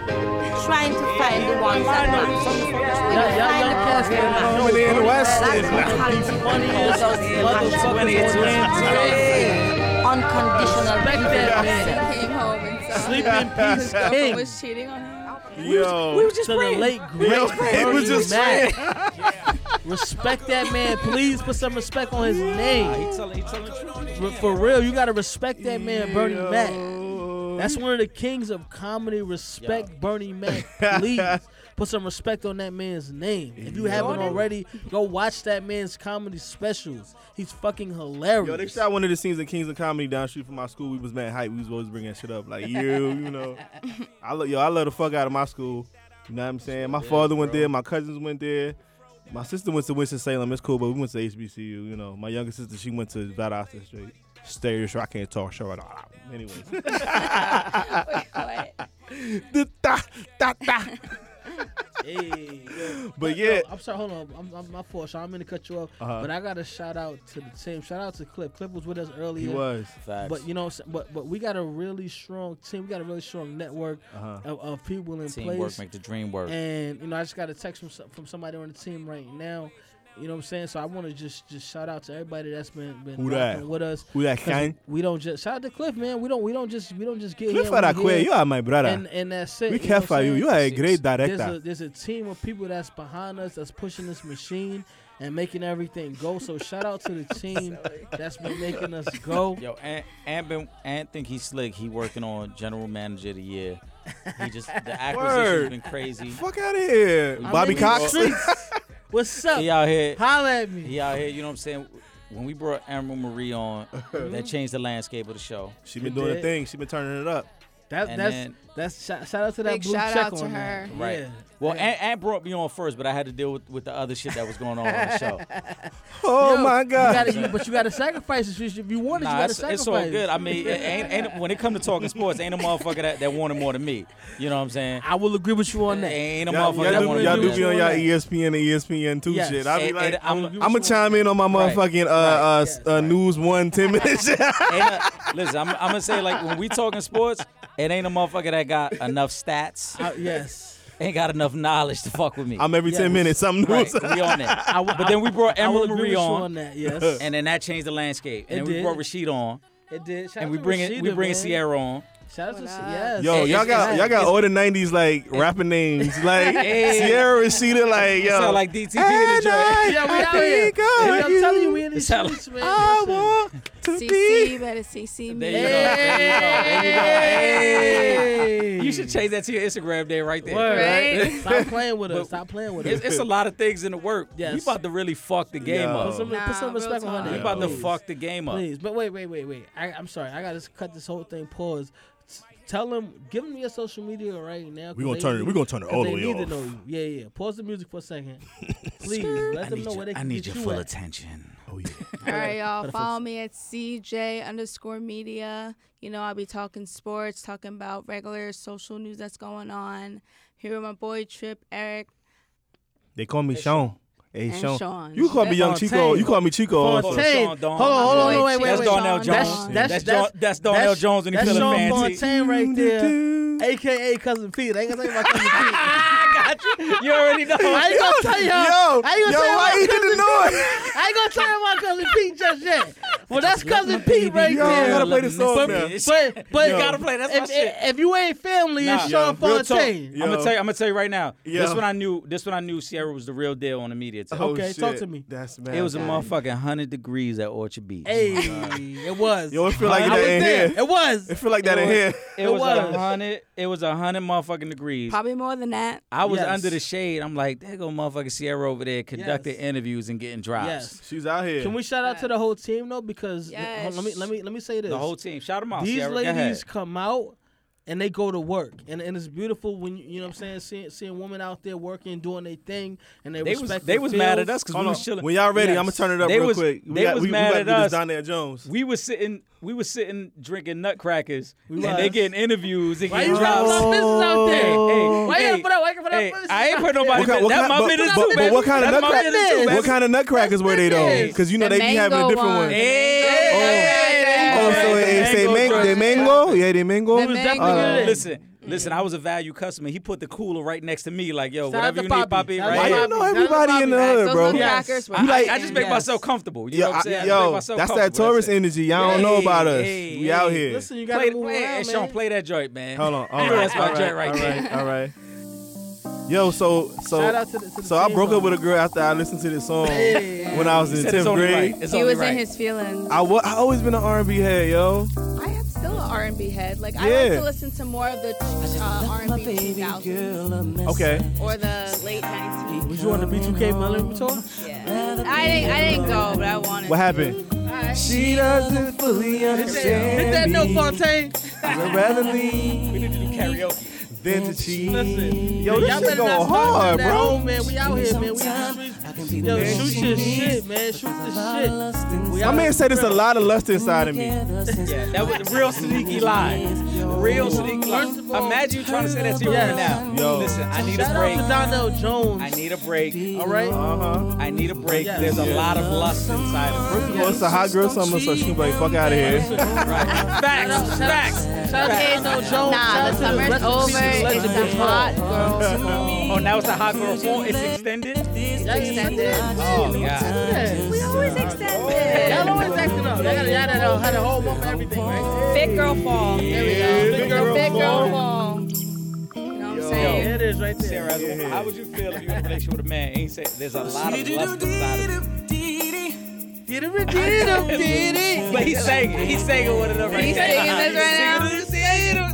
trying to find the ones that match.
Yeah, yeah,
Find
yeah.
the ones that match.
Coming in West End.
That's the
Funniest motherfuckers on that
Unconditional people.
He came home and saw
Sleep in peace,
his girlfriend
King.
was cheating on him.
Yo.
To the late great
Yo,
Bernie
it was just
Mac. Respect that man. Please put some respect on his name.
He telling, he telling the truth.
Re- For real, you gotta respect that man, Bernie Mac.
Yo.
That's one of the kings of comedy. Respect Bernie Mac. Please put some respect on that man's name. If you haven't already, go watch that man's comedy specials. He's fucking hilarious.
Yo, they shot one of the scenes in Kings and Comedy down the street from my school. We was mad hype. We was always bringing that shit up. Like, you, you know. I love, yo, I love the fuck out of my school. You know what I'm saying? My father went there. My cousins went there. My sister went to Winston-Salem. It's cool, but we went to HBCU, you know. My younger sister, she went to Valdosta Street. Stereo show. I can't talk. Show it all. Anyways.
Wait, what?
Da, da, da.
Hey, yo.
But yeah.
I'm sorry. Hold on. I'm, I'm my fault. Sean. I'm gonna cut you off.
Uh-huh.
But I got to shout out to the team. Shout out to Clip. Clip was with us earlier.
He was.
Facts.
But you know, what I'm saying? but but we got a really strong team. We got a really strong network
Uh-huh.
of, of people in
Teamwork
place.
make the dream work.
And you know, I just got a text from some- from somebody on the team right now. You know what I'm saying? So I want to just just shout out to everybody that's been been
Who that?
rocking with us.
Who that
'Cause
kind?
We don't just shout out to Cliff, man. We don't we don't just we don't just get
Look
here
for that
when we
queer.
here.
You are my brother.
And and that's it.
we
know
care
what I'm
for you.
saying?
You are a great
There's a,
director.
there's a team of people that's behind us that's pushing this machine and making everything go. So shout out to the team that's been making us go.
Yo, and and, been, and think he's slick. He working on general manager of the year. He just the acquisition's
Word.
been crazy.
Fuck out of here.
I'm
Bobby
in these
Cox.
streets. What's up?
He out here.
Holla at me.
He out here. You know what I'm saying? When we brought Emerald Marie on, that changed the landscape of the show.
she been doing a
did.
thing. She been turning it up.
That,
And
that's
then-
that's shout, shout out to that
Big
blue
shout
check
out to
on
her.
that.
Right.
Yeah.
Well, Ant, Ant brought me on first, but I had to deal with, with the other shit that was going on on the show.
Oh
Yo,
my
You
God.
gotta, you, but you got to sacrifice if you, if you want it. you got
Nah,
to
it's,
sacrifice.
it's all good. I mean, it ain't, ain't, when it come to talking sports, ain't a motherfucker that, that wanted more than me. You know what I'm saying?
I will agree with you on that.
Ain't a
Y'all,
motherfucker
y'all
that
do,
wanted
y'all
more
do
than
be
me.
on y'all E
that.
ESPN and ESPN two
Yes.
shit. I be
And-
like,
and I'm-
I'm, gonna chime in on my
Right.
motherfucking uh, uh, s- uh, news one ten minutes.
Ain't a- listen, I'm, I'm gonna say like when we talking sports, it ain't a motherfucker that got enough stats,
I- yes.
ain't got enough knowledge to fuck with me.
I'm every ten
Yes.
minutes something new.
right, we on that.
w-
but then we brought
I will
Emerald
agree
Marie
with you
on,
on that. Yes.
and then that changed the landscape. And
It
then we
did.
brought Rashid on,
it did. Shout
and
out
we
to
bring it, we
Rashida,
bring
man.
Sierra on.
Shout out to
What
Si-
up?
yes.
Yo,
It's-
y'all got
it's-
y'all got
it's-
all the '90s like rapper names like Sierra Rashida, like yo.
It sound like DTP in
and
the joint.
I,
Yeah, we
I
out here.
think of
Yeah, I'm telling you, we in
It
these
sound
streets, man.
I
Listen.
want to
CC,
be.
you better CC
There
me.
you go. There you go. There you go. Hey. You should change that to your Instagram day right there.
Word.
Right?
Stop playing with us. Stop playing with us.
It's, it's a lot of things in the work.
Yes.
We about to really fuck the game
Yo.
up.
Put some,
Nah,
put some
real
respect on
talk.
her
We
name.
about to
please.
fuck the game up.
Please, but wait, wait, wait, wait. I, I'm sorry. I gotta cut this whole thing. Pause. S- Tell them, give them your social media right now. 'cause
We gonna
they
turn it-
need-
we gonna turn it
'cause
all
they
the way
need to
off.
know you. Yeah, yeah. Pause the music for a second. Please let them know where they can get you at.
attention.
Oh yeah.
All right, y'all. Follow me at CJ underscore media. You know, I'll be talking sports, talking about regular social news that's going on. Here with my boy Trip, Eric,
They call me Sean. Hey
And
Sean.
Sean.
You call me Young
Fontaine.
Chico. You call me Chico. also.
Fontaine.
Fontaine.
Sean Don.
Hold on, hold on, no,
Boy,
wait, wait,
that's
wait.
Darnell
That's-
Jones.
That's, that's,
That's Jon- that's Darnell Jones when he
that's
feeling
Sean
fancy.
Fontaine right there, aka cousin Pete. I ain't gonna tell you about cousin Pete.
You already know.
I ain't gonna tell you.
Yo,
I ain't gonna
yo,
tell you
why
about
you did
cousin
the noise?
I ain't gonna tell you about cousin Pete just yet. Well, that's cousin Pete right
Yo, I
there.
gotta play the song
But-
now.
But but
You gotta
play, that's
if,
my shit.
If you ain't family, it's Sean
real talk.
Fontaine.
Yo.
I'm gonna tell you. I'm gonna tell you right now. This
Yo.
one I knew. This one I knew. Sierra was the real deal on the media. test.
Oh,
Okay, talk
shit.
to me.
That's mad.
It was a motherfucking hundred degrees at Orchard Beach.
Hey, it was.
Yo, it feel like
I
that
was
in
there.
here.
It was.
It feel like that in here.
It was
was.
a hundred. It was a hundred motherfucking degrees.
Probably more than that.
I was
Yes.
under the shade. I'm like, there go motherfucking Sierra over there conducting
Yes.
interviews and getting drops.
Yes.
She's out here.
Can we shout out to the whole team though? Because
Yes.
hold- let me let me let me say this.
The whole team. Shout them out.
These
Sierra. Go ahead.
ladies come out and they go to work, and, and it's beautiful when you, you know what I'm saying seeing seeing women out there working, doing their thing, and they,
They was
respect.
they
their
was mad at
fields.
us because
Hold
we
on.
was chilling.
When y'all ready,
Yes.
I'm gonna turn it up
They
real
was-
quick. We
they
got,
was
we,
mad
we
at
about to do
us.
This Donnell Jones.
we was sitting we was sitting drinking nutcrackers and
was.
they getting interviews and
Why
getting
you gotta
drops.
put our business out
Hey,
there? Why
hey,
you
hey,
gotta put our- why you gotta put our
hey,
business
I ain't
out
put
there?
nobody.
What kind- what
that's
kind-
my
but-
business
but-
too,
but
baby.
what kind of
That's my
nutcracker-
business too,
That's
What
baby.
kind of nutcrackers were they though?
business.
Because you know
The
they be having a
mango
different
one.
one.
Hey,
Oh,
hey,
so
hey,
they
hey,
say
mango
man, they
drink.
mango? Yeah, they mango.
The mango.
Uh,
Listen, listen. I was a value customer. He put the cooler right next to me. Like, yo,
Shout out
whatever
to
you
Poppy.
need, Poppy,
Shout out
right
to
Why
here.
you know everybody in the hood,
Those
bro?
little
Yes.
crackers were
I,
like,
I just make
Yes.
myself comfortable. You know
Yo,
what I'm saying?
I-
I just make
yo,
myself
that's that
comfortable,
tourist
it.
energy. Y'all don't know
Hey,
about us.
hey,
We out
hey.
here.
Listen, you gotta
Play,
move
play,
around,
hey,
man.
Sean, play that joint, man.
Hold on. All
You
right.
know that's
all
my joint right
all
there.
All right. Yo, so so
Shout out to the- to the
so I
team,
broke up
though.
with a girl after I listened to this song
Hey.
when I was in
Said it's
tenth
only
grade.
right. It's
he
only
was
right.
in his feelings.
I wa- I always been an R&B head, yo.
I am still an R&B head. Like I
Yeah.
like to listen to more of the uh, R&B 2000s
Okay.
or the late 90s.
Was you on the B2K Melon tour?
Yeah. I didn't. I didn't go, but I wanted.
What happened? She doesn't fully
Hit that
understand
note, Fontaine.
I'd rather leave
We need to do karaoke.
than to cheat.
Listen,
Yo, this
y'all
shit
better
go
not
hard,
start that
bro.
home, man. We out here, man. We out the streets. Yo, shoot your shit, man. Shoot the shit. We
My
out
man
here.
said there's a lot of lust inside of me.
Yeah, that was real sneaky lie. Real sneaky lie.
First of all-
Imagine you trying to say that to your
Yes.
woman now.
Yo.
Listen, I need
Shout
a
out to
break.
Donnell Jones.
I need a break.
all right.
Uh-huh.
I need a break.
Yes.
There's a lot of lust inside of me.
Well, it's a hot girl summer, so she's like, fuck out of here.
Right. Facts. Facts.
Shout out to
Okay,
Donnell Jones. Shout
Nah, the
out to
summer's
rest in
over.
peace,
It's
Legend
a
Control.
hot girl.
Oh, now it's a hot girl fall. It's extended.
Y'all
extended.
Oh God.
We always extend it.
Y'all always acting up. Y'all gotta- y'all gotta had a whole month for everything, right?
Big girl fall. There we go.
big girl
big
fall.
girl fall. You know what I'm
There
saying?
it is right there.
Sarah, I was gonna- How would you feel if you were in a relationship with a man and he said there's a lot of lust inside of me?
Did it, did it, did it.
But he sang it. He sang it with another right
He's
there.
singing this right now.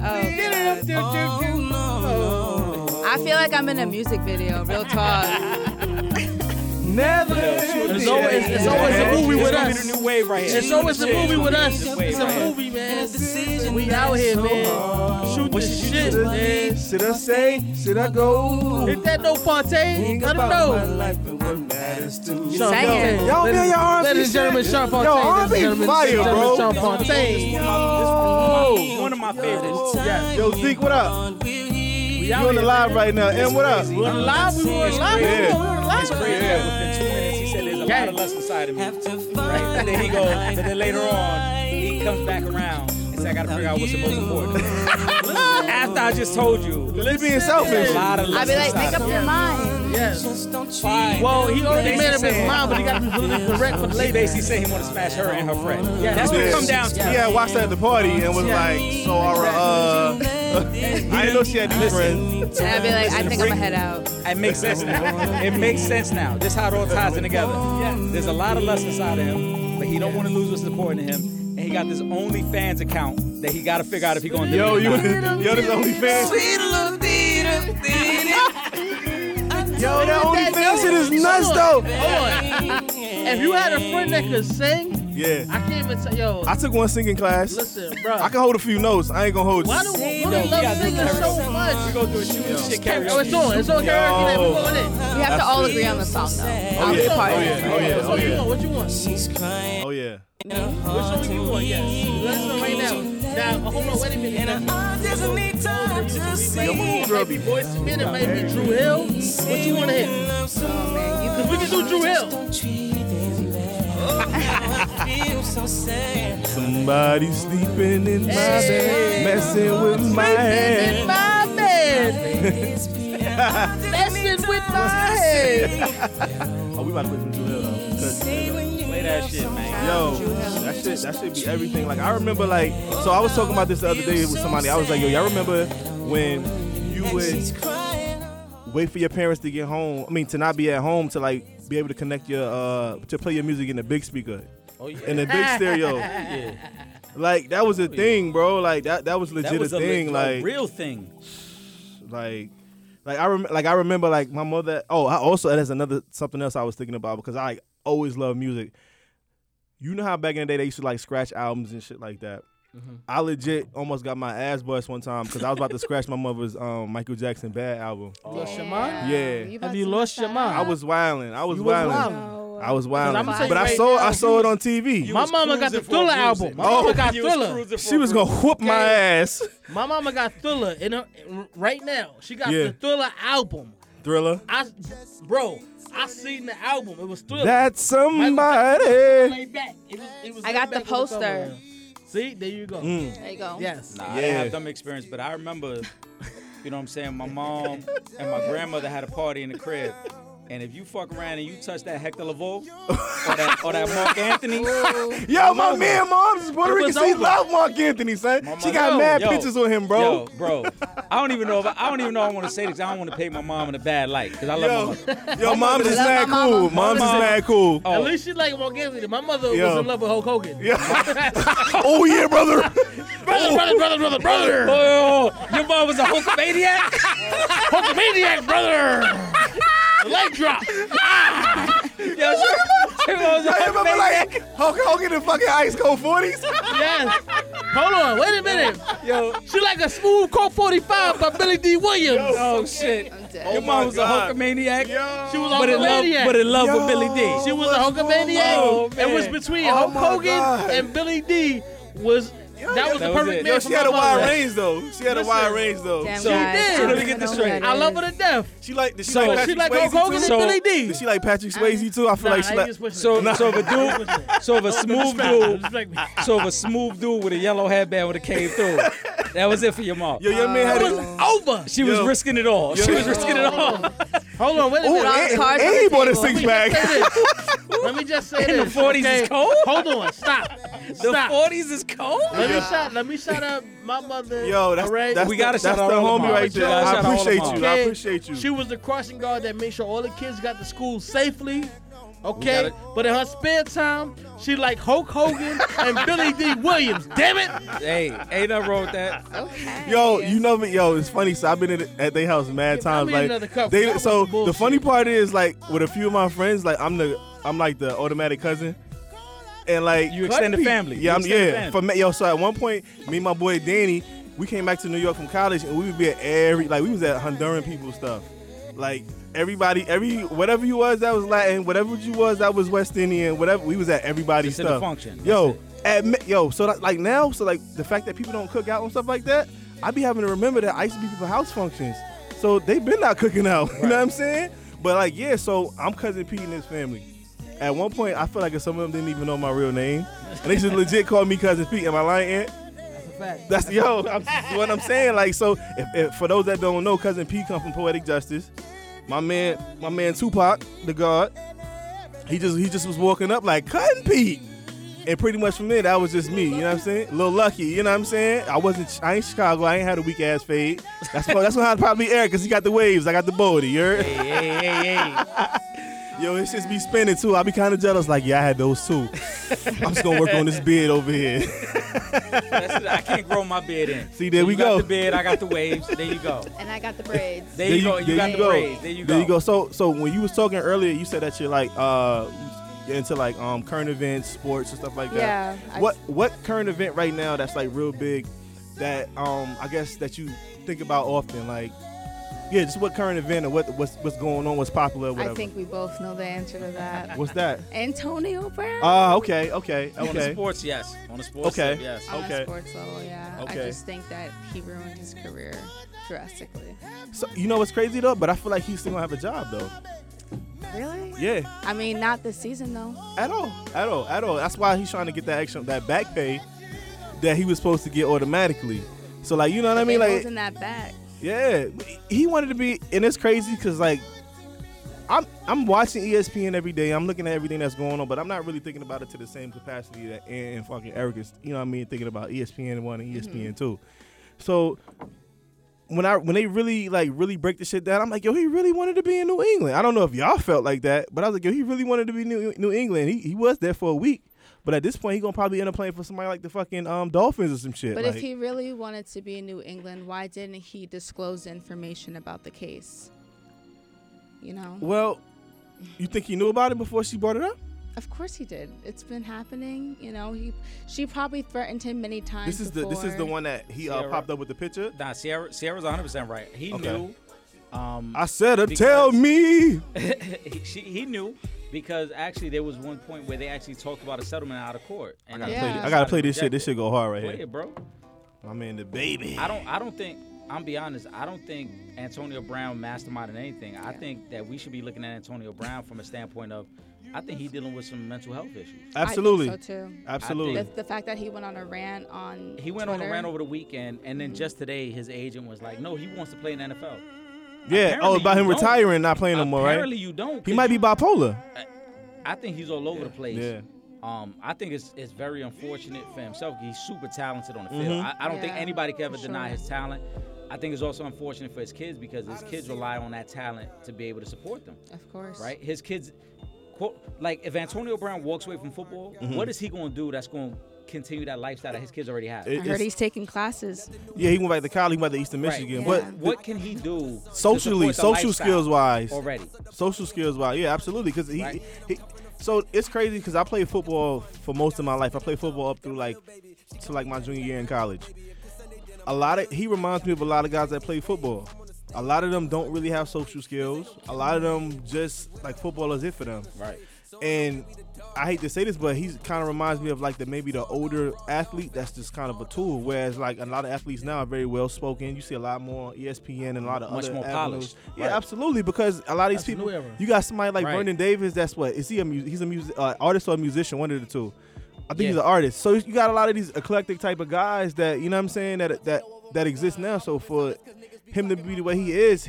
Oh, God. I feel like I'm in a music video. Real talk.
It's always, it's always a movie with
It's
us.
gonna be the new wave right here.
It's always a movie with us.
It's a wave
It's a
right here.
movie, man. We out here, man. Shoot the shit, man.
Should I say? Should I go?
Hit that no Fontaine. Let him know. Sean
Say it.
Fontaine.
Y'all be on your R&B
Ladies and gentlemen,
shit.
Sean Fontaine.
Yo,
Ladies and
R&B
gentlemen,
fire,
ladies and
bro.
gentlemen, Sean Fontaine.
This is One of my favorites.
Yo, Zeke, what up?
We
You on the live right now. And what up?
We were live. We were live. We
Yeah.
were live.
Crazy that within two minutes he said there's a lot of lust inside of me. Right? And then he goes, and then later on, he comes back around and says, I gotta figure out what's the most important. After I just told you,
They being selfish.
there's a lot of
I'd
lust
be like,
inside
make
of
up your mind.
Yes.
me. Fine.
Well, he already
Basically
made up his
saying-
mind, but he got to be politically correct for the
She
lady.
basically said he want to smash her and her friend.
Yeah.
that's what it
Yeah.
come down to.
Yeah, I watched that at the party and was
Yeah.
like, so our, uh, I didn't know she had these friends.
And I'd be like, I think I'm gonna head out.
It makes sense now. It makes sense now. This how it all ties in together. There's a lot of lust inside of him, but he don't want to lose what's important to him. And he got this OnlyFans account that he got to figure out if he going to
Yo, you, yo, this OnlyFans. Yo, that OnlyFans shit is nuts, though.
Hold on. If you had a friend that could sing,
Yeah,
I can't even tell. Yo,
I took one singing class.
listen, bro.
I can hold a few notes. I ain't gonna hold
why
you.
do women love singing so much?
go through a shooting shit
Karaoke. Oh, it's on. It's on karaoke night. We're going in.
We have to all agree on the song though.
Oh
After
yeah,
the
oh
party.
yeah, oh yeah,
So
oh
what you
yeah,
want? What you want?
oh yeah.
Which one you want? Yes. Let's go right now. Now, hold on. Wait a minute. Now,
Yo,
Maybe Boyz II Men. It might be Drew Hill. What you want to hit? Because we can do Drew Hill.
Somebody sleeping in my
Hey.
bed, messing with my head.
My man. Messing with
life. oh, we about to play some Drew Hill though. 'cause-
Play that shit, man.
Yo, that shit, that should be everything. Like I remember, like so I was talking about this the other day with somebody. I was like, yo, y'all remember when you would wait for your parents to get home? I mean, to not be at home to like be able to connect your uh to play your music in the big speaker,
Oh yeah.
in the big stereo. Like that was a thing, bro. Like that Oh, that was legit
That was
a
a,
thing.
thing,
like
real thing.
like like I rem- like I remember like my mother oh I also that's another something else I was thinking about because I always love music. You know how back in the day they used to like scratch albums and shit like that.
Mm-hmm.
I legit almost got my ass bust one time because I was about to scratch my mother's um, Michael Jackson Bad album.
Lost your mind?
Yeah.
about
Have you
to
lost
miss
your
out.
mind?
I was wildin', I was
You was
wildin',
No.
I was
I'ma tell
wildin',
you
But I
right
saw
now,
I saw it on TV.
My mama got the Thriller album. My mama got Thriller.
she was gonna whoop my ass.
My mama got Thriller in her right now. She got
Yeah.
the Thriller album.
Thriller.
I, bro, I seen the album. It was Thriller.
That's somebody.
Laid back. It was, it was
I
laid
got the
back on
poster.
cover. See, there you go.
Mm.
There you go.
Yes.
Nah, I didn't
Yeah.
have dumb experience, but I remember, you know what I'm saying, my mom and my grandmother had a party in the crib. And if you fuck around and you touch that Hector Lavoe or that, or that Mark Anthony,
Yo, my man, mom's is Puerto
It
Rican.
was
She
over.
love Mark Anthony, son.
My
She
mom-
got
Yo,
mad
yo,
pictures with him, bro.
yo, bro, I don't even know if I, I don't even know I want to say this. 'cause I don't want to paint my mom in a bad light because I love my
Yo,
mother.
yo, mom's is
Love my
mad
mama.
cool. Mom's is
Mama.
mad cool.
Oh,
At least she like Mark Anthony. My mother
Yo.
was in love with Hulk Hogan.
Oh yeah, brother.
brother, brother, brother, brother, brother.
Oh, your mom was a Hulkamaniac?
Hulkamaniac, brother. Leg drop.
Yo, she, she was a
I remember
Hulkamaniac.
like Hulk Hogan and fucking Ice Cold forties.
Yes. Hold on. Wait a minute.
Yo,
She like a smooth Colt 45 by Billy D. Williams.
oh shit. Your mom was a
God.
Hulkamaniac,
She was
but in love,
Hulkamaniac.
but in love
Yo.
with Billy D.
she was a Hulkamaniac.
Oh,
it was
man.
between
Oh,
Hulk
my
Hogan
God.
and Billy D. Was that was
That
the
was
perfect
it.
man
Yo,
for
she
my
had a wide
mother.
range though. She had a wide range though.
Damn,
So-
She
guys.
did.
I
Let
don't
me get this
know who
straight.
that
I love
is.
her to death.
She like, did she
So-
like
She
Patrick
like Hulk
Swayze
Hogan
too?
and
So-
Billy D.
Did she like Patrick Swayze too? I feel like she
nah, you
like.
just pushing
So,
it.
so if a dude, so if a smooth dude,
Respect me.
so if a smooth dude with a yellow headband would have came through, that was it for your mom.
Yo, your man
It
had
was
a.
over.
she was
yo.
risking it all. She
Yo.
was risking it all.
Hold on, wait a
Oh,
minute.
Rock
and,
cards on
and
the
he bought a
table.
six pack.
Say this. Let me just say
In the
this.
40s
okay?
is cold?
Hold on, stop.
The
Stop.
40s is cold.
Let me shout. Let me shout out my mother.
Yo, that's
Array.
that's
We
the-
gotta
that's
shout
the
out all of
homie
them.
right
We
there.
gotta
I
shout out all of
appreciate
them.
you. I appreciate
She
you.
was the crossing guard that made sure all the kids got to school safely.
We
Okay,
gotta-
but in her spare time, she like Hulk Hogan and Billy D. Williams. Damn it!
Hey, ain't nothing wrong with that.
Okay.
Yo, you know me. Yo, it's funny. So I've been at, at their house mad times.
me another
Like
cup.
they.
That
So
was
the
bullshit.
funny part is like with a few of my friends, like I'm the I'm like the automatic cousin. And like
You extended
Cardi B-
family. You
Yeah, I'm
extended
yeah.
family.
For me, yo, so at one point, me and my boy Danny, we came back to New York from college, and we would be at every like we was at Honduran people stuff, like everybody, every whatever you was that was Latin, whatever you was that was West Indian, whatever we was at everybody's
Just in the
stuff.
function.
Yo,
That's
at me- yo, so that, like now, so like the fact that people don't cook out and stuff like that, I be having to remember that I used to be people house functions, so they been not cooking out. You know what I'm saying? But like yeah, so I'm cousin Pete and his family. At one point, I feel like if some of them didn't even know my real name, and they just legit called me cousin Pete. Am I lying? Ant? That's yo. I'm, what I'm saying, like, so if, if, for those that don't know, cousin Pete come from Poetic Justice. My man, my man Tupac, the God. He just he just was walking up like cousin Pete, and pretty much from there that was just me. You know what I'm saying? Little lucky. You know what I'm saying? I wasn't. I ain't Chicago. I ain't had a weak ass fade. That's what, that's what had probably Eric because he got the waves. I got the body. You heard?
Hey, hey, hey, hey.
Yo, it just be spinning too. I be kind of jealous. Like, yeah, I had those too. I'm just gonna work on this beard over here.
That's it. I can't grow my beard in.
See, there
You
we
got
go.
the beard. I got the waves. There you go.
And I got the braids.
There, you, go. You got the braids. There you go.
There you go. So, so when you was talking earlier, you said that you're like uh you're into like um current events, sports, and stuff like that.
Yeah, I-
What what current event right now that's like real big that um I guess that you think about often like. Yeah, just what current event or what what's what's going on, what's popular, whatever.
I think we both know the answer to that.
what's that?
Antonio Brown.
Ah, okay, okay,
On the
okay.
sports, yes. On the sports,
Okay.
tip, yes.
on
okay.
a sports level, yeah.
Okay.
I just think that he ruined his career drastically.
So, you know what's crazy though, but I feel like he's still gonna have a job though.
Really?
Yeah,
I mean, not this season though.
At all, at all, at all. That's why he's trying to get that extra, that back pay that he was supposed to get automatically. So like, you know what I mean?
They
Like,
holding that back.
yeah, he wanted to be, and it's crazy because like, I'm I'm watching E ESPN every day. I'm looking at everything that's going on, but I'm not really thinking about it to the same capacity that and, and fucking Eric is. You know what I mean? Thinking about E ESPN one and ESPN
Mm-hmm.
two. So when I when they really like really break the shit down, I'm like, yo, he really wanted to be in New England. I don't know if y'all felt like that, but I was like, yo, he really wanted to be New New England. He he was there for a week, but at this point, he gonna probably end up playing for somebody like the fucking um Dolphins or some shit.
But if
like-
he really wanted to be in New England, why didn't he disclose information about the case? You know?
well, you think he knew about it before she brought it up?
Of course he did. It's been happening. You know, he she probably threatened him many times.
This is the this is the
before.
one that he uh,
Sierra.
popped up with the picture.
Nah, Sierra, Sierra's 100 percent right. He
Okay.
knew. Um,
I said, her,
Because-
tell me.
he, she, he knew because actually there was one point where they actually talked about a settlement out of court. And
gotta
he
play-
decided
I gotta play this
to
shit. This
reject
shit go hard right
it. Play
here.
it, bro.
My man, the baby.
I don't. I don't think. I'm be honest. I don't think Antonio Brown masterminded anything. I think that we should be looking at Antonio Brown from a standpoint of, I think he's dealing with some mental health issues.
Absolutely,
I think so too.
absolutely.
The, the fact that he went on a rant on
He went on a
Twitter.
rant over the weekend, and then just today, his agent was like, "No, he wants to play in the NFL."
yeah. Oh,
Apparently
about him
you don't.
retiring, and not playing no
Apparently,
more, right?
you don't.
He might be bipolar.
I think he's all over the place.
Yeah.
Um, I think it's it's very unfortunate for himself. He's super talented on the field.
Mm-hmm.
I, I don't think
Yeah,
anybody can ever
for
deny
sure.
his talent. I think it's also unfortunate for his kids because his kids rely on that talent to be able to support them.
Of course.
Right? His kids, quote, like if Antonio Brown walks away from football,
Mm-hmm.
what is he going to do that's going to continue that lifestyle that his kids already have?
It-
I heard
it's-
he's taking classes.
yeah, he went back to college. He went to Eastern
Right.
Michigan,
Yeah.
but
what can he do to
socially,
support the
social
lifestyle
skills wise,
already?
social skills wise, yeah, absolutely. Because he,
Right.
he, so it's crazy because I played football for most of my life. I played football up through like to like my junior year in college. A lot of he reminds me of a lot of guys that play football. A lot of them don't really have social skills. A lot of them just like football is it for them.
Right.
And I hate to say this, but he kind of reminds me of like the maybe the older athlete that's just kind of a tool. Whereas like a lot of athletes now are very well spoken. You see a lot more E on ESPN and a lot of
Much
other
more
avenues.
polished.
Yeah,
Right.
absolutely. Because a lot of these
That's the new
people,
era.
you got somebody like
Right.
Vernon Davis. That's what is he a mu- he's a music uh, artist or a musician? One of the two. I think he's
Yeah.
an artist. So you got a lot of these eclectic type of guys that you know what I'm saying that that that exist now. So for him to be the way he is,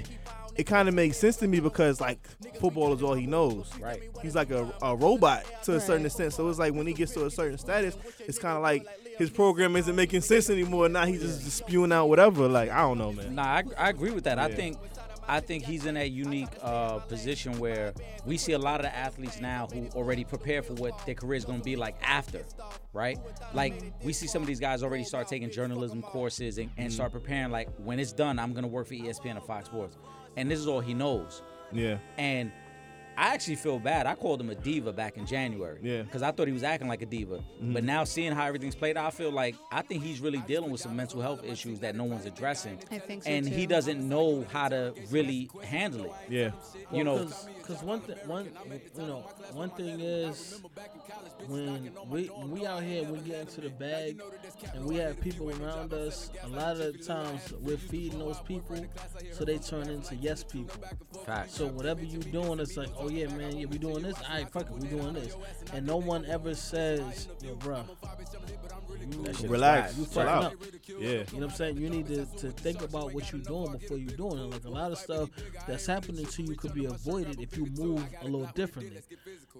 it kind of makes sense to me because like football is all he knows.
Right.
He's like a, a robot to a certain
Right.
extent. So it's like when he gets to a certain status, it's kind of like his program isn't making sense anymore. Now he's just spewing out whatever. Like I don't know, man.
Nah, I, I agree with that. I
Yeah.
think I think he's in that unique uh, position where we see a lot of the athletes now who already prepare for what their career is going to be like after, right? Like we see some of these guys already start taking journalism courses and, and start preparing. Like when it's done, I'm going to work for E ESPN or Fox Sports, and this is all he knows.
Yeah.
And I actually feel bad. I called him a diva back in January.
Yeah. Mm-hmm.
Because I thought he was acting like a diva. But now seeing how everything's played out, I feel like I think he's really dealing with some mental health issues that no one's addressing.
I think so,
And he
too.
doesn't know how to really handle it.
Yeah.
You know,
because one thing, one you know, one thing is when we when we out here, we get into the bag, and we have people around us. A lot of the times, we're feeding those people, so they turn into yes people.
facts.
So whatever you doing, it's like, oh yeah, man, yeah, we doing this. All right, fuck it, we doing this. And no one ever says, yo, bruh, you,
Relax.
you
Chill
fucking
out.
up.
Yeah.
You know what I'm saying? You need to, to think about what you're doing before you're doing it. Like a lot of stuff that's happening to you could be avoided if you move a little differently.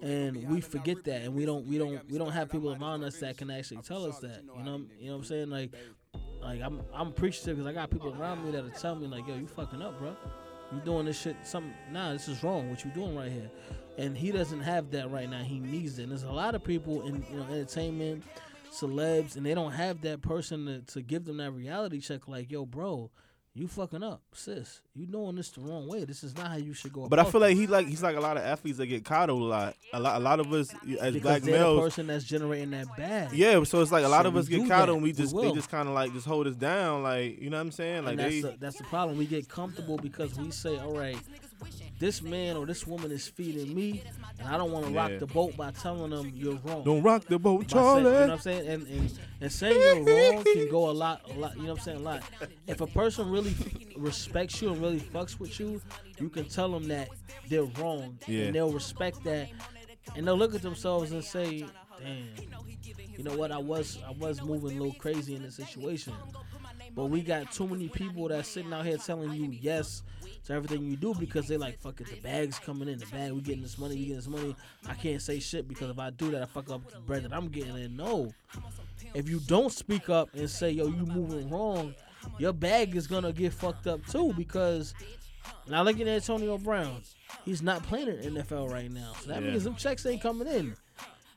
And we forget that and we don't we don't we don't have people around us that can actually tell us that. You know you know what I'm saying? Like like I'm I'm appreciative because I got people around me that'll tell me like, yo, you fucking up, bro. You doing this shit something nah, this is wrong, what you doing right here. And he doesn't have that right now. He needs it. And there's a lot of people in you know entertainment celebs and they don't have that person to, to give them that reality check like yo bro you fucking up sis you doing this the wrong way this is not how you should go
But I
about
feel like
this."
he like he's like a lot of athletes that get coddled a lot. A lot, a lot of us as
because
black
they're the
males.
person that's generating that bag
Yeah, so it's like a lot
So
of
we
us get
do
coddled and
that.
we
We
just they
will.
just kind of like just hold us down, like you know what I'm saying? Like
and that's
they
the, that's the problem. We get comfortable because we say, all right, this man or this woman is feeding me, and I don't want to
Yeah.
rock the boat by telling them you're wrong.
don't rock the boat,
by saying-
Charlie.
you know what I'm saying? And, and and saying you're wrong can go a lot, a lot. You know what I'm saying? A lot. If a person really respects you and really fucks with you, you can tell them that they're wrong,
Yeah.
and they'll respect that, and they'll look at themselves and say, "Damn, you know what? I was I was moving a little crazy in this situation." But we got too many people that's sitting out here telling you yes to everything you do because they like, fuck it, the bag's coming in, the bag, we getting this money, we getting this money. I can't say shit because if I do that, I fuck up the bread that I'm getting in. No. If you don't speak up and say, yo, you moving wrong, your bag is gonna get fucked up too because now look at Antonio Brown. He's not playing in the NFL right now. So that
Yeah.
means them checks ain't coming in.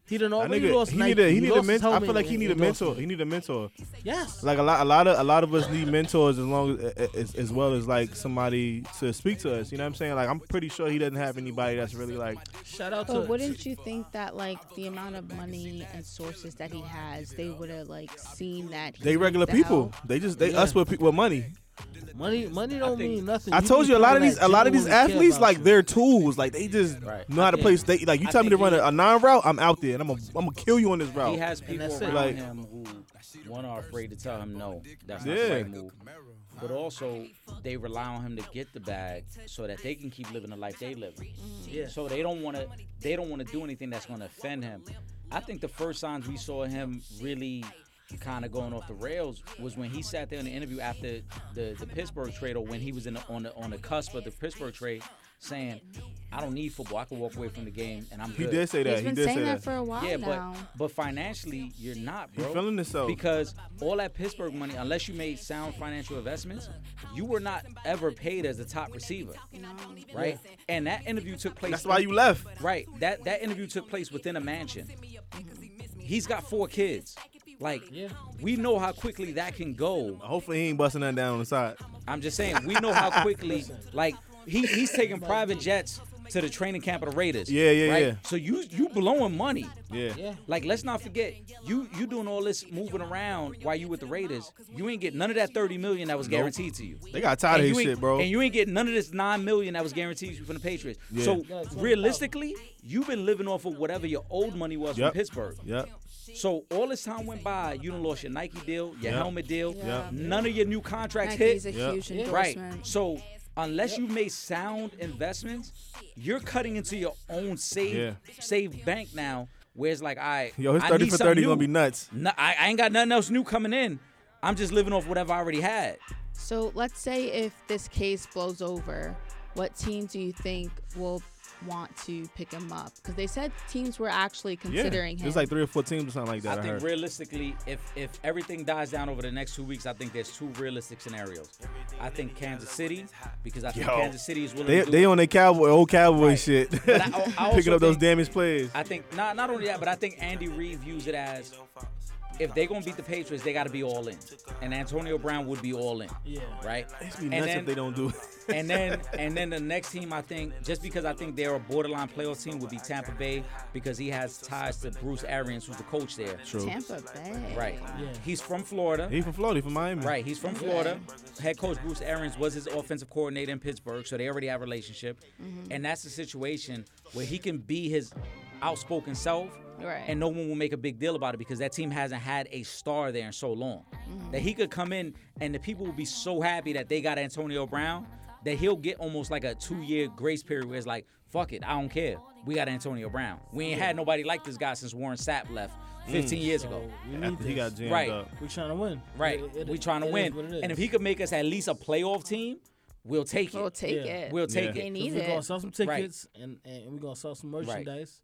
He done
That
already
nigga-
lost.
he
Nike.
need a he need a
lost his
mentor. I
helmet
feel like he
and-
need a
and lost-
mentor. He need a mentor.
Yes.
Like a lot, a lot of a lot of us need mentors as long as, as as well as like somebody to speak to us. You know what I'm saying? Like I'm pretty sure he doesn't have anybody that's really like
Shout out to.
But wouldn't you think that like the amount of money and sources that he has, they would have like seen that he
they regular
needs the
people.
help?
They just they
Yeah.
us with pe- with money.
money, money don't mean nothing.
I told
need
you a lot of
people
these
that
a lot of these
genuinely care
athletes
about
like
you.
they're tools. Like they just
Right.
know how to
I
play.
think-
They like you
I
tell me to
think
run
he-
a, a nine route, I'm out there and I'm gonna I'm gonna kill you on this route.
He has people
that's it.
around
Like-
him who one are afraid to tell him no. That's not
Yeah.
the right move. But also, they rely on him to get the bag so that they can keep living the life they live.
Yeah.
So they don't want to. They don't want to do anything that's going to offend him. I think the first signs we saw him really kind of going off the rails was when he sat there in the interview after the, the Pittsburgh trade or when he was in the, on the on the cusp of the Pittsburgh trade, saying, "I don't need football. I can walk away from the game and I'm
He
good."
did say that.
He's
He
been
did say
saying that
that.
for a while
Yeah,
now.
but but financially you're not,
He
bro.
feeling himself.
because all that Pittsburgh money, unless you made sound financial investments, you were not ever paid as a top receiver, right? And that interview took place.
That's why you left.
Right. That that interview took place within a mansion. He's got four kids. Like we know how quickly that can go.
Hopefully he ain't busting nothing down on the side.
I'm just saying we know how quickly like he, he's taking private jets to the training camp of the Raiders.
Yeah, yeah,
right?
yeah.
So you you blowing money.
Yeah.
Yeah.
Like, let's not forget, you you doing all this moving around while you with the Raiders. You ain't get none of that thirty million that was guaranteed to you.
They got tired
And
of
you
his
ain't-
shit, bro.
And you ain't getting none of this nine million that was guaranteed to you from the Patriots.
Yeah.
So
Yeah, it's
realistically, you've been living off of whatever your old money was
Yep.
from Pittsburgh.
Yep.
So all this time went by, you done lost your Nike deal,
Yep.
your helmet deal,
Yep.
none of your new contracts
Nike's a
hit.
Yeah.
huge
Yeah.
right.
endorsement.
So unless you made sound investments, you're cutting into your own save
Yeah.
save bank now. Where it's like, all right,
Yo, his
I
thirty
need
for
something
thirty gonna
new.
be nuts.
No, I, I ain't got nothing else new coming in. I'm just living off whatever I already had.
So let's say if this case blows over, what team do you think will want to pick him up? Because they said teams were actually
Yeah.
considering him.
It's like three or four teams or something like that.
I
I
think
heard.
realistically, if if everything dies down over the next two weeks, I think there's two realistic scenarios. I think Kansas City, because I think
Yo.
Kansas City is willing
They
to do
they
it.
on their cowboy old cowboy shit,
But I- I also
picking up those
think-
damaged plays.
I think not not only that, but I think Andy Reid views it as if they're gonna beat the Patriots, they gotta be all in. And Antonio Brown would be all in. Yeah. Right?
It's be
And
nuts
then-
if they don't do it.
and then and then the next team I think just because I think they're a borderline playoff team would be Tampa Bay because he has ties to Bruce Arians who's the coach there.
True.
Tampa Bay.
Right. He's from Florida.
He from Florida, he from Miami.
Right, he's from Florida. Head coach Bruce Arians was his offensive coordinator in Pittsburgh, so they already have a relationship. And that's a situation where he can be his outspoken self,
Right.
and no one will make a big deal about it because that team hasn't had a star there in so long. That he could come in and the people will be so happy that they got Antonio Brown that he'll get almost like a two year grace period where it's like, fuck it, I don't care. We got Antonio Brown. We ain't had nobody like this guy since Warren Sapp left 15 years ago.
We need
After he
this.
got jammed
Right.
up.
We trying to win.
Right.
It- it-
we trying to
it is
win.
what it is.
And if he could make us at least a playoff team, we'll take it.
We'll take
Yeah.
it.
We'll take
Yeah.
They
it.
need
we're gonna
it.
sell some tickets and, and we're gonna sell some merchandise.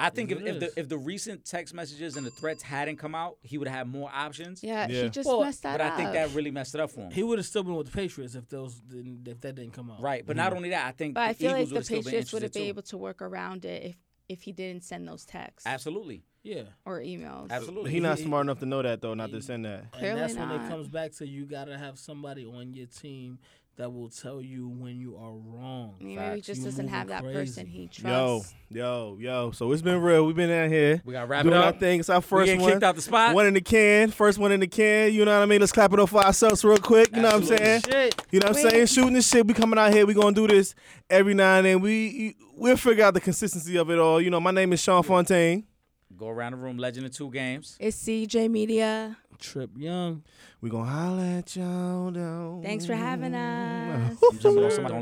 I think if,
Yes, it
if the
is.
if the recent text messages and the threats hadn't come out, he would have more options.
Yeah,
Yeah.
he just
But,
messed that
but
up.
I think that really messed it up for him.
He would have still been with the Patriots if those didn't, if that didn't come out.
right. But not only that, I think
but I
the
feel
Eagles
like the
would've still
Patriots would have
interested
been
too.
able to work around it if if he didn't send those texts
Absolutely.
Yeah.
or emails.
Absolutely.
He not smart enough to know that though, not to send that.
Clearly
and that's when it
not.
comes back to you gotta have somebody on your team that will tell you when you are wrong.
Maybe he just
You
doesn't
moving
have that person
crazy.
he
Yo,
trusts.
yo, yo. So it's been real. We've been out here.
We gotta wrap it
doing
up.
Our thing. It's our
We
first
getting
one.
kicked out the spot.
One in the can. First one in the can. You know what I mean? Let's clap it up for ourselves real quick. You know what I'm saying?
Shit.
You know what I'm saying? Shooting this shit. We coming out here. We gonna do this every now and then. We we'll figure out the consistency of it all. You know, my name is Sean Fontaine.
Go around the room, legend of two games.
It's CJ Media.
Trip Young.
We gonna holla at y'all. down.
Thanks for having
Mm.
us.
I'm jumping on somebody.